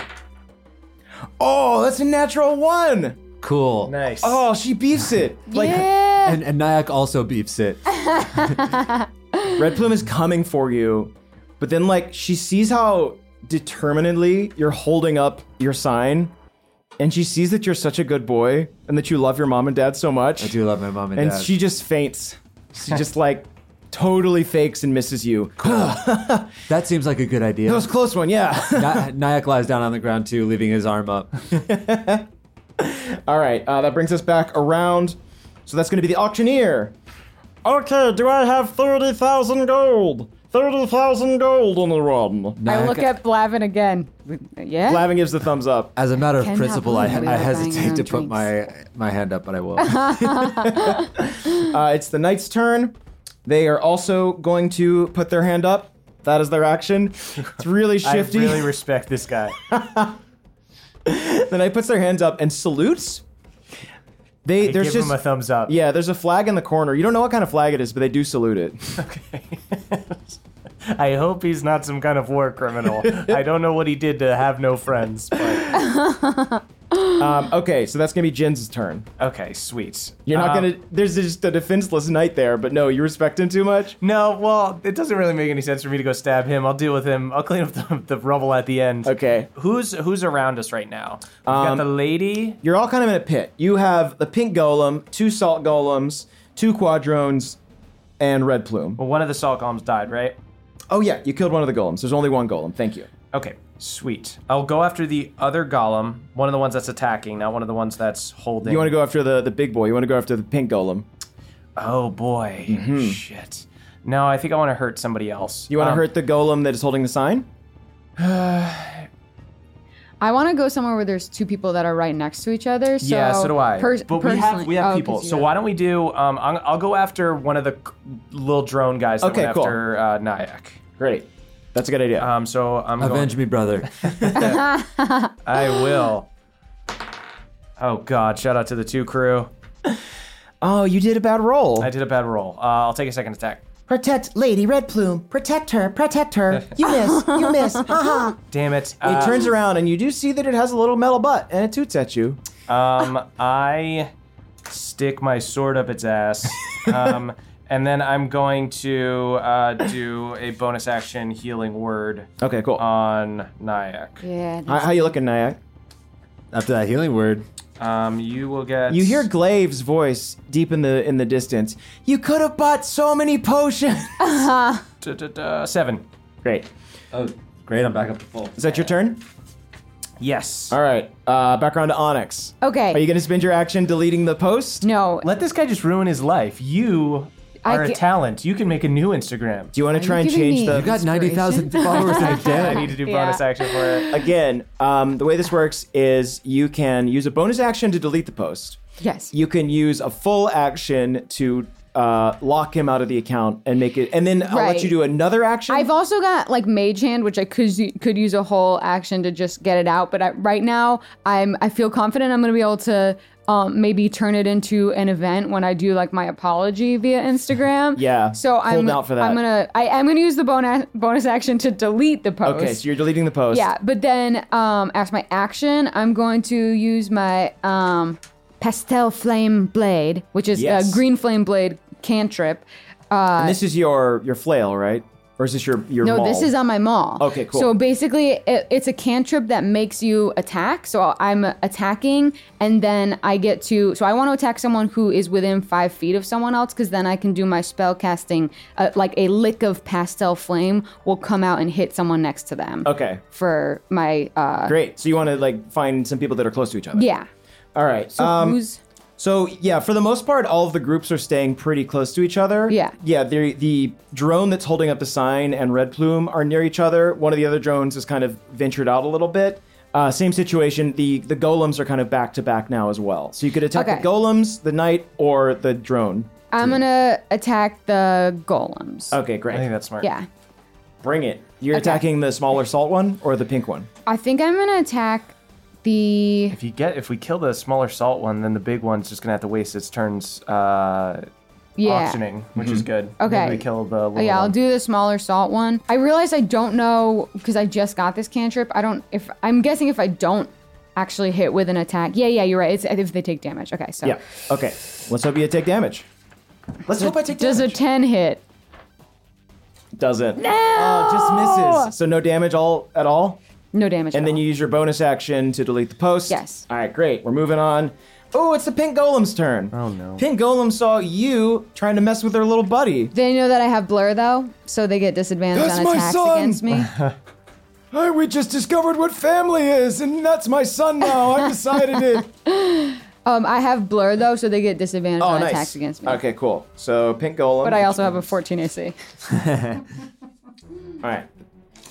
Speaker 1: Oh, that's a natural one.
Speaker 3: Cool.
Speaker 5: Nice.
Speaker 1: Oh, she beefs it. Like
Speaker 4: yeah.
Speaker 3: And, and Nayak also beefs it.
Speaker 1: Red Plume is coming for you, but then like she sees how determinedly you're holding up your sign, and she sees that you're such a good boy and that you love your mom and dad so much.
Speaker 3: I do love my mom and,
Speaker 1: and
Speaker 3: dad.
Speaker 1: she just faints. She just like totally fakes and misses you.
Speaker 3: that seems like a good
Speaker 1: That
Speaker 3: idea.
Speaker 1: was a close one, yeah.
Speaker 3: Na- Nayak lies down on the ground too, leaving his arm up.
Speaker 1: All right, uh, that brings us back around. So that's going to be the auctioneer.
Speaker 6: Okay, do I have 30,000 gold? 30,000 gold on the run.
Speaker 4: I look
Speaker 3: Nayak-
Speaker 4: at Blavin again. Yeah.
Speaker 1: Blavin gives the thumbs up.
Speaker 3: As a matter of
Speaker 4: Cannot
Speaker 3: principle, I,
Speaker 4: believe we
Speaker 3: I
Speaker 4: are buying our
Speaker 3: hesitate
Speaker 4: own
Speaker 3: to put my my hand up, but I will.
Speaker 4: Oh.
Speaker 1: Uh, it's the knight's turn. They are also going to put their hand up. That is their action. It's really
Speaker 5: I
Speaker 1: shifty.
Speaker 5: really respect this guy.
Speaker 1: the knight puts their hands up and salutes. They
Speaker 5: I
Speaker 1: there's
Speaker 5: give
Speaker 1: just
Speaker 5: him a thumbs up.
Speaker 1: yeah. There's a flag in the corner. You don't know what kind of flag it is, but they do salute it.
Speaker 5: Okay. I hope he's not some kind of war criminal. I don't know what he did to have no friends. But...
Speaker 1: Um, okay, so that's gonna be Jin's turn.
Speaker 5: Okay, sweet.
Speaker 1: You're not
Speaker 5: Um,
Speaker 1: gonna. There's just a defenseless knight there, but no, you respect him too much.
Speaker 5: No, well, it doesn't really make any sense for me to go stab him. I'll deal with him. I'll clean up the, the rubble at the end.
Speaker 1: Okay.
Speaker 5: Who's who's around us right now? We've got
Speaker 1: Um,
Speaker 5: the lady.
Speaker 1: You're all kind of in a pit. You have the pink golem, two salt golems, two quadrones, and red plume.
Speaker 5: Well, one of the salt golems died, right?
Speaker 1: Oh yeah, you killed one of the golems. There's only one golem. Thank you.
Speaker 5: Okay, sweet. I'll go after the other golem, one of the ones that's attacking, not one of the ones that's holding.
Speaker 1: You want to go after the, the big boy. You want to go after the pink golem.
Speaker 5: Oh boy, shit. No, I think I want to hurt somebody else.
Speaker 1: Mm-hmm. You want to
Speaker 5: Um,
Speaker 1: hurt the golem that is holding the sign?
Speaker 4: I want to go somewhere where there's two people that are right next to each other. So
Speaker 5: yeah, so do I.
Speaker 4: pers-
Speaker 5: but we have
Speaker 4: personally-
Speaker 5: we have
Speaker 4: oh,
Speaker 5: people.
Speaker 4: 'cause
Speaker 5: So
Speaker 4: you-
Speaker 5: why don't we do? Um, I'm, I'll go after one of the c- little drone guys. That
Speaker 1: Okay,
Speaker 5: went
Speaker 1: cool.
Speaker 5: after uh, Nyack.
Speaker 1: Great. That's a good idea.
Speaker 5: Um, so I'm
Speaker 3: Avenge
Speaker 5: going,
Speaker 3: me, brother.
Speaker 5: I will. Oh God! Shout out to the two crew.
Speaker 1: oh, you did a bad roll.
Speaker 5: I did a bad roll. Uh, I'll take a second attack.
Speaker 1: Protect Lady Red Plume. Protect her. Protect her. You miss. You miss. Uh-huh. Ha
Speaker 5: Damn it!
Speaker 1: It
Speaker 5: Uh,
Speaker 1: turns around and you do see that it has a little metal butt and it toots at you.
Speaker 5: Um, I stick my sword up its ass. Um, and then I'm going to uh, do a bonus action healing word
Speaker 1: Okay, cool.
Speaker 5: on Nyack.
Speaker 4: Yeah.
Speaker 1: Uh, how, how you looking, Nyack?
Speaker 3: After that healing word,
Speaker 5: Um, you will get.
Speaker 1: You hear Glave's voice deep in the in the distance. You could have bought so many potions.
Speaker 5: da, da, da, seven.
Speaker 1: Great.
Speaker 3: oh great, I'm back up to full.
Speaker 1: Is that your turn?
Speaker 5: Yes.
Speaker 1: All right. Uh, back around to Onyx.
Speaker 4: Okay.
Speaker 1: Are you going to spend your action deleting the post?
Speaker 4: No.
Speaker 5: Let this guy just ruin his life. You
Speaker 4: I
Speaker 5: are a
Speaker 4: ca-
Speaker 5: talent. You can make a new Instagram.
Speaker 1: Do you want to try and
Speaker 4: giving
Speaker 1: change
Speaker 4: me-
Speaker 1: the?
Speaker 4: You
Speaker 3: got 90,000 followers in a
Speaker 5: I
Speaker 3: day.
Speaker 5: need to do
Speaker 4: Yeah.
Speaker 5: bonus action for it.
Speaker 1: Again, um, the way this works is you can use a bonus action to delete the post.
Speaker 4: Yes.
Speaker 1: You can use a full action to uh, lock him out of the account and make it, and then I'll let
Speaker 4: Right.
Speaker 1: you do another action.
Speaker 4: I've also got like mage hand, which I could could use a whole action to just get it out. But I, right now, I'm I feel confident I'm going to be able to um, maybe turn it into an event when I do like my apology via Instagram.
Speaker 1: Yeah,
Speaker 4: So I'm
Speaker 1: holding out for that.
Speaker 4: I'm gonna I am gonna use the bonus bonus action to delete the post.
Speaker 1: okay, so you're deleting the post.
Speaker 4: yeah, but then um, as my action, I'm going to use my um, pastel flame blade, which is
Speaker 1: Yes.
Speaker 4: a green flame blade cantrip. Uh,
Speaker 1: And this is your your flail, right? Or is this your your
Speaker 4: No,
Speaker 1: maul?
Speaker 4: this is on my maul.
Speaker 1: Okay, cool.
Speaker 4: So basically, it, it's a cantrip that makes you attack. So I'm attacking, and then I get to. So I want to attack someone who is within five feet of someone else, because then I can do my spell casting. Uh, like a lick of pastel flame will come out and hit someone next to them.
Speaker 1: Okay,
Speaker 4: For my. Uh,
Speaker 1: great. So you want to like find some people that are close to each other.
Speaker 4: yeah.
Speaker 1: All right.
Speaker 4: So
Speaker 1: um,
Speaker 4: who's.
Speaker 1: So yeah, for the most part, all of the groups are staying pretty close to each other.
Speaker 4: Yeah.
Speaker 1: Yeah. The the drone that's holding up the sign and Red Plume are near each other. One of the other drones has kind of ventured out a little bit. Uh, same situation. The the golems are kind of back to back now as well. So you could attack
Speaker 4: Okay.
Speaker 1: the golems, the knight, or the drone.
Speaker 4: I'm gonna attack the golems.
Speaker 1: Okay,
Speaker 5: I think
Speaker 1: great.
Speaker 5: that's smart.
Speaker 4: Yeah.
Speaker 1: Bring it. You're attacking the smaller salt one or the pink one.
Speaker 4: I think I'm gonna attack the.
Speaker 5: If you get if we kill the smaller salt one, then the big one's just gonna have to waste its turns uh
Speaker 4: Yeah.
Speaker 5: auctioning, which is good.
Speaker 4: Okay.
Speaker 5: Maybe we kill the little
Speaker 4: Oh, yeah, I'll
Speaker 5: one.
Speaker 4: do the smaller salt one. I realize I don't know because I just got this cantrip. I don't if I'm guessing if I don't actually hit with an attack. Yeah, yeah, you're right. It's if they take damage. Okay, so
Speaker 1: Yeah. Okay. Let's hope you take damage. Let's hope I take
Speaker 4: does a
Speaker 1: damage.
Speaker 4: ten hit?
Speaker 1: Doesn't. No. Oh, just misses. So no damage all at all.
Speaker 4: No damage.
Speaker 1: And
Speaker 4: at
Speaker 1: then
Speaker 4: all.
Speaker 1: you use your bonus action to delete the post.
Speaker 4: Yes.
Speaker 1: All right, great. We're moving on. Oh, it's the pink golem's turn. Oh no. Pink golem saw you trying to mess with her little buddy.
Speaker 4: They know that I have blur though, so they get disadvantage
Speaker 1: That's
Speaker 4: on
Speaker 1: my
Speaker 4: attacks
Speaker 1: son!
Speaker 4: against me.
Speaker 1: Oh, we just discovered what family is, and that's my son now. I've decided it.
Speaker 4: Um, I have blur though, so they get disadvantage
Speaker 1: Oh,
Speaker 4: on
Speaker 1: nice.
Speaker 4: attacks against me.
Speaker 1: Okay, cool. So pink golem.
Speaker 4: But I also have a 14 AC.
Speaker 1: All right.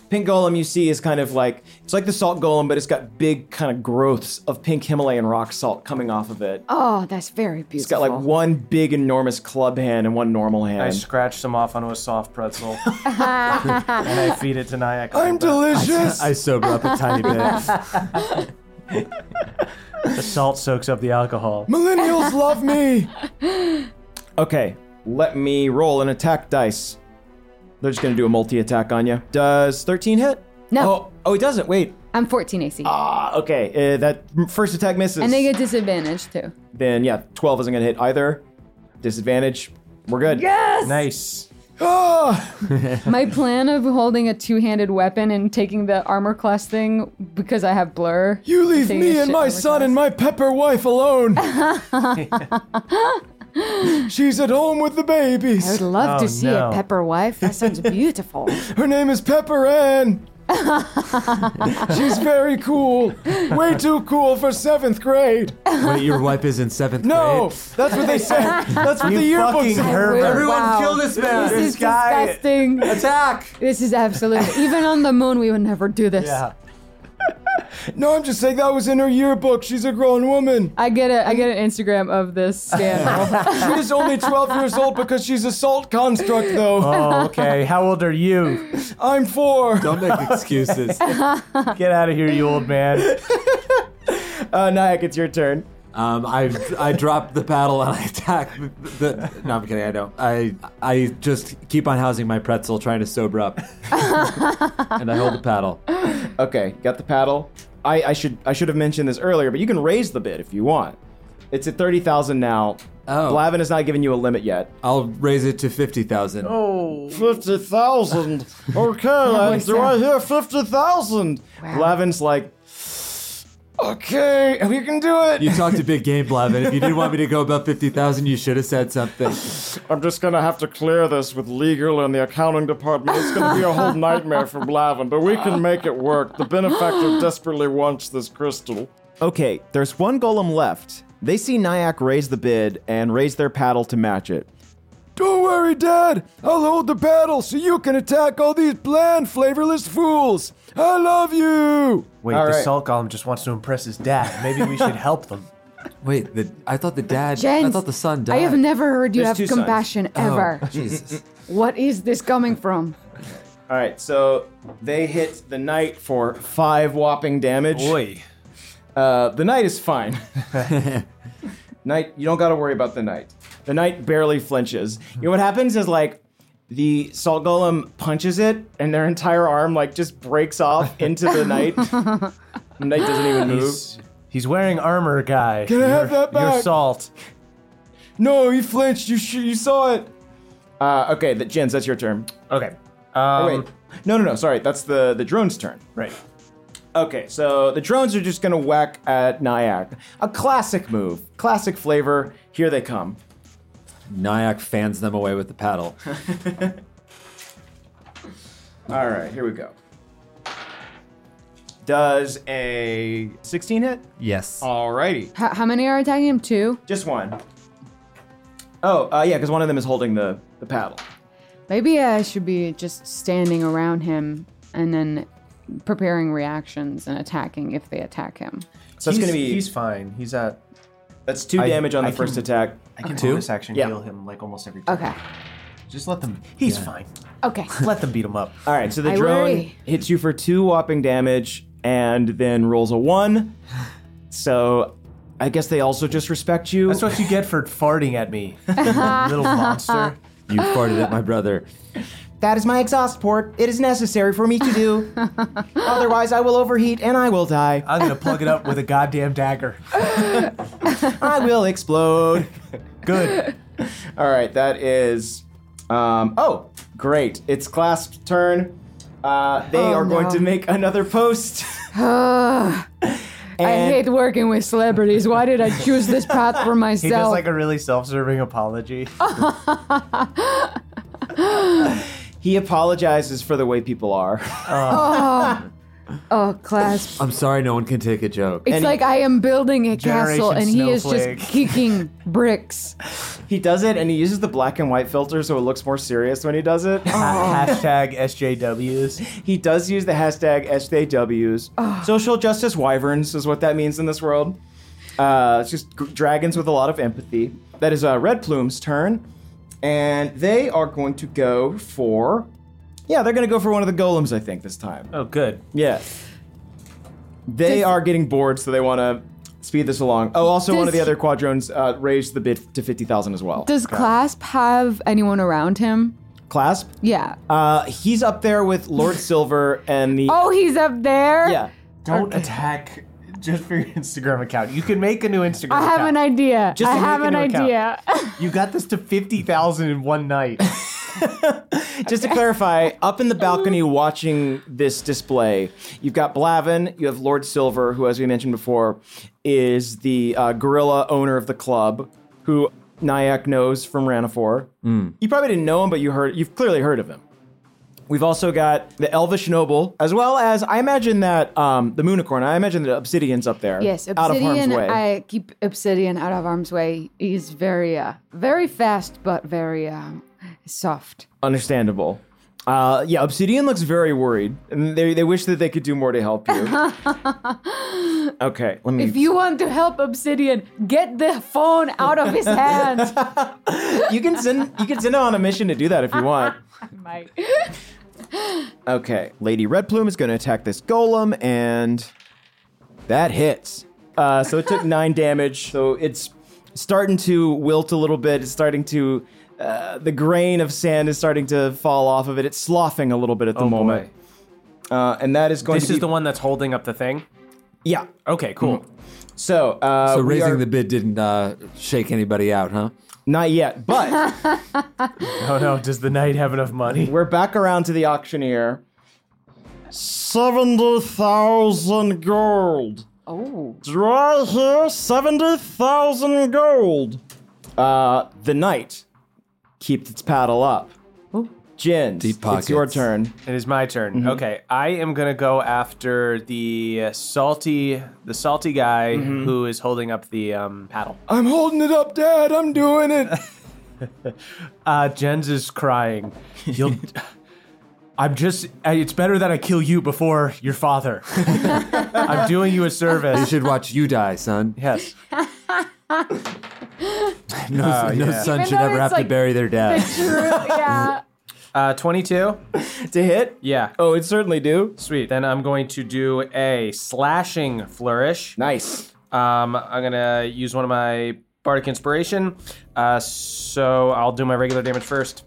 Speaker 1: Pink golem you see is kind of like it's like the salt golem, but it's got big kind of growths of pink Himalayan rock salt coming off of it.
Speaker 4: Oh, that's very beautiful.
Speaker 1: it's got like one big enormous club hand and one normal hand.
Speaker 5: I scratch some off onto a soft pretzel, and I feed it to Nyack.
Speaker 1: I'm delicious.
Speaker 3: I sober up a tiny bit.
Speaker 5: The salt soaks up the alcohol.
Speaker 1: Millennials love me. Okay, let me roll an attack dice. They're just gonna do a multi-attack on you. Does 13 hit?
Speaker 4: No.
Speaker 1: Oh, oh, it doesn't. Wait.
Speaker 4: I'm 14 AC.
Speaker 1: Ah, okay. Uh, that m- first attack misses.
Speaker 4: and they get disadvantage too.
Speaker 1: then yeah, 12 isn't gonna hit either. Disadvantage. We're good. Yeah.
Speaker 5: Nice.
Speaker 1: Ah!
Speaker 4: My plan of holding a two-handed weapon and taking the armor class thing because I have blur.
Speaker 1: You leave
Speaker 4: Taking a
Speaker 1: me and
Speaker 4: shit
Speaker 1: my
Speaker 4: armor
Speaker 1: son
Speaker 4: class.
Speaker 1: and my pepper wife alone. She's at home with the
Speaker 8: I would
Speaker 1: babies.
Speaker 8: love
Speaker 5: Oh,
Speaker 8: to see
Speaker 5: no.
Speaker 8: a pepper wife. That sounds beautiful.
Speaker 1: Her name is Pepper Ann. She's very cool. Way too cool for seventh grade.
Speaker 3: Wait, your wife is in seventh
Speaker 1: No,
Speaker 3: grade.
Speaker 1: that's what they say. That's what the yearbook
Speaker 5: fucking
Speaker 1: said.
Speaker 5: Herbert.
Speaker 3: Everyone
Speaker 4: Wow.
Speaker 3: kill this man.
Speaker 4: This is
Speaker 5: guy-
Speaker 4: disgusting.
Speaker 3: Attack.
Speaker 4: This is absolutely. Even on the moon, we would never do this.
Speaker 5: Yeah.
Speaker 1: No, I'm just saying that was in her yearbook. She's a grown woman.
Speaker 4: I get a I get an Instagram of this scandal.
Speaker 1: She is only 12 years old because she's a salt construct, though.
Speaker 5: Oh, okay. How old are you?
Speaker 1: I'm four.
Speaker 3: Don't make excuses.
Speaker 5: Get out of here, you old man.
Speaker 1: Uh, Nyack, it's your turn.
Speaker 3: Um, I I drop the paddle and I attack. The, no, I'm kidding. I don't. I I just keep on housing my pretzel, trying to sober up, and I hold the paddle.
Speaker 1: Okay, got the paddle. I, I should I should have mentioned this earlier, but you can raise the bid if you want. It's at 30,000 now.
Speaker 3: Oh.
Speaker 1: Blavin has not given you a limit yet.
Speaker 3: I'll raise it to fifty thousand.
Speaker 1: Oh. Fifty thousand. Okay, lads, do I hear fifty thousand? Lavin's like, Okay, we can do it.
Speaker 3: You talked a big game, Blavin. If you didn't want me to go above 50,000, you should have said something.
Speaker 6: I'm just gonna have to clear this with legal and the accounting department. It's gonna be a whole nightmare for Blavin, but we can make it work. The benefactor desperately wants this crystal.
Speaker 1: Okay, there's one golem left. They see Nyack raise the bid and raise their paddle to match it. Don't worry, Dad. I'll hold the paddle so you can attack all these bland, flavorless fools. I love you.
Speaker 5: Wait,
Speaker 1: All
Speaker 5: the
Speaker 1: right.
Speaker 5: salt golem just wants to impress his dad. Maybe we should help them.
Speaker 3: Wait, the, I thought the dad. I
Speaker 4: Jens,
Speaker 3: thought the son died. Oh,
Speaker 4: I have never heard you
Speaker 1: There's two Oh.
Speaker 4: have
Speaker 1: sons.
Speaker 4: compassion ever.
Speaker 3: Jesus.
Speaker 4: What is this coming from?
Speaker 1: All right, so they hit the knight for five whopping damage.
Speaker 5: Boy,
Speaker 1: Uh, the knight is fine. knight, you don't got to worry about the knight. The knight barely flinches. You know what happens is like the salt golem punches it, and their entire arm like just breaks off into the knight. the knight doesn't even move.
Speaker 5: he's, he's wearing armor, guy. Can
Speaker 1: I have that back?
Speaker 5: salt.
Speaker 1: No, he flinched. You sh- you saw it. Uh, okay, the, Jens, that's your turn.
Speaker 5: Okay. Um,
Speaker 1: Oh, wait, no, no, no. Sorry, that's the the drone's turn.
Speaker 5: Right.
Speaker 1: Okay, so the drones are just gonna whack at Nyack. A classic move, classic flavor. Here they come.
Speaker 3: Nyack fans them away with the paddle.
Speaker 1: All right, here we go. Does a 16 hit?
Speaker 3: Yes.
Speaker 1: Alrighty,
Speaker 4: How, how many are attacking him? Two?
Speaker 1: just one. Oh, uh, yeah, because one of them is holding the, the paddle.
Speaker 4: Maybe I should be just standing around him and then preparing reactions and attacking if they attack him.
Speaker 1: So that's
Speaker 5: he's,
Speaker 1: gonna be
Speaker 5: He's fine. He's at.
Speaker 1: that's two
Speaker 5: I-
Speaker 1: damage on the
Speaker 5: I
Speaker 1: first
Speaker 5: can-
Speaker 1: attack.
Speaker 5: I can
Speaker 1: Okay.
Speaker 5: bonus action
Speaker 1: Yeah.
Speaker 5: heal him like almost every time.
Speaker 4: Okay.
Speaker 5: Just let them. He's fine.
Speaker 4: Okay.
Speaker 5: Let them beat him up.
Speaker 1: All right, so the
Speaker 4: I
Speaker 1: drone
Speaker 4: worry.
Speaker 1: hits you for two whopping damage and then rolls a one. So I guess they also just respect you.
Speaker 5: That's what you get for farting at me, you little monster.
Speaker 3: You farted at my brother.
Speaker 1: That is my exhaust port. It is necessary for me to do. Otherwise, I will overheat and I will die.
Speaker 5: I'm gonna plug it up with a goddamn dagger.
Speaker 1: I will explode.
Speaker 5: Good.
Speaker 1: All right, that is. Um, oh, great! It's Clasp's turn. Uh, they
Speaker 4: Oh,
Speaker 1: are going
Speaker 4: no.
Speaker 1: to make another post.
Speaker 4: I
Speaker 1: And-
Speaker 4: hate working with celebrities. Why did I choose this path for
Speaker 5: He does
Speaker 4: myself?
Speaker 5: like a really self-serving apology.
Speaker 1: he apologizes for the way people are.
Speaker 4: oh, clasp.
Speaker 3: I'm sorry no one can take a joke.
Speaker 4: It's
Speaker 1: And-
Speaker 4: like I am building a castle
Speaker 5: Generation
Speaker 4: and he is
Speaker 5: snowflake.
Speaker 4: just kicking bricks.
Speaker 1: he does it, and he uses the black and white filter, so it looks more serious when he does it.
Speaker 5: Ha- Hashtag SJWs.
Speaker 1: he does use the hashtag SJWs. Social justice wyverns is what that means in this world. Uh, it's just g- dragons with a lot of empathy. That is uh, Red Plume's turn. And they are going to go for. Yeah, they're going to go for one of the golems, I think, this time.
Speaker 5: Oh, good.
Speaker 1: Yeah. They
Speaker 4: Does-
Speaker 1: are getting bored, so they want to speed this along. Oh, also, one of
Speaker 4: Does-
Speaker 1: the other quadrones uh, raised the bid to 50,000 as well.
Speaker 4: Does Clasp have anyone around him?
Speaker 1: Clasp?
Speaker 4: Yeah.
Speaker 5: Um,
Speaker 1: Uh, he's up there with Lord Silver and the.
Speaker 4: Oh, he's up there?
Speaker 1: Yeah.
Speaker 5: Don't attack just for your Instagram account. You can make a new Instagram.
Speaker 4: I have
Speaker 5: account.
Speaker 4: an idea.
Speaker 5: Just
Speaker 4: I
Speaker 5: to make
Speaker 4: have
Speaker 5: a
Speaker 4: an
Speaker 5: new account.
Speaker 4: idea.
Speaker 5: You got this to fifty thousand in one night.
Speaker 1: Just to clarify, up in the balcony watching this display, you've got Blavin, you have Lord Silver, who, as we mentioned before, is the uh, gorilla owner of the club, who Nyack knows from Ranafor. You probably didn't know him, but you heard, you've clearly heard of him. We've also got the Elvish Noble, as well as I imagine that um, the Moonicorn. I imagine the Obsidian's up there.
Speaker 4: Yes,
Speaker 1: out of harm's
Speaker 4: obsidian.
Speaker 1: way.
Speaker 4: I keep obsidian out of harm's way. He's very, uh, very fast, but very um, soft.
Speaker 1: Understandable. Uh, yeah, Obsidian looks very worried, and they, they wish that they could do more to help you. okay, let me.
Speaker 4: If you want to help obsidian, get the phone out of his hand.
Speaker 1: you can send you can send him on a mission to do that if you want.
Speaker 4: Mike.
Speaker 1: Okay, Lady Red Plume is going to attack this golem, and that hits. Uh, so it took nine damage. So it's starting to wilt a little bit. It's starting to uh, the grain of sand is starting to fall off of it. It's sloughing a little bit at the
Speaker 5: Oh,
Speaker 1: moment. Uh, and that is going
Speaker 5: this
Speaker 1: to
Speaker 5: is
Speaker 1: be
Speaker 5: the one that's holding up the thing.
Speaker 1: yeah.
Speaker 5: Okay, cool.
Speaker 1: So uh,
Speaker 3: so
Speaker 1: we
Speaker 3: raising
Speaker 1: are-
Speaker 3: the bid didn't uh, shake anybody out, huh?
Speaker 1: Not yet, but
Speaker 5: Oh no, does the knight have enough money?
Speaker 1: we're back around to the auctioneer.
Speaker 6: 70,000 gold.
Speaker 4: Oh.
Speaker 1: Draw here 70,000 gold. Uh, the knight keeps its paddle up. Jens, it's your
Speaker 5: pockets.
Speaker 1: turn.
Speaker 5: It is my turn.
Speaker 1: Mhm.
Speaker 5: Okay, I am gonna go after the uh, salty, the salty guy
Speaker 1: Mhm.
Speaker 5: who is holding up the um, paddle.
Speaker 1: I'm holding it up, Dad. I'm doing it.
Speaker 5: Uh, Jens is crying. You'll. I'm just. I- It's better that I kill you before your father. I'm doing you a service.
Speaker 3: You should watch you die, son.
Speaker 5: Yes.
Speaker 3: No,
Speaker 5: Oh,
Speaker 3: no
Speaker 5: yeah.
Speaker 3: son
Speaker 5: Even
Speaker 3: should
Speaker 5: though
Speaker 3: ever
Speaker 5: it's
Speaker 3: have
Speaker 5: like
Speaker 3: to bury their dad.
Speaker 8: yeah.
Speaker 5: Uh, 22
Speaker 1: to hit.
Speaker 5: Yeah.
Speaker 1: Oh, it certainly do.
Speaker 5: Sweet. Then I'm going to do a slashing flourish.
Speaker 1: Nice.
Speaker 5: Um, I'm gonna use one of my bardic inspiration. Uh, so I'll do my regular damage first.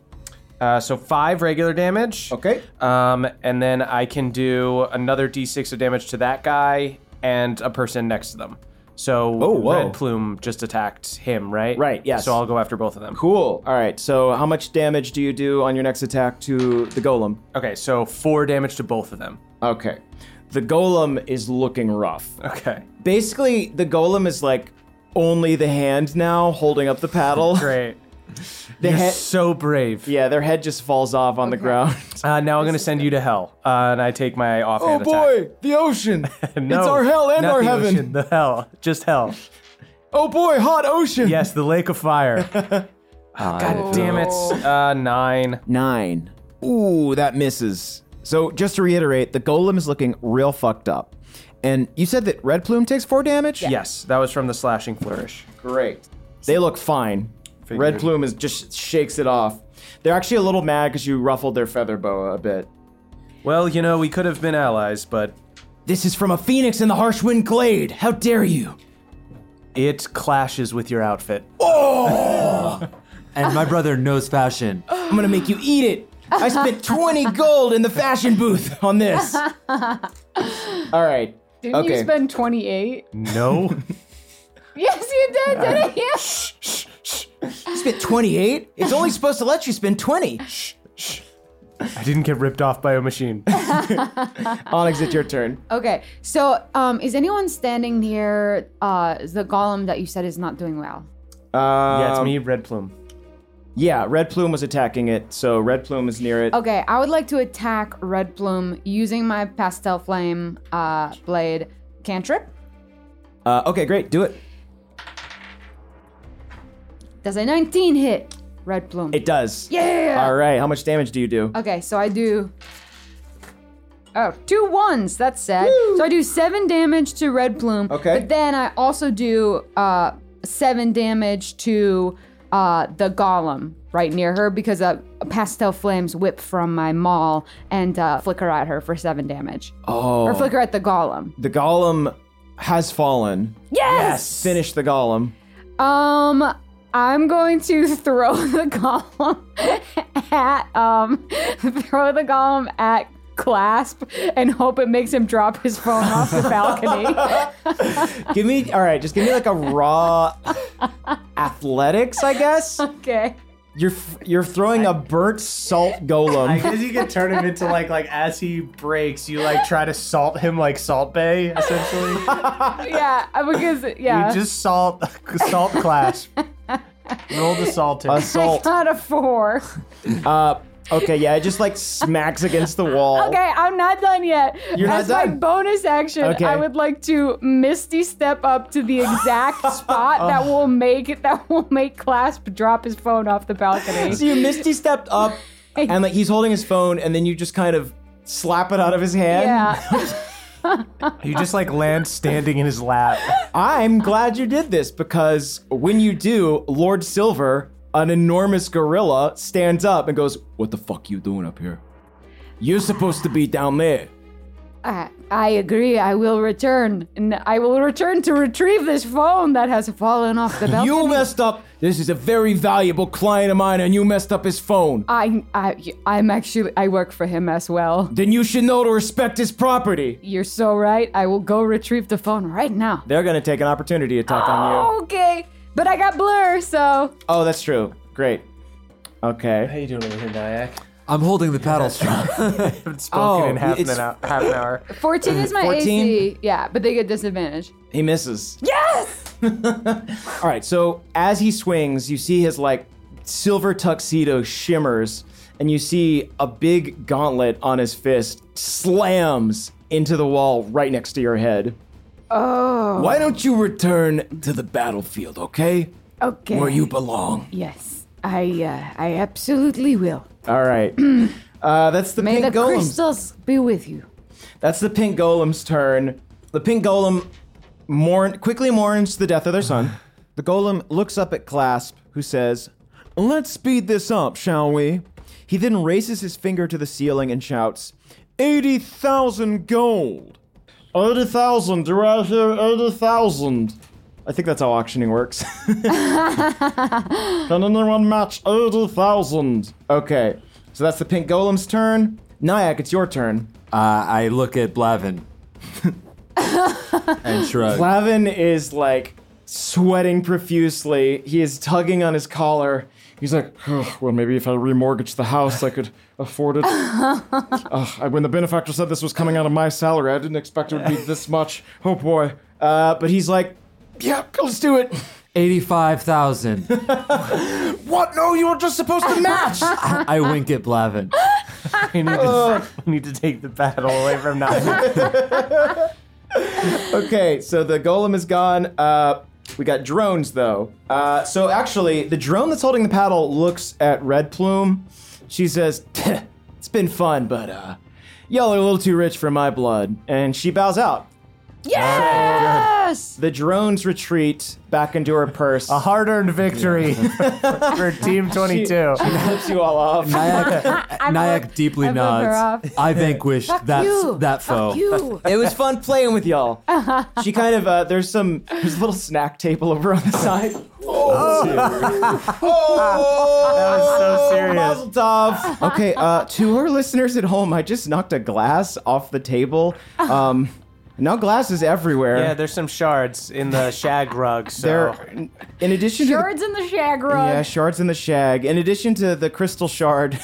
Speaker 5: Uh, so five regular damage.
Speaker 1: Okay.
Speaker 5: Um, and then I can do another d6 of damage to that guy and a person next to them. So
Speaker 1: Oh, whoa.
Speaker 5: Red Plume just attacked him, right?
Speaker 1: Right, yes.
Speaker 5: So I'll go after both of them.
Speaker 1: Cool. All right. So, how much damage do you do on your next attack to the golem?
Speaker 5: Okay, so four damage to both of them.
Speaker 1: Okay. The golem is looking rough.
Speaker 5: Okay.
Speaker 1: Basically, the golem is like only the hand now holding up the paddle.
Speaker 5: Great.
Speaker 1: The
Speaker 5: You're
Speaker 1: head,
Speaker 5: so brave.
Speaker 1: yeah, their head just falls off on the ground.
Speaker 5: Uh, now I'm going to send you to hell, uh, and I take my offhand attack.
Speaker 1: Oh the ocean.
Speaker 5: No, not the ocean, the hell, just hell.
Speaker 1: Oh boy, hot ocean.
Speaker 5: Yes, the lake of fire. Oh, God damn it! Uh, nine.
Speaker 1: Nine. Ooh, that misses. So just to reiterate, the golem is looking real fucked up. And you said that Red Plume takes four damage?
Speaker 5: Yes, that was from the slashing flourish.
Speaker 1: Great. They look fine. Red Plume is just shakes it off. They're actually a little mad because you ruffled their feather boa a bit.
Speaker 5: Well, you know, we could have been allies, but
Speaker 1: This is from a phoenix in the Harshwind Glade. How dare you?
Speaker 5: it clashes with your outfit.
Speaker 3: and my brother knows fashion.
Speaker 1: I'm gonna make you eat it. I spent 20 gold in the fashion booth on this. All right.
Speaker 8: Didn't you
Speaker 1: Okay.
Speaker 8: spend 28?
Speaker 5: No.
Speaker 8: Yes, you did, didn't
Speaker 1: Uh,
Speaker 8: you?
Speaker 1: Spent 28? It's only supposed to let you spend 20.
Speaker 5: I didn't get ripped off by a machine.
Speaker 1: Onyx, it's your turn.
Speaker 4: Okay. So, um, is anyone standing near uh the golem that you said is not doing well?
Speaker 5: yeah, it's me, Red Plume.
Speaker 1: Um, Yeah, Red Plume was attacking it, so Red Plume is near it.
Speaker 4: Okay, I would like to attack Red Plume using my pastel flame uh blade cantrip.
Speaker 1: Uh, okay, great, do it.
Speaker 4: Does a 19 hit Red Plume?
Speaker 1: It does.
Speaker 4: Yeah!
Speaker 1: All right, how much damage do you do?
Speaker 4: Okay, so I do. Oh, two ones. That's sad. So I do seven damage to Red Plume.
Speaker 1: Okay.
Speaker 4: But then I also do uh, seven damage to uh, the Golem right near her because uh, pastel flames whip from my maul and uh, flicker at her for seven damage.
Speaker 1: Oh.
Speaker 4: Or flicker at the Golem.
Speaker 1: The golem has fallen.
Speaker 4: Yes!
Speaker 1: Finish the golem.
Speaker 4: Um, I'm going to throw the golem at um, throw the golem at clasp and hope it makes him drop his phone off the balcony.
Speaker 1: Give me, all right, just give me like a raw athletics, I guess.
Speaker 4: okay.
Speaker 1: You're f- you're throwing a burnt salt
Speaker 5: I
Speaker 1: golem.
Speaker 5: guess you could turn him into like like as he breaks, you like try to salt him like Salt Bay, essentially.
Speaker 4: Yeah, uh, because yeah,
Speaker 5: You just salt salt clasp. Roll the salt.
Speaker 1: A
Speaker 5: in.
Speaker 1: salt.
Speaker 4: not a four.
Speaker 1: Uh, okay, yeah, it just like smacks against the wall.
Speaker 4: Okay, I'm not done yet.
Speaker 1: You're not
Speaker 4: As my
Speaker 1: done?
Speaker 4: bonus action,
Speaker 1: Okay.
Speaker 4: I would like to misty step up to the exact spot
Speaker 1: Oh.
Speaker 4: that will make that will make clasp drop his phone off the balcony.
Speaker 1: So you misty stepped up, and like he's holding his phone, and then you just kind of slap it out of his hand.
Speaker 4: Yeah.
Speaker 5: You just like land standing in his lap.
Speaker 1: I'm glad you did this because when you do, Lord Silver, an enormous gorilla, stands up and goes, "What the fuck you doing up here? You're supposed to be down there."
Speaker 4: I, I agree. I will return. And I will return to retrieve this phone that has fallen off the balcony.
Speaker 1: You messed up. This is a very valuable client of mine, and you messed up his phone.
Speaker 4: I, I, I'm actually, I work for him as well.
Speaker 1: Then you should know to respect his property.
Speaker 4: You're so right. I will go retrieve the phone right now.
Speaker 1: They're gonna take an opportunity attack
Speaker 4: Oh,
Speaker 1: on you.
Speaker 4: Okay. But I got blur, so.
Speaker 1: Oh, that's true. Great. Okay.
Speaker 5: How you doing over here, Nyack?
Speaker 3: I'm holding the paddle strong.
Speaker 5: Spoken in half an, hour, half an hour.
Speaker 4: 14 is my
Speaker 1: 14?
Speaker 4: AC. Yeah, but they get disadvantage.
Speaker 1: He misses.
Speaker 4: Yes!
Speaker 1: All right, so as he swings, you see his like silver tuxedo shimmers, and you see a big gauntlet on his fist slams into the wall right next to your head.
Speaker 4: Oh.
Speaker 1: Why don't you return to the battlefield, okay?
Speaker 4: Okay.
Speaker 1: Where you belong.
Speaker 4: Yes. I uh, I absolutely will.
Speaker 1: All right. Uh, that's the
Speaker 4: May
Speaker 1: pink
Speaker 4: the
Speaker 1: golems.
Speaker 4: crystals be with you.
Speaker 1: That's the pink golem's turn. The pink golem mourn quickly mourns the death of their son. The golem looks up at Clasp, who says, "Let's speed this up, shall we?" He then raises his finger to the ceiling and shouts, "Eighty thousand gold! Eighty thousand! Do I hear eighty thousand? I think that's how auctioning works. Can anyone match eighty thousand? Okay, so that's the pink golem's turn. Nyack, it's your turn.
Speaker 3: Uh, I look at Blavin and shrug.
Speaker 1: Clavin is like sweating profusely. He is tugging on his collar. He's like, "Ugh, well, maybe if I remortgage the house, I could afford it. Ugh, I- when the benefactor said this was coming out of my salary, I didn't expect it would be this much. Oh boy. Uh, but he's like, yeah, let's do it.
Speaker 3: 85,000.
Speaker 1: What? No, you were just supposed to match.
Speaker 3: I wink at Blavin.
Speaker 5: We need, to, we need to take the battle away from Nazi.
Speaker 1: okay, so the golem is gone. Uh, we got drones though. Uh, so actually, the drone that's holding the paddle looks at Red Plume. She says, "Tch, "It's been fun, but uh, y'all are a little too rich for my blood," and she bows out.
Speaker 4: Yes!
Speaker 1: The drones retreat back into her purse.
Speaker 5: A hard-earned victory for Team 22.
Speaker 1: She rips you all off.
Speaker 3: Nyack, Nyack deeply
Speaker 4: her
Speaker 3: nods. I vanquished that,
Speaker 4: you.
Speaker 3: that foe.
Speaker 4: Fuck you.
Speaker 1: It was fun playing with y'all. She kind of uh, there's some there's a little snack table over on the side. Oh.
Speaker 5: That was so serious.
Speaker 1: Mazel tov. Okay, uh, to our listeners at home, I just knocked a glass off the table. Um, now glass is everywhere.
Speaker 5: Yeah, there's some shards in the shag rug, so
Speaker 1: There- in addition to the,
Speaker 4: Birds in the shag rug.
Speaker 1: yeah shards in the shag. In addition to the crystal shard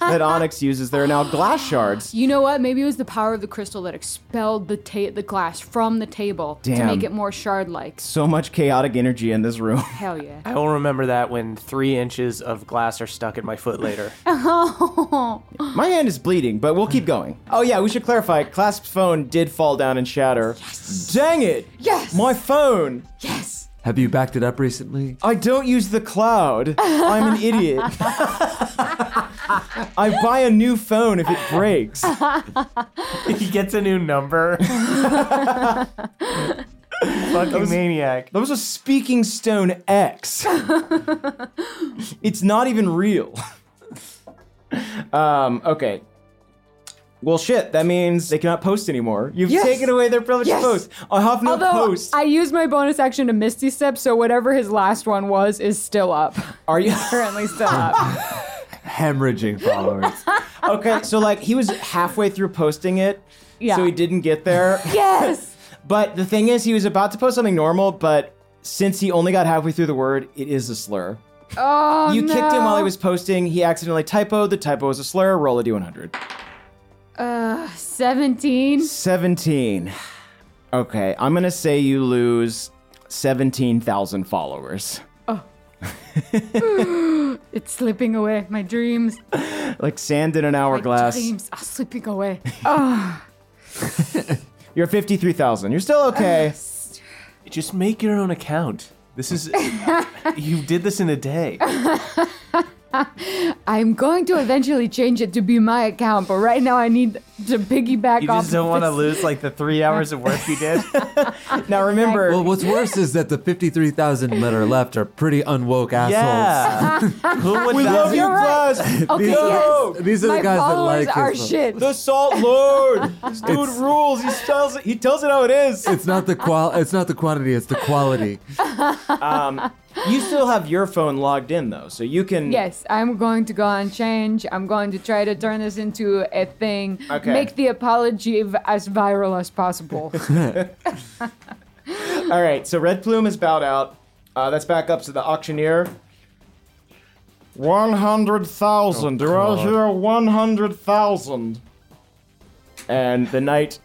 Speaker 1: that Onyx uses, there are now glass shards.
Speaker 8: You know what? Maybe it was the power of the crystal that expelled the ta- the glass from the table to
Speaker 1: Damn.
Speaker 8: make it more shard-like.
Speaker 1: So much chaotic energy in this room.
Speaker 8: Hell yeah!
Speaker 5: I will remember that when three inches of glass are stuck at my foot later.
Speaker 1: My hand is bleeding, but we'll
Speaker 4: Hmm.
Speaker 1: keep going. Oh yeah, we should clarify. Clasp's phone did fall down and shatter. Dang it!
Speaker 4: Yes.
Speaker 1: My phone.
Speaker 4: yes.
Speaker 3: Have you backed it up recently?
Speaker 1: I don't use the cloud. I'm an idiot. I buy a new phone if it breaks.
Speaker 5: he gets a new number. Fucking maniac.
Speaker 1: That was a speaking stone X. it's not even real. um, okay. Well, shit, that means they cannot post anymore. You've
Speaker 4: Yes.
Speaker 1: taken away their privilege
Speaker 4: Yes.
Speaker 1: to post. I have no
Speaker 4: Although
Speaker 1: post.
Speaker 4: I used my bonus action to Misty Step, so whatever his last one was is still up.
Speaker 1: Are you?
Speaker 4: Currently still up.
Speaker 3: Hemorrhaging followers.
Speaker 1: okay, so like he was halfway through posting it,
Speaker 4: Yeah.
Speaker 1: so he didn't get there.
Speaker 4: yes.
Speaker 1: But the thing is, he was about to post something normal, but since he only got halfway through the word, it is a slur.
Speaker 4: Oh
Speaker 1: you
Speaker 4: no.
Speaker 1: kicked him while he was posting. He accidentally typoed. The typo was a slur. Roll a d100.
Speaker 4: uh, 17.
Speaker 1: 17. Okay, I'm going to say you lose 17,000 followers.
Speaker 8: It's slipping away. My dreams,
Speaker 1: Like sand in an
Speaker 8: my
Speaker 1: hourglass.
Speaker 8: dreams are slipping away.
Speaker 1: You're 53,000. You're still okay.
Speaker 5: Just make your own account. This is you did this in a day.
Speaker 4: I'm going to eventually change it to be my account, but right now I need to piggyback
Speaker 5: You
Speaker 4: off.
Speaker 5: just don't want to
Speaker 4: this.
Speaker 5: lose like the three hours of work you did.
Speaker 1: now remember,
Speaker 3: Well, what's worse is that the 53,000 that are left are pretty unwoke assholes.
Speaker 5: yeah. Who would
Speaker 1: we
Speaker 5: that
Speaker 1: love you,
Speaker 4: You're right.
Speaker 1: Glass.
Speaker 4: Okay,
Speaker 1: No!
Speaker 4: yes.
Speaker 3: These are the
Speaker 4: My
Speaker 3: guys that
Speaker 4: followers
Speaker 3: like his
Speaker 4: are
Speaker 3: little-
Speaker 4: shit.
Speaker 1: The Salt Lord. This dude rules. He tells it. He tells it how it is.
Speaker 3: It's not the qual. It's not the quantity. It's the quality.
Speaker 1: You still have your phone logged in though, so you can.
Speaker 4: Yes, I'm going to go and change. I'm going to try to turn this into a thing.
Speaker 1: Okay.
Speaker 4: Make the apology v- as viral as possible.
Speaker 1: All right. So Red Plume is bowed out. Uh, that's back up to the auctioneer. 100,000. Do I hear 100,000? And the knight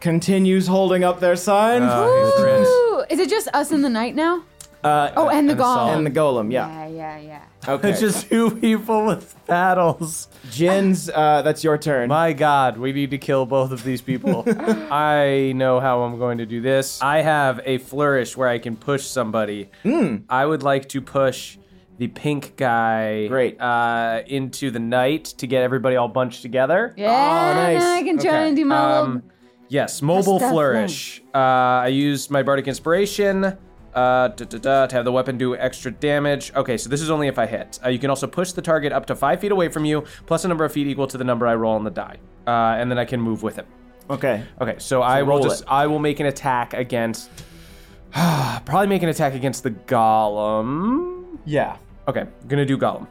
Speaker 1: continues holding up their sign.
Speaker 4: Ooh, is it just us in the night now?
Speaker 1: Uh,
Speaker 4: Oh, and the and the golem. solid.
Speaker 1: And the golem, yeah.
Speaker 4: yeah, yeah.
Speaker 1: Okay.
Speaker 5: It's just two people with paddles.
Speaker 1: Jin's, uh, that's your turn.
Speaker 5: My God, we need to kill both of these people. I know how I'm going to do this. I have a flourish where I can push somebody.
Speaker 1: Hmm.
Speaker 5: I would like to push the pink guy
Speaker 1: Great.
Speaker 5: uh, into the night to get everybody all bunched together.
Speaker 4: Yeah,
Speaker 1: Oh, nice.
Speaker 4: I can try and do my old.
Speaker 5: Yes, mobile
Speaker 4: That's
Speaker 5: flourish. Uh, I used my bardic inspiration uh, da, da, da, to have the weapon do extra damage. Okay, so this is only if I hit. Uh, you can also push the target up to five feet away from you, plus a number of feet equal to the number I roll on the die, uh, and then I can move with it.
Speaker 1: Okay.
Speaker 5: Okay, so, I will
Speaker 1: roll
Speaker 5: just
Speaker 1: it.
Speaker 5: I will make an attack against. probably make an attack against the golem.
Speaker 1: Yeah.
Speaker 5: Okay, I'm gonna do golem.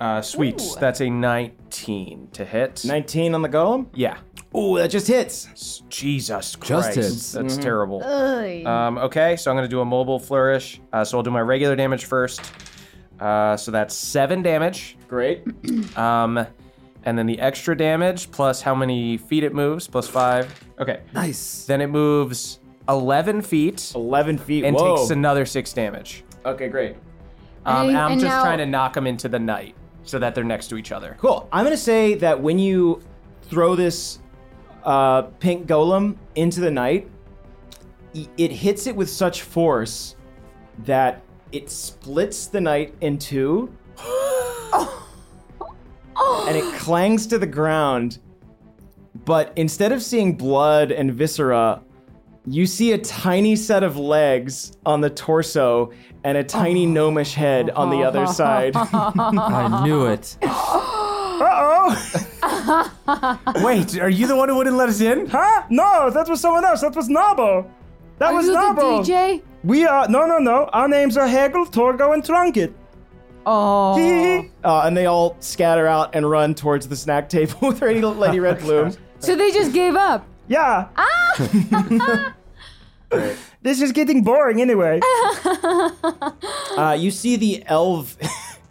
Speaker 5: Uh, sweet, that's a 19 to hit.
Speaker 1: 19 on the golem?
Speaker 5: Yeah.
Speaker 1: Ooh, that just hits.
Speaker 5: Jesus
Speaker 3: Just
Speaker 5: Christ.
Speaker 3: hits.
Speaker 5: That's terrible. Um, okay, so I'm going to do a mobile flourish. Uh, so I'll do my regular damage first. Uh, so that's seven damage.
Speaker 1: Great.
Speaker 5: Um, and then the extra damage plus how many feet it moves, plus five. Okay.
Speaker 3: Nice.
Speaker 5: Then it moves 11 feet
Speaker 1: 11 feet.
Speaker 5: and
Speaker 1: Whoa.
Speaker 5: takes another six damage.
Speaker 1: okay, great.
Speaker 5: Um,
Speaker 4: And-
Speaker 5: and I'm
Speaker 4: and
Speaker 5: just
Speaker 4: now-
Speaker 5: trying to knock them into the night so that they're next to each other.
Speaker 1: Cool. I'm going to say that when you throw this uh, pink golem into the night, y- it hits it with such force that it splits the night in two. and it clangs to the ground. But instead of seeing blood and viscera, you see a tiny set of legs on the torso and a tiny gnomish head on the other side.
Speaker 3: I knew it.
Speaker 5: Wait, are you the one who wouldn't let us in?
Speaker 10: Huh? No, that was someone else. That was Nabo. That
Speaker 4: Are
Speaker 10: was
Speaker 4: you the
Speaker 10: Nabo.
Speaker 4: DJ?
Speaker 10: We are no, no, no. Our names are Hegel, Torgo, and Trunkit.
Speaker 4: Oh.
Speaker 1: Uh, and they all scatter out and run towards the snack table with Lady, Lady Red Plume.
Speaker 4: so they just gave up.
Speaker 10: Yeah. Ah!
Speaker 4: Ah.
Speaker 10: this is getting boring anyway.
Speaker 1: Uh, you see the elf.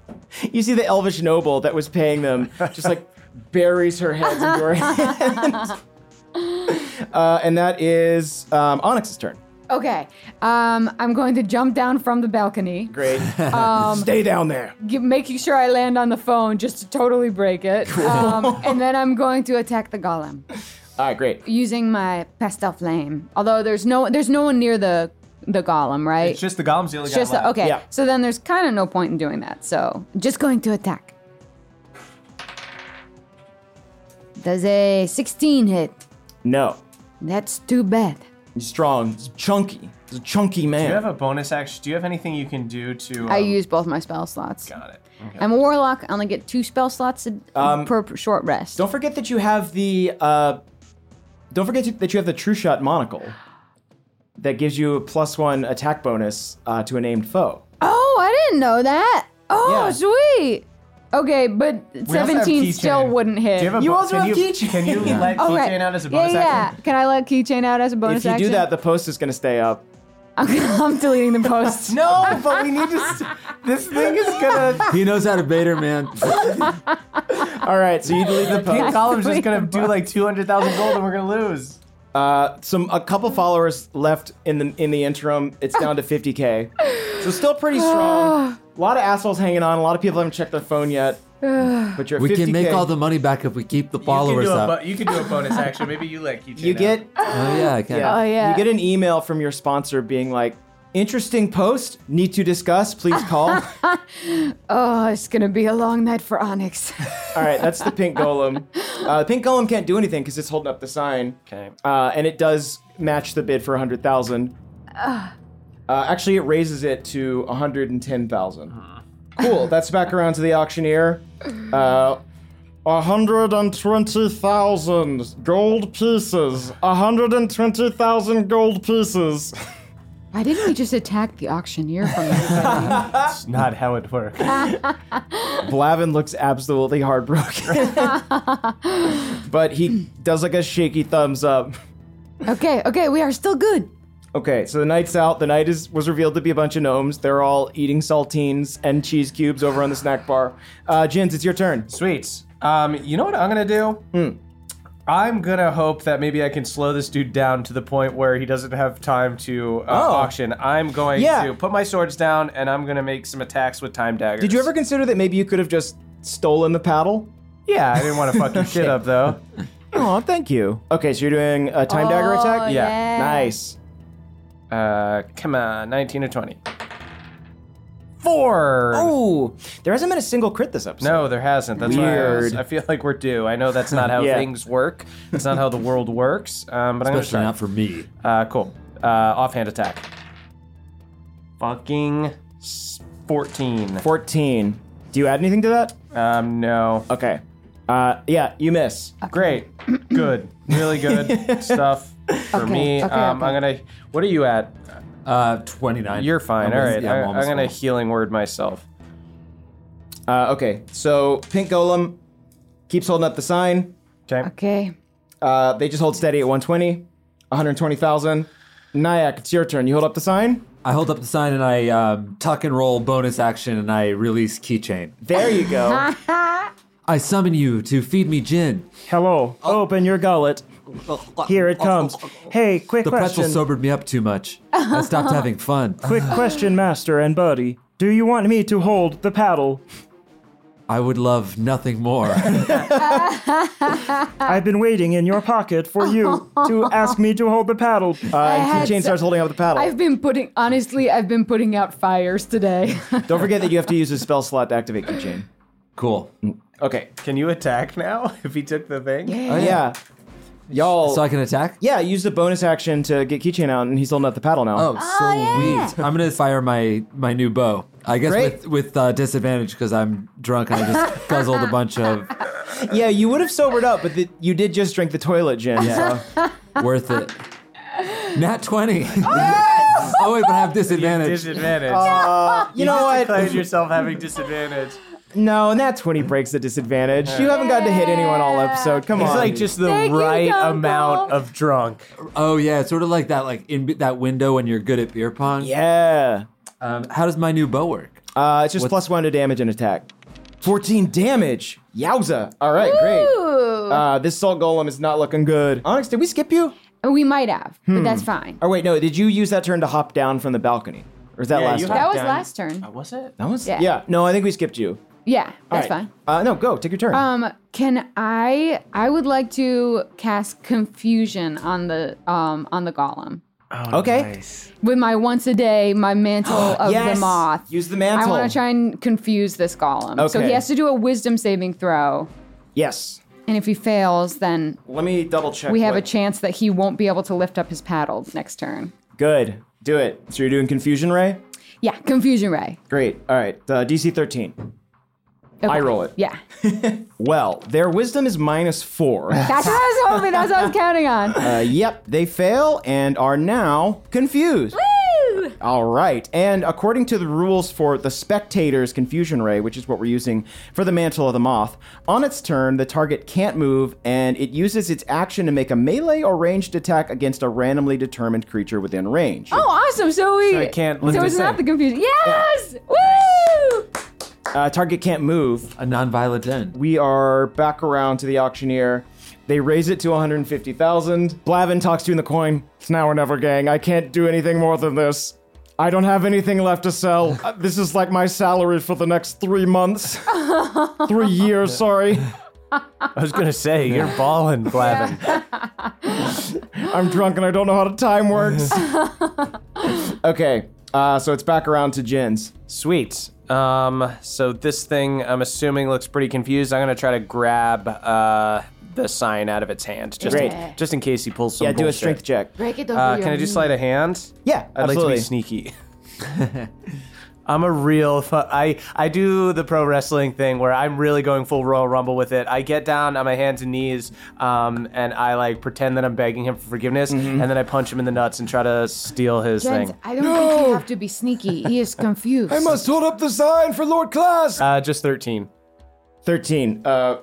Speaker 1: you see the elvish noble that was paying them just like buries her head in your hand. Uh, and that is um, Onyx's turn.
Speaker 4: Okay. Um, I'm going to jump down from the balcony,
Speaker 1: Great. Stay down there.
Speaker 4: g- making sure I land on the phone just to totally break it. Um, and then I'm going to attack the golem
Speaker 1: All right, great.
Speaker 4: using my pastel flame. Although there's no there's no one near the the golem, right?
Speaker 5: It's just the golem's the only
Speaker 4: It's
Speaker 5: guy
Speaker 4: just the,
Speaker 5: left.
Speaker 4: okay.
Speaker 1: Yeah.
Speaker 4: So then there's kind of no point in doing that. So just going to attack. Does a 16 hit?
Speaker 1: No.
Speaker 4: That's too bad.
Speaker 1: He's strong. He's chunky. He's a chunky
Speaker 5: Do you
Speaker 1: man.
Speaker 5: have a bonus action? Do you have anything you can do to?
Speaker 4: I
Speaker 5: um,
Speaker 4: use both my spell slots.
Speaker 5: Got it. Um,
Speaker 4: I'm a warlock. I only get two spell slots a, per per short rest.
Speaker 1: Don't forget that you have the. Uh, don't forget to- that you have the True Shot monocle that gives you a plus one attack bonus uh, to a named foe.
Speaker 4: Oh, I didn't know that. Oh,
Speaker 1: Yeah.
Speaker 4: sweet. Okay, but
Speaker 5: We also have
Speaker 4: 17 still
Speaker 5: keychain.
Speaker 4: wouldn't hit.
Speaker 5: Do you, have a
Speaker 1: You
Speaker 5: bo-
Speaker 1: also
Speaker 5: can
Speaker 1: have
Speaker 5: you,
Speaker 1: keychain.
Speaker 5: Can you let
Speaker 4: Oh,
Speaker 5: keychain
Speaker 4: right.
Speaker 5: out as a bonus
Speaker 4: yeah,
Speaker 5: action?
Speaker 4: Yeah, can I let keychain out as a bonus
Speaker 1: If you
Speaker 4: action?
Speaker 1: do that, the post is going to stay up.
Speaker 4: I'm, I'm deleting the post.
Speaker 1: No, but we need to. s- This thing is gonna.
Speaker 3: He knows how to bait her, man.
Speaker 1: All right, so you delete the
Speaker 5: Pink
Speaker 1: post.
Speaker 5: Column's just gonna do like two hundred thousand gold, and we're gonna lose.
Speaker 1: Uh, some a couple followers left in the in the interim. It's down to 50k, so still pretty strong. A lot of assholes hanging on. A lot of people haven't checked their phone yet. But you're at
Speaker 3: We can make
Speaker 1: 50K.
Speaker 3: all the money back if we keep the followers
Speaker 5: you can do
Speaker 3: up.
Speaker 5: A, bonus action. Maybe you let keychain.
Speaker 1: You get
Speaker 3: oh yeah, I can.
Speaker 1: yeah,
Speaker 4: Oh, yeah.
Speaker 1: you get an email from your sponsor being like, "Interesting post. Need to discuss. Please call." all
Speaker 4: Oh, it's gonna be a long night for Onyx.
Speaker 1: right, that's the pink golem. Uh, the pink golem can't do anything because it's holding up the sign.
Speaker 5: Okay.
Speaker 1: uh, and it does match the bid for 100,000. Uh, actually, it raises it to 110,000. Cool. That's back around to the auctioneer. Uh,
Speaker 6: 120,000 gold pieces. 120,000 gold pieces.
Speaker 4: Why didn't we just attack the auctioneer from the
Speaker 5: That's not how it works.
Speaker 1: Blavin looks absolutely heartbroken, but he does like a shaky thumbs up.
Speaker 4: Okay, okay, we are still good.
Speaker 1: Okay, so the night's out. The night is was revealed to be a bunch of gnomes. They're all eating saltines and cheese cubes over on the snack bar. Uh, Jins, it's your turn.
Speaker 5: Sweets. Um, you know what I'm gonna do?
Speaker 1: Hmm.
Speaker 5: I'm gonna hope that maybe I can slow this dude down to the point where he doesn't have time to uh, auction. I'm going
Speaker 1: Oh. Yeah.
Speaker 5: to put my swords down and I'm gonna make some attacks with time daggers.
Speaker 1: Did you ever consider that maybe you could have just stolen the paddle?
Speaker 5: Yeah, I didn't want to fuck your shit up though.
Speaker 1: Oh, thank you. Okay, so you're doing a time dagger attack.
Speaker 5: Oh, yeah.
Speaker 1: Nice.
Speaker 5: Uh, come on, 19 or 20. Four.
Speaker 1: Oh, there hasn't been a single crit this episode.
Speaker 5: No, there hasn't. That's why I, was-
Speaker 1: Weird.
Speaker 5: I feel like we're due. I know that's not how
Speaker 1: Yeah.
Speaker 5: things work. That's not how the world works. Um, but
Speaker 3: Especially
Speaker 5: I'm
Speaker 3: not for me.
Speaker 5: gonna try. Uh, cool. Uh, offhand attack. Fucking s- fourteen.
Speaker 1: 14. Do you add anything to that?
Speaker 5: Um, no.
Speaker 1: Okay. Uh, yeah, you miss.
Speaker 5: Great. Good. Really good stuff for
Speaker 4: Okay,
Speaker 5: me.
Speaker 4: okay,
Speaker 5: um,
Speaker 4: okay.
Speaker 5: I'm gonna. What are you at?
Speaker 3: Uh, 29.
Speaker 5: You're fine.
Speaker 3: Almost-
Speaker 5: All right.
Speaker 3: yeah, I'm
Speaker 5: I, I'm
Speaker 3: almost
Speaker 5: gonna
Speaker 3: full.
Speaker 5: healing word myself.
Speaker 1: Uh, okay, so Pink Golem keeps holding up the sign.
Speaker 5: Okay.
Speaker 4: Okay.
Speaker 1: Uh, they just hold steady at 120, 120,000. Nyack, it's your turn. You hold up the sign.
Speaker 3: I hold up the sign and I um, tuck and roll bonus action and I release keychain.
Speaker 1: There you go.
Speaker 3: I summon you to feed me gin.
Speaker 10: Hello. Open your gullet. Here it comes. Hey, quick
Speaker 3: The pretzel
Speaker 10: question.
Speaker 3: sobered me up too much. I stopped having fun.
Speaker 10: quick question, Master and Buddy. Do you want me to hold the paddle?
Speaker 3: I would love nothing more.
Speaker 10: I've been waiting in your pocket for you to ask me to hold the paddle.
Speaker 1: Uh, and
Speaker 4: had
Speaker 1: Keychain
Speaker 4: s-
Speaker 1: starts holding up the paddle.
Speaker 4: I've been putting honestly, I've been putting out fires today.
Speaker 1: Don't forget that you have to use a spell slot to activate Keychain.
Speaker 3: Cool.
Speaker 1: Okay.
Speaker 5: Can you attack now? If he took the thing. Yeah.
Speaker 1: Oh, yeah. Y'all.
Speaker 3: So I can attack?
Speaker 1: yeah, use the bonus action to get Keychain out, and he's holding up the paddle now.
Speaker 3: Oh, sweet. I'm going to fire my, my new bow. I guess
Speaker 1: Great.
Speaker 3: with, with uh, disadvantage because I'm drunk and I just guzzled a bunch of
Speaker 1: Yeah, you would have sobered up, but the, you did just drink the toilet gin.
Speaker 3: Yeah.
Speaker 1: so-
Speaker 3: worth it. Nat 20. oh, wait, but I have disadvantage.
Speaker 5: Disadvantage.
Speaker 1: You know what?
Speaker 5: Declared yourself having disadvantage.
Speaker 1: No, and that's when he breaks the disadvantage. You haven't gotten to hit anyone all episode. Come
Speaker 5: He's
Speaker 1: on.
Speaker 5: like just the
Speaker 4: Thank you,
Speaker 5: right
Speaker 4: Gumball.
Speaker 5: amount of drunk.
Speaker 3: Oh yeah, it's sort of like that, like in that window when you're good at beer pong.
Speaker 1: yeah.
Speaker 3: Um, how does my new bow work?
Speaker 1: Uh, it's just plus one to damage and attack. 14 damage. Yowza. All right, great.
Speaker 4: Ooh.
Speaker 1: Uh, this salt golem is not looking good. Onyx, did we skip you?
Speaker 4: we might have,
Speaker 5: Hmm.
Speaker 4: but that's fine.
Speaker 1: Or wait, no. Did you use that turn to hop down from the balcony? Or is that
Speaker 5: Yeah,
Speaker 1: last
Speaker 5: you
Speaker 1: time?
Speaker 4: That was
Speaker 5: done. Uh,
Speaker 4: last turn.
Speaker 5: Was it?
Speaker 1: that was yeah.
Speaker 4: Yeah.
Speaker 1: No, I think we skipped you.
Speaker 4: Yeah, that's
Speaker 1: All right.
Speaker 4: fine.
Speaker 1: Uh, no, go take your turn.
Speaker 4: Um, can I? I would like to cast confusion on the um on the golem
Speaker 5: Oh,
Speaker 1: okay.
Speaker 4: with my once a day my mantle of
Speaker 1: Yes.
Speaker 4: the moth.
Speaker 1: Use the mantle.
Speaker 4: I want to try and confuse this golem. So
Speaker 1: Okay.
Speaker 4: he has to do a wisdom saving throw,
Speaker 1: Yes.
Speaker 4: and if he fails, then
Speaker 1: Let me double check.
Speaker 4: we have
Speaker 1: what-
Speaker 4: a chance that he won't be able to lift up his paddle next turn.
Speaker 1: Good. Do it. So you're doing confusion ray.
Speaker 4: Yeah, confusion ray.
Speaker 1: Great. All right. Uh, DC 13.
Speaker 4: Okay.
Speaker 1: I roll it.
Speaker 4: Yeah,
Speaker 1: Well, their wisdom is minus four.
Speaker 4: that's what I was hoping. That's what I was counting on.
Speaker 1: Uh, yep, they fail and are now confused.
Speaker 4: Woo!
Speaker 1: All right. And according to the rules for the spectator's confusion ray, which is what we're using for the mantle of the moth, on its turn, the target can't move and it uses its action to make a melee or ranged attack against a randomly determined creature within range.
Speaker 4: Oh, awesome! So we.
Speaker 5: So I can't lift
Speaker 4: So
Speaker 5: his
Speaker 4: it's not
Speaker 5: thing.
Speaker 4: the confusion. Yes! Woo!
Speaker 1: Uh, target can't move.
Speaker 3: A non-violent end.
Speaker 1: We are back around to the auctioneer. They raise it to 150,000. Blavin talks to you in the coin. It's now or never, gang. I can't do anything more than this. I don't have anything left to sell. Uh, This is like my salary for the next three months. three years, sorry.
Speaker 5: I was gonna say you're balling, Blavin.
Speaker 1: I'm drunk and I don't know how the time works. okay, uh, so it's back around to Jin's.
Speaker 5: Sweet. Um, so this thing, I'm assuming, looks pretty confused. I'm gonna try to grab uh, the sign out of its hand, just in,
Speaker 1: Great.
Speaker 5: just in case he pulls some.
Speaker 1: Yeah, do a
Speaker 5: bullshit.
Speaker 1: strength check.
Speaker 8: Break it over
Speaker 5: Uh,
Speaker 8: your
Speaker 5: can I do
Speaker 8: knee.
Speaker 5: slide a hand?
Speaker 1: Yeah,
Speaker 5: I'd
Speaker 1: absolutely.
Speaker 5: like to be sneaky. I'm a real. Fu- I I do the pro wrestling thing where I'm really going full Royal Rumble with it. I get down on my hands and knees, um, and I like pretend that I'm begging him for forgiveness,
Speaker 1: Mm-hmm.
Speaker 5: and then I punch him in the nuts and try to steal his
Speaker 8: Friends,
Speaker 5: thing.
Speaker 8: I don't think you have to be sneaky. He is confused.
Speaker 1: must hold up the sign for Lord Class.
Speaker 5: Uh, just thirteen.
Speaker 1: 13. Uh,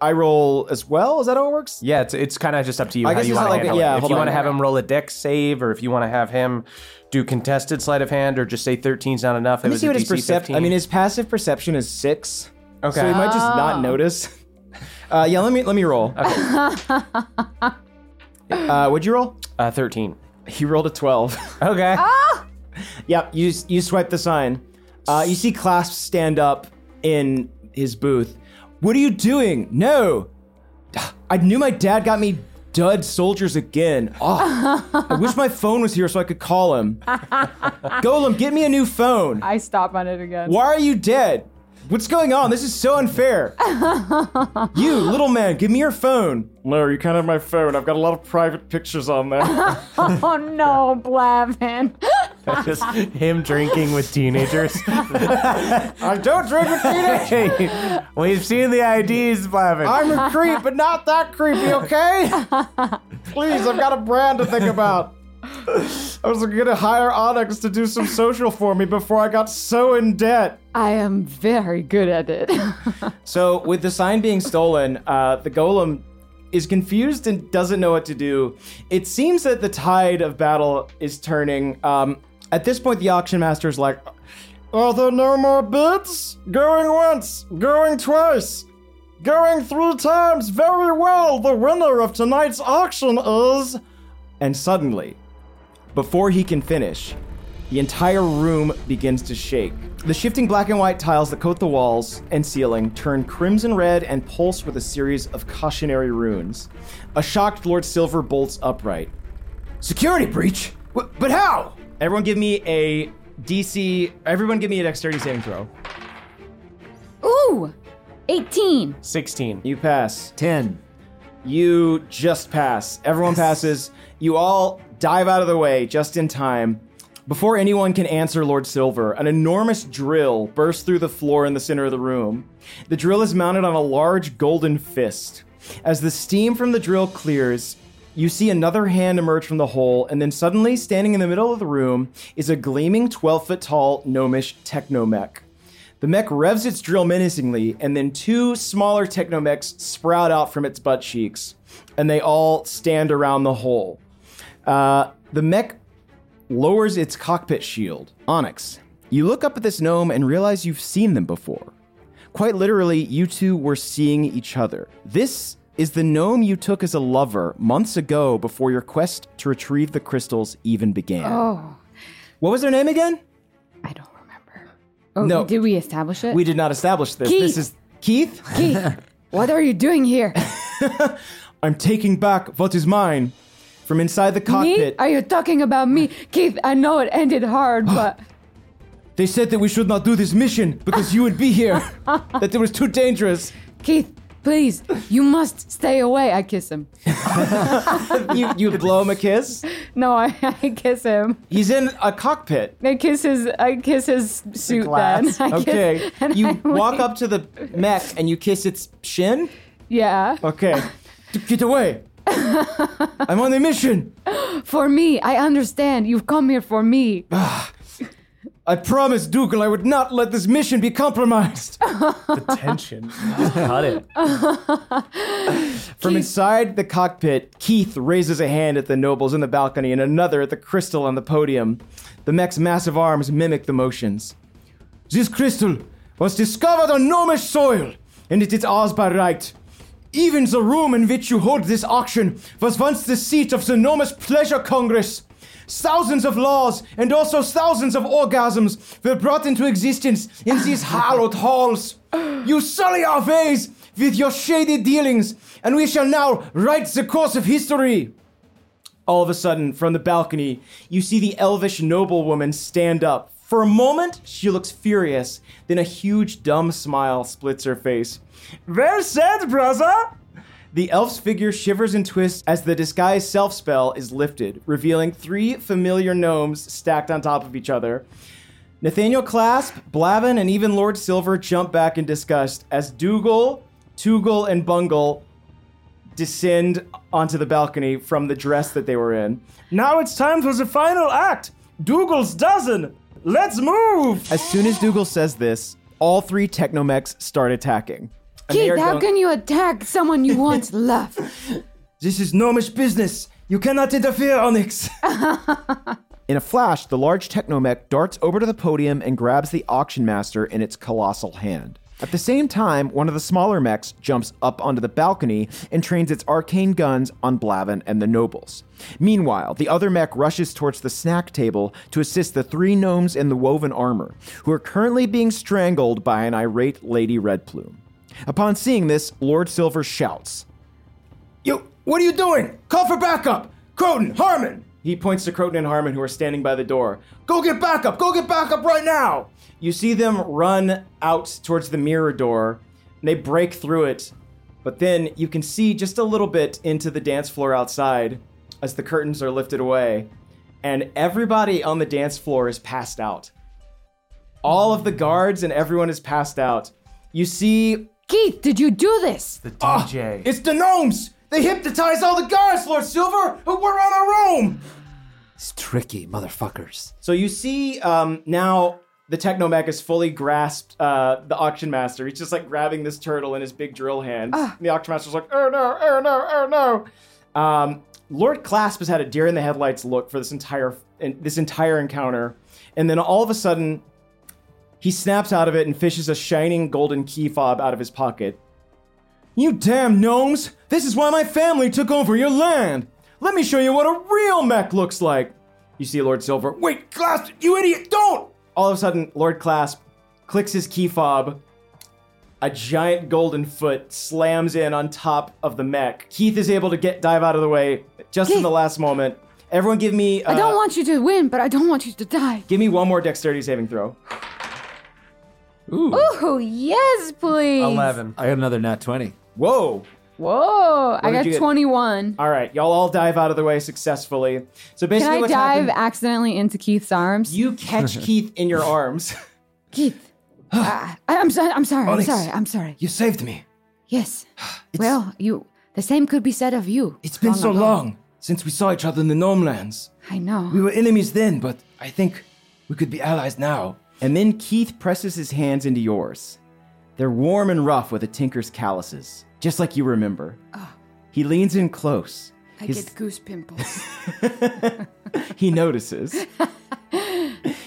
Speaker 1: I roll as well. Is that how it works?
Speaker 5: Yeah, it's, it's kind of just up to you
Speaker 1: I
Speaker 5: how
Speaker 1: guess
Speaker 5: you
Speaker 1: it's
Speaker 5: want to
Speaker 1: not like a-
Speaker 5: handle
Speaker 1: yeah,
Speaker 5: it. If
Speaker 1: hold
Speaker 5: you
Speaker 1: on.
Speaker 5: want to have him roll a deck save, or if you want to have him do contested sleight of hand, or just say 13's not enough.
Speaker 1: Let
Speaker 5: it
Speaker 1: me
Speaker 5: was
Speaker 1: see
Speaker 5: a
Speaker 1: what his
Speaker 5: DC
Speaker 1: perception.
Speaker 5: 15.
Speaker 1: I mean, his passive perception is six.
Speaker 5: Okay.
Speaker 1: So he might just
Speaker 5: Ah.
Speaker 1: not notice. Uh, yeah, let me let me roll. uh, what'd you roll?
Speaker 5: Uh, Thirteen.
Speaker 1: He rolled a twelve.
Speaker 5: Okay.
Speaker 1: Yep. You s- you swipe the sign. Uh, you see Clasp stand up in his booth. What are you doing? No. I knew my dad got me dud soldiers again. Oh, I wish my phone was here so I could call him. Golem, get me a new phone.
Speaker 8: I stop on it again.
Speaker 1: Why are you dead? What's going on? This is so unfair. you, little man, give me your phone.
Speaker 6: No, you can't have my phone. I've got a lot of private pictures on there.
Speaker 8: oh no, Blavin.
Speaker 5: just him drinking with teenagers.
Speaker 1: I don't drink with teenagers.
Speaker 5: hey, we've seen the IDs, Blavin.
Speaker 1: I'm a creep, but not that creepy, okay? Please, I've got a brand to think about. I was gonna hire Onyx to do some social for me before I got so in debt.
Speaker 8: I am very good at it.
Speaker 1: So, with the sign being stolen, uh, the golem is confused and doesn't know what to do. It seems that the tide of battle is turning. Um, at this point, the auction master is like,
Speaker 10: Are there no more bids? Going once, going twice, going three times. Very well. The winner of tonight's auction is.
Speaker 1: and suddenly, before he can finish, the entire room begins to shake. The shifting black and white tiles that coat the walls and ceiling turn crimson red and pulse with a series of cautionary runes. A shocked Lord Silver bolts upright. Security breach? Wh- But how? Everyone give me a DC. Everyone give me a dexterity saving throw.
Speaker 2: Ooh! 18.
Speaker 5: 16.
Speaker 1: You pass.
Speaker 3: 10.
Speaker 1: You just pass. Everyone passes. You all dive out of the way just in time. Before anyone can answer Lord Silver, an enormous drill bursts through the floor in the center of the room. The drill is mounted on a large golden fist. As the steam from the drill clears, you see another hand emerge from the hole, and then suddenly, standing in the middle of the room, is a gleaming 12 foot tall gnomish technomech. The mech revs its drill menacingly, and then two smaller technomechs sprout out from its butt cheeks, and they all stand around the hole. Uh, the mech lowers its cockpit shield. Onyx, you look up at this gnome and realize you've seen them before. Quite literally, you two were seeing each other. This is the gnome you took as a lover months ago before your quest to retrieve the crystals even began.
Speaker 4: Oh.
Speaker 1: What was their name again?
Speaker 4: Oh,
Speaker 1: No.
Speaker 4: Did we establish it?
Speaker 1: We did not establish this. This
Speaker 4: Keith.
Speaker 1: is Keith?
Speaker 4: Keith, what are you doing here?
Speaker 1: I'm taking back what is mine from inside the
Speaker 4: me?
Speaker 1: cockpit.
Speaker 4: Are you talking about me? Keith, I know it ended hard, but
Speaker 1: They said that we should not do this mission because you would be here, that it was too dangerous.
Speaker 4: Keith, please, you must stay away. I kiss him.
Speaker 1: You, you blow him a kiss.
Speaker 4: No, I, I kiss him.
Speaker 1: He's in a cockpit.
Speaker 4: I kiss his I kiss his suit then.
Speaker 5: glass.
Speaker 4: I kiss-
Speaker 1: Okay.
Speaker 4: and
Speaker 1: You
Speaker 4: I
Speaker 1: walk
Speaker 4: wave.
Speaker 1: up to the mech and you kiss its shin.
Speaker 4: Yeah.
Speaker 1: Okay. Get away. I'm on a mission.
Speaker 4: For me, I understand. You've come here for me.
Speaker 1: I promised Dougal I would not let this mission be compromised.
Speaker 5: The tension. Just cut it.
Speaker 1: From inside the cockpit, Keith raises a hand at the nobles in the balcony and another at the crystal on the podium. The mech's massive arms mimic the motions. This crystal was discovered on gnomish soil, and it is ours by right. Even the room in which you hold this auction was once the seat of the gnomish pleasure congress. Thousands of laws and also thousands of orgasms were brought into existence in these hallowed halls. You sully our ways with your shady dealings, and we shall now right the course of history. All of a sudden, from the balcony, you see the elvish noblewoman stand up. For a moment, she looks furious, then a huge, dumb smile splits her face.
Speaker 10: Well said, brother.
Speaker 1: The elf's figure shivers and twists as the disguise self spell is lifted, revealing three familiar gnomes stacked on top of each other. Nathaniel Clasp, Blavin, and even Lord Silver jump back in disgust as Dougal, Toogle, and Bungle descend onto the balcony from the dress that they were in.
Speaker 10: Now it's time for the final act. Dougal's dozen. Let's move.
Speaker 1: As soon as Dougal says this, all three Technomechs start attacking. And they
Speaker 4: Keith,
Speaker 1: are
Speaker 4: how
Speaker 1: going-
Speaker 4: can you attack someone you once love?
Speaker 10: This is gnomish business. You cannot interfere, Onyx.
Speaker 1: In a flash, the large technomech darts over to the podium and grabs the auction master in its colossal hand. At the same time, one of the smaller mechs jumps up onto the balcony and trains its arcane guns on Blavin and the nobles. Meanwhile, the other mech rushes towards the snack table to assist the three gnomes in the woven armor, who are currently being strangled by an irate Lady Redplume. Upon seeing this, Lord Silver shouts, Yo, what are you doing? Call for backup! Croton, Harmon! He points to Croton and Harmon, who are standing by the door. Go get backup! Go get backup right now! You see them run out towards the mirror door, and they break through it. But then you can see just a little bit into the dance floor outside as the curtains are lifted away, and everybody on the dance floor is passed out. All of the guards and everyone is passed out. You see
Speaker 4: Keith, did you do this?
Speaker 5: The DJ.
Speaker 10: It's the gnomes. They hypnotize all the guards, Lord Silver. We're on our own.
Speaker 3: It's tricky, motherfuckers.
Speaker 1: So you see um, now the Technomech has fully grasped uh, the Auction Master. He's just like grabbing this turtle in his big drill hand. And the Auction Master's like, oh no, oh no, oh no. Um, Lord Clasp has had a deer in the headlights look for this entire in, this entire encounter, and then all of a sudden, he snaps out of it and fishes a shining golden key fob out of his pocket. You damn gnomes! This is why my family took over your land! Let me show you what a real mech looks like! You see Lord Silver. Wait, Clasp, you idiot, don't! All of a sudden, Lord Clasp clicks his key fob. A giant golden foot slams in on top of the mech. Keith is able to get dive out of the way just in
Speaker 4: Keith.
Speaker 1: the last moment. Everyone, give me uh,
Speaker 4: I don't want you to win, but I don't want you to die.
Speaker 1: give me one more dexterity saving throw.
Speaker 4: Ooh, yes, please.
Speaker 5: 11.
Speaker 3: I got another nat 20.
Speaker 1: Whoa!
Speaker 4: Whoa, I
Speaker 1: did
Speaker 4: got
Speaker 1: you get?
Speaker 4: 21.
Speaker 1: All right, y'all all dive out of the way successfully. So
Speaker 4: Can
Speaker 1: basically,
Speaker 4: I
Speaker 1: what's
Speaker 4: dive
Speaker 1: happened,
Speaker 4: accidentally into Keith's arms?
Speaker 1: you catch Keith in your arms.
Speaker 4: Keith. Ah, I, I'm sorry. I'm sorry.
Speaker 10: Onyx.
Speaker 4: I'm sorry. I'm sorry.
Speaker 10: You saved me.
Speaker 4: Yes. well, you. The same could be said of you.
Speaker 10: It's been so
Speaker 4: ago.
Speaker 10: long since we saw each other in the gnome lands.
Speaker 4: I know.
Speaker 10: We were enemies then, but I think we could be allies now.
Speaker 1: And then Keith presses his hands into yours. They're warm and rough with a tinker's calluses, just like you remember. He leans in close.
Speaker 8: Ah. I
Speaker 1: His-
Speaker 8: get goose pimples.
Speaker 1: He notices.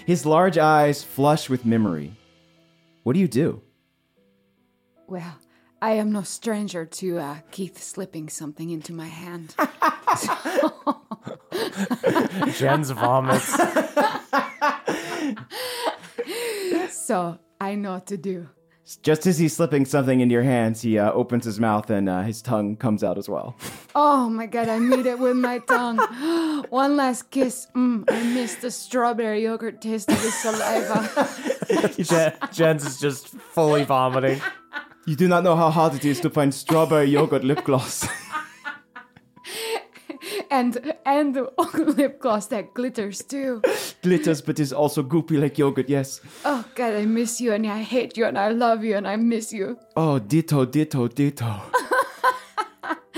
Speaker 1: his large eyes flush with memory. What do you do?
Speaker 8: well, I am no stranger to uh, Keith slipping something into my hand.
Speaker 5: Jen's vomits.
Speaker 8: so I know what to do.
Speaker 1: Just as he's slipping something into your hands, he uh, opens his mouth and uh, his tongue comes out as well.
Speaker 8: Oh my god, I made it with my tongue. One last kiss. Mm, I miss the strawberry yogurt taste of his saliva.
Speaker 5: Jen, Jen's is just fully vomiting.
Speaker 1: You do not know how hard it is to find strawberry yogurt lip gloss.
Speaker 8: and and lip gloss that glitters too.
Speaker 1: Glitters, but is also goopy like yogurt, yes.
Speaker 8: Oh god, I miss you and I hate you and I love you and I miss you.
Speaker 1: Oh, ditto, ditto, ditto.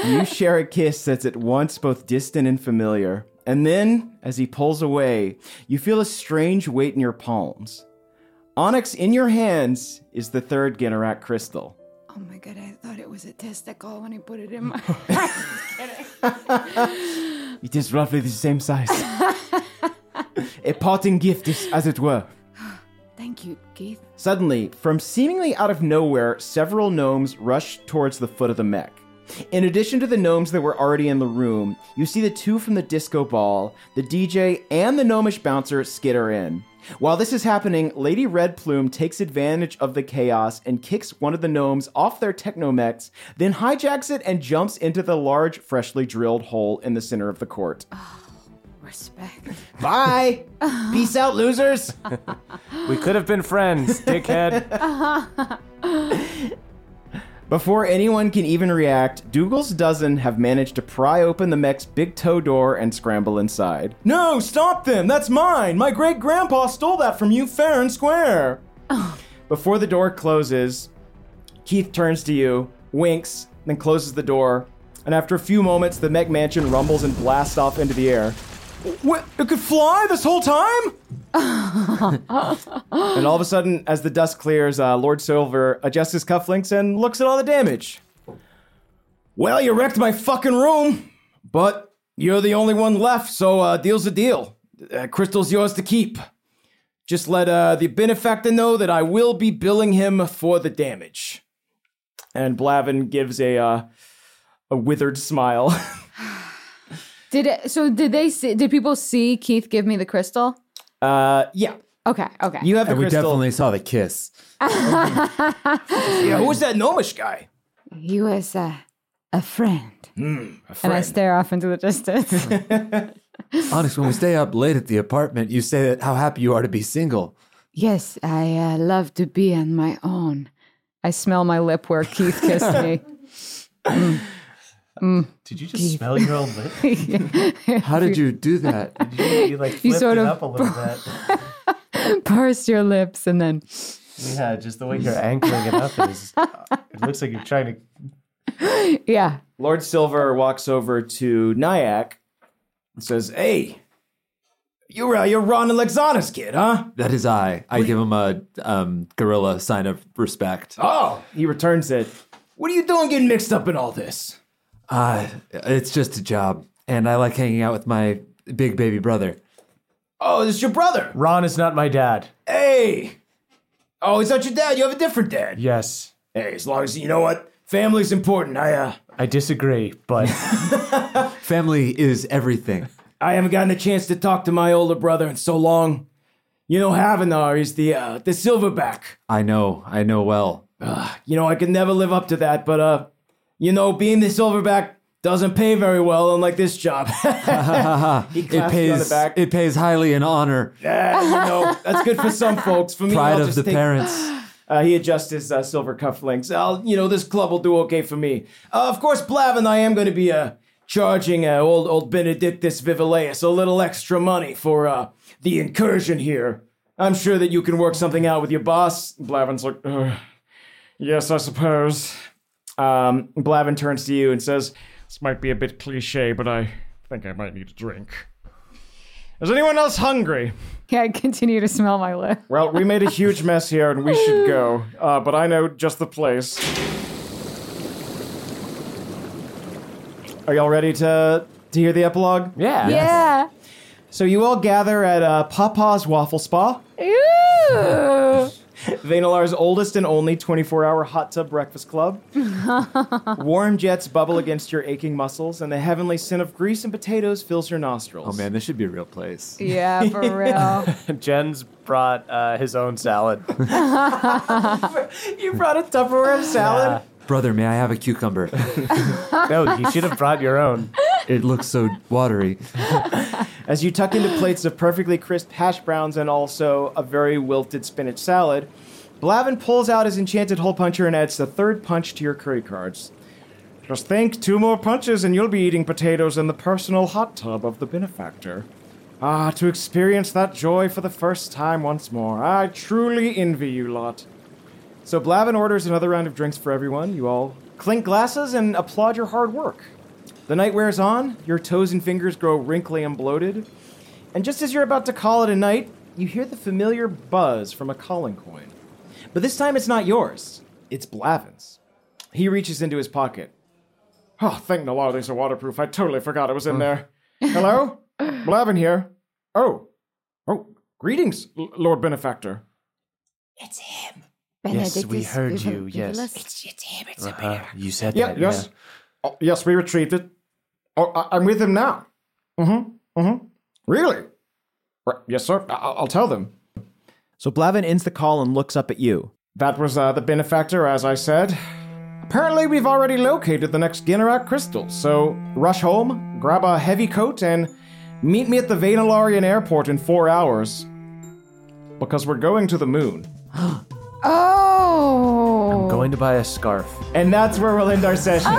Speaker 1: you share a kiss that's at once both distant and familiar. And then, as he pulls away, you feel a strange weight in your palms. Onyx in your hands is the third Ginnarak crystal.
Speaker 8: Oh my god, I thought it was a testicle when I put it in my
Speaker 1: It is roughly the same size. a parting gift, is, as it were.
Speaker 8: Thank you, Keith.
Speaker 1: Suddenly, from seemingly out of nowhere, several gnomes rush towards the foot of the mech. In addition to the gnomes that were already in the room, you see the two from the disco ball, the DJ, and the gnomish bouncer skitter in. While this is happening, Lady Red Plume takes advantage of the chaos and kicks one of the gnomes off their technomechs, then hijacks it and jumps into the large, freshly drilled hole in the center of the court.
Speaker 8: Respect.
Speaker 1: Bye! Peace out, losers!
Speaker 5: We could have been friends, dickhead.
Speaker 1: Before anyone can even react, Dougal's dozen have managed to pry open the mech's big toe door and scramble inside. No, stop them! That's mine! My great grandpa stole that from you fair and square! Before the door closes, Keith turns to you, winks, then closes the door, and after a few moments, the mech mansion rumbles and blasts off into the air.
Speaker 6: What? It could fly this whole time? and all of a sudden, as the dust clears, uh, Lord Silver adjusts his cufflinks and looks at all the damage. Well, you wrecked my fucking room, but you're the only one left, so uh, deal's a deal. Uh, crystal's yours to keep. Just let uh, the benefactor know that I will be billing him for the damage. And Blavin gives a uh, a withered smile.
Speaker 4: Did it, so? Did they see? Did people see Keith give me the crystal?
Speaker 6: uh, yeah,
Speaker 4: Okay. Okay.
Speaker 6: you have the
Speaker 3: and we
Speaker 6: crystal.
Speaker 3: definitely saw the kiss.
Speaker 6: Yeah, who's that gnomish guy?
Speaker 4: He was uh, a friend.
Speaker 6: Hmm, A
Speaker 4: And I
Speaker 6: friend.
Speaker 4: stare off into the distance.
Speaker 3: Onyx, when we stay up late at the apartment, you say that how happy you are to be single.
Speaker 4: yes, I uh, love to be on my own. I smell my lip where Keith kissed me.
Speaker 5: Did you just smell your own lip?
Speaker 3: How did you do that?
Speaker 5: Did you, you like
Speaker 4: You
Speaker 5: flipped
Speaker 4: sort
Speaker 5: it
Speaker 4: of-
Speaker 5: up a little bit.
Speaker 4: Parse your lips and then
Speaker 5: Yeah, just the way you're angling it up is. It looks like you're trying to.
Speaker 4: yeah.
Speaker 6: Lord Silver walks over to Nyack and says, "Hey, you're uh, you're Ron Alexana's kid, huh?"
Speaker 3: That is I. I give him a um, gorilla sign of respect.
Speaker 6: Oh, he returns it. What are you doing getting mixed up in all this?
Speaker 3: Uh, it's just a job, and I like hanging out with my big baby brother.
Speaker 6: Oh, it's your brother.
Speaker 5: Ron is not my dad.
Speaker 6: Hey. Oh, he's not your dad. You have a different dad.
Speaker 5: Yes,
Speaker 6: Hey, as long as you know what family's important. I uh,
Speaker 5: I disagree, but
Speaker 3: Family is everything.
Speaker 6: I haven't gotten a chance to talk to my older brother in so long. You know, Havanar is the uh, the silverback.
Speaker 3: I know. I know well.
Speaker 6: You know, I could never live up to that, but uh, you know, being the silverback doesn't pay very well, unlike this job. he claps you
Speaker 3: It
Speaker 6: on
Speaker 3: pays.
Speaker 6: the back.
Speaker 3: It pays highly in honor.
Speaker 6: Yeah, you know, that's good for some folks. For me,
Speaker 3: Pride
Speaker 6: I'll
Speaker 3: of
Speaker 6: just
Speaker 3: the
Speaker 6: take-
Speaker 3: parents.
Speaker 6: Uh, he adjusts his uh, silver cufflinks. I'll, you know, this club will do okay for me. Uh, of course, Blavin, I am going to be uh, charging uh, old old Benedictus Vivileus a little extra money for uh, the incursion here. I'm sure that you can work something out with your boss. Blavin's like, "Ugh, yes, I suppose. Um, Blavin turns to you and says,
Speaker 1: This might be a bit cliche, but I think I might need a drink. Is anyone else hungry?
Speaker 4: Yeah, I continue to smell my lip.
Speaker 1: Well, we made a huge mess here and we should go. Uh, but I know just the place.
Speaker 6: "Are y'all ready to to hear the epilogue?"
Speaker 5: yeah,
Speaker 4: Yeah.
Speaker 6: So you all gather at uh, Papa's Waffle Spa.
Speaker 4: Ooh.
Speaker 6: Vainalar's oldest and only 24 hour hot tub breakfast club. Warm jets bubble against your aching muscles, and the heavenly scent of grease and potatoes fills your nostrils.
Speaker 3: Oh man, this should be a real place.
Speaker 4: Yeah, for real.
Speaker 5: Jen's brought uh, his own salad.
Speaker 6: You brought a Tupperware of salad?
Speaker 3: Brother, may I have a cucumber?
Speaker 5: no, you should have brought your own.
Speaker 3: it looks so watery.
Speaker 6: As you tuck into plates of perfectly crisp hash browns and also a very wilted spinach salad, Blavin pulls out his enchanted hole puncher and adds the third punch to your curry cards. Just think, two more punches and you'll be eating potatoes in the personal hot tub of the benefactor. Ah, to experience that joy for the first time once more. I truly envy you lot. So Blavin orders another round of drinks for everyone. You all clink glasses and applaud your hard work. The night wears on, your toes and fingers grow wrinkly and bloated. And just as you're about to call it a night, you hear the familiar buzz from a calling coin. But this time it's not yours, it's Blavin's. He reaches into his pocket.
Speaker 1: Oh, thank the Lord these are waterproof. I totally forgot it was in there. Hello? Blavin here.
Speaker 6: Oh,
Speaker 1: Oh,
Speaker 6: greetings.
Speaker 1: L- Lord Benefactor.
Speaker 5: Yes, we heard
Speaker 4: Benedictus
Speaker 5: you, yes.
Speaker 4: Vivilis.
Speaker 5: Uh-huh, you said
Speaker 1: Yeah,
Speaker 5: that.
Speaker 1: yes. Oh, yes, we retreated. Oh, I- I'm with him now. Mm-hmm, mm-hmm. Really? Right, Yes, sir. I- I'll tell them.
Speaker 6: So Blavin ends the call and looks up at you.
Speaker 1: That was uh, the benefactor, as I said. Apparently, we've already located the next Ginnarak crystal, so rush home, grab a heavy coat, and meet me at the Vainalarian airport in four hours. Because we're going to the moon.
Speaker 4: Oh.
Speaker 5: I'm going to buy a scarf.
Speaker 6: And that's where we'll end our session.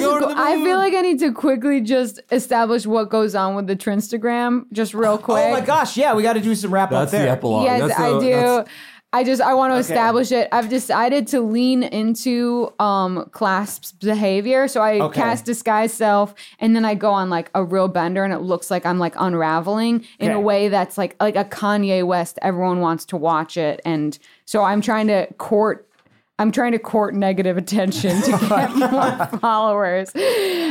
Speaker 4: to quickly just establish what goes on with the Trinstagram, just real quick.
Speaker 6: Oh my gosh, yeah, we got to do some wrap
Speaker 3: That's
Speaker 6: up there.
Speaker 3: the epilogue.
Speaker 4: Yes,
Speaker 3: That's
Speaker 4: I
Speaker 3: the-
Speaker 4: do.
Speaker 3: that's-
Speaker 4: I just I want to
Speaker 6: Okay.
Speaker 4: establish it. I've decided to lean into um clasp's behavior. So I
Speaker 6: Okay.
Speaker 4: cast disguise self and then I go on like a real bender and it looks like I'm like unraveling in a
Speaker 6: Okay.
Speaker 4: way that's like like a Kanye West. Everyone wants to watch it. And so I'm trying to court I'm trying to court negative attention to get more followers.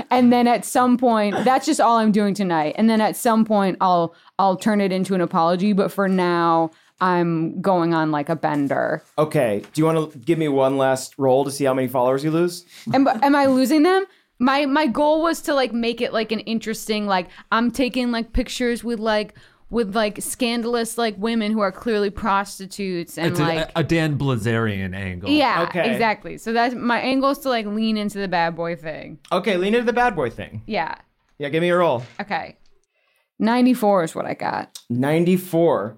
Speaker 4: And then at some point, that's just all I'm doing tonight. And then at some point I'll I'll turn it into an apology, but for now I'm going on like a bender.
Speaker 6: Okay, do you want to give me one last roll to see how many followers you lose?
Speaker 4: Am, am I losing them?
Speaker 17: My my goal was to like make it like an interesting like I'm taking like pictures with like with like scandalous like women who are clearly prostitutes and
Speaker 18: It's a,
Speaker 17: like
Speaker 18: a Dan Blazarian angle.
Speaker 17: yeah
Speaker 6: Okay.
Speaker 17: exactly. So that's my angle is to like lean into the bad boy thing.
Speaker 6: Okay, lean into the bad boy thing.
Speaker 17: Yeah.
Speaker 6: Yeah, give me a roll.
Speaker 17: Okay.
Speaker 4: 94 is what I got.
Speaker 6: 94.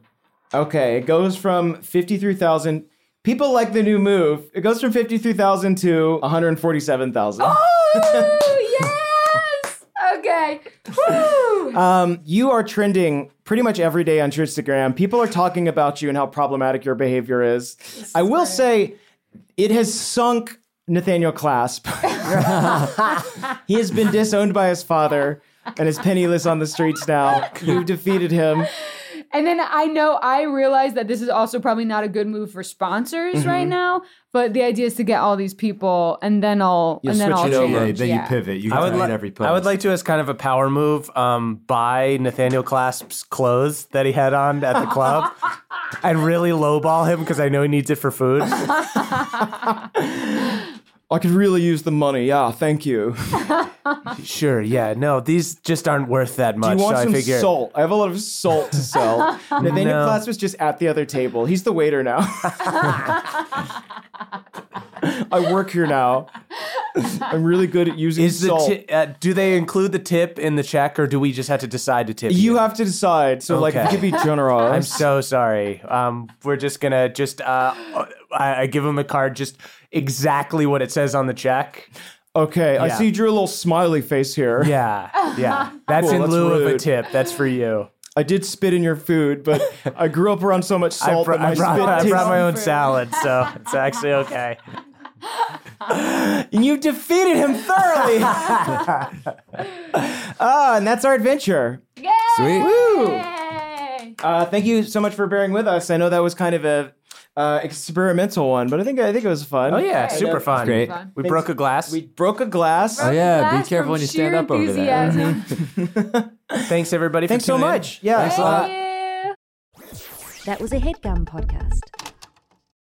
Speaker 6: Okay, it goes from 53,000. People like the new move. It goes from 53,000 to 147,000.
Speaker 4: Oh,
Speaker 17: Oh,
Speaker 4: yes! Okay.
Speaker 6: Um, you are trending pretty much every day on Instagram. People are talking about you and how problematic your behavior is. I will say it has sunk Nathaniel Clasp. he has been disowned by his father and is penniless on the streets now. You've defeated him.
Speaker 4: And then I know I realize that this is also probably not a good move for sponsors
Speaker 3: Mm-hmm.
Speaker 4: right now, but the idea is to get all these people and then I'll and then I'll
Speaker 3: Yeah,
Speaker 4: change.
Speaker 3: then
Speaker 4: yeah.
Speaker 3: you pivot. You
Speaker 5: I would,
Speaker 3: hit
Speaker 5: li-
Speaker 3: every post.
Speaker 5: I would like to, as kind of a power move, um, buy Nathaniel Clasp's clothes that he had on at the club and really lowball him because I know he needs it for food.
Speaker 6: I could really use the money. Yeah, thank you.
Speaker 5: sure, yeah, no, these just aren't worth that
Speaker 6: Do
Speaker 5: much.
Speaker 6: you want
Speaker 5: so
Speaker 6: some
Speaker 5: I figure
Speaker 6: salt? I have a lot of salt to sell. Nathaniel
Speaker 5: No.
Speaker 6: Class was just at the other table. He's the waiter now. I work here now. I'm really good at using
Speaker 5: is the
Speaker 6: salt.
Speaker 5: ti- uh, do they include the tip in the check or do we just have to decide to tip?
Speaker 6: you have to decide. So, like,
Speaker 5: Okay.
Speaker 6: if you could be generous.
Speaker 5: I'm so sorry. Um, we're just gonna just uh, I, I give him a card, just exactly what it says on the check.
Speaker 6: okay, I
Speaker 5: Yeah.
Speaker 6: see you drew a little smiley face here.
Speaker 5: Yeah, yeah. That's
Speaker 6: Cool,
Speaker 5: in
Speaker 6: that's
Speaker 5: lieu of a
Speaker 6: rude.
Speaker 5: tip. That's for you.
Speaker 6: I did spit in your food, but I grew up around so much salt
Speaker 5: brought-
Speaker 6: that my
Speaker 5: brought,
Speaker 6: spit
Speaker 5: I
Speaker 6: tastes-
Speaker 5: brought my own salad, so it's actually okay.
Speaker 6: And you defeated him thoroughly. ah, and that's our adventure.
Speaker 3: Sweet.
Speaker 6: Woo! Uh, thank you so much for bearing with us. I know that was kind of a uh, experimental one, but I think I think it was fun. uh,
Speaker 5: Oh yeah, super fun.
Speaker 3: Great.
Speaker 5: We broke a glass.
Speaker 6: We broke a glass.
Speaker 3: Oh yeah, be
Speaker 4: Blast
Speaker 3: careful
Speaker 4: from
Speaker 3: when you stand
Speaker 4: sheer
Speaker 3: up over there.
Speaker 4: enthusiasm.
Speaker 5: Thanks everybody.
Speaker 6: Thanks
Speaker 5: for
Speaker 6: so
Speaker 5: tuning in.
Speaker 3: Uh,
Speaker 6: much. Yeah.
Speaker 3: Thanks a lot.
Speaker 2: That was a headgum podcast.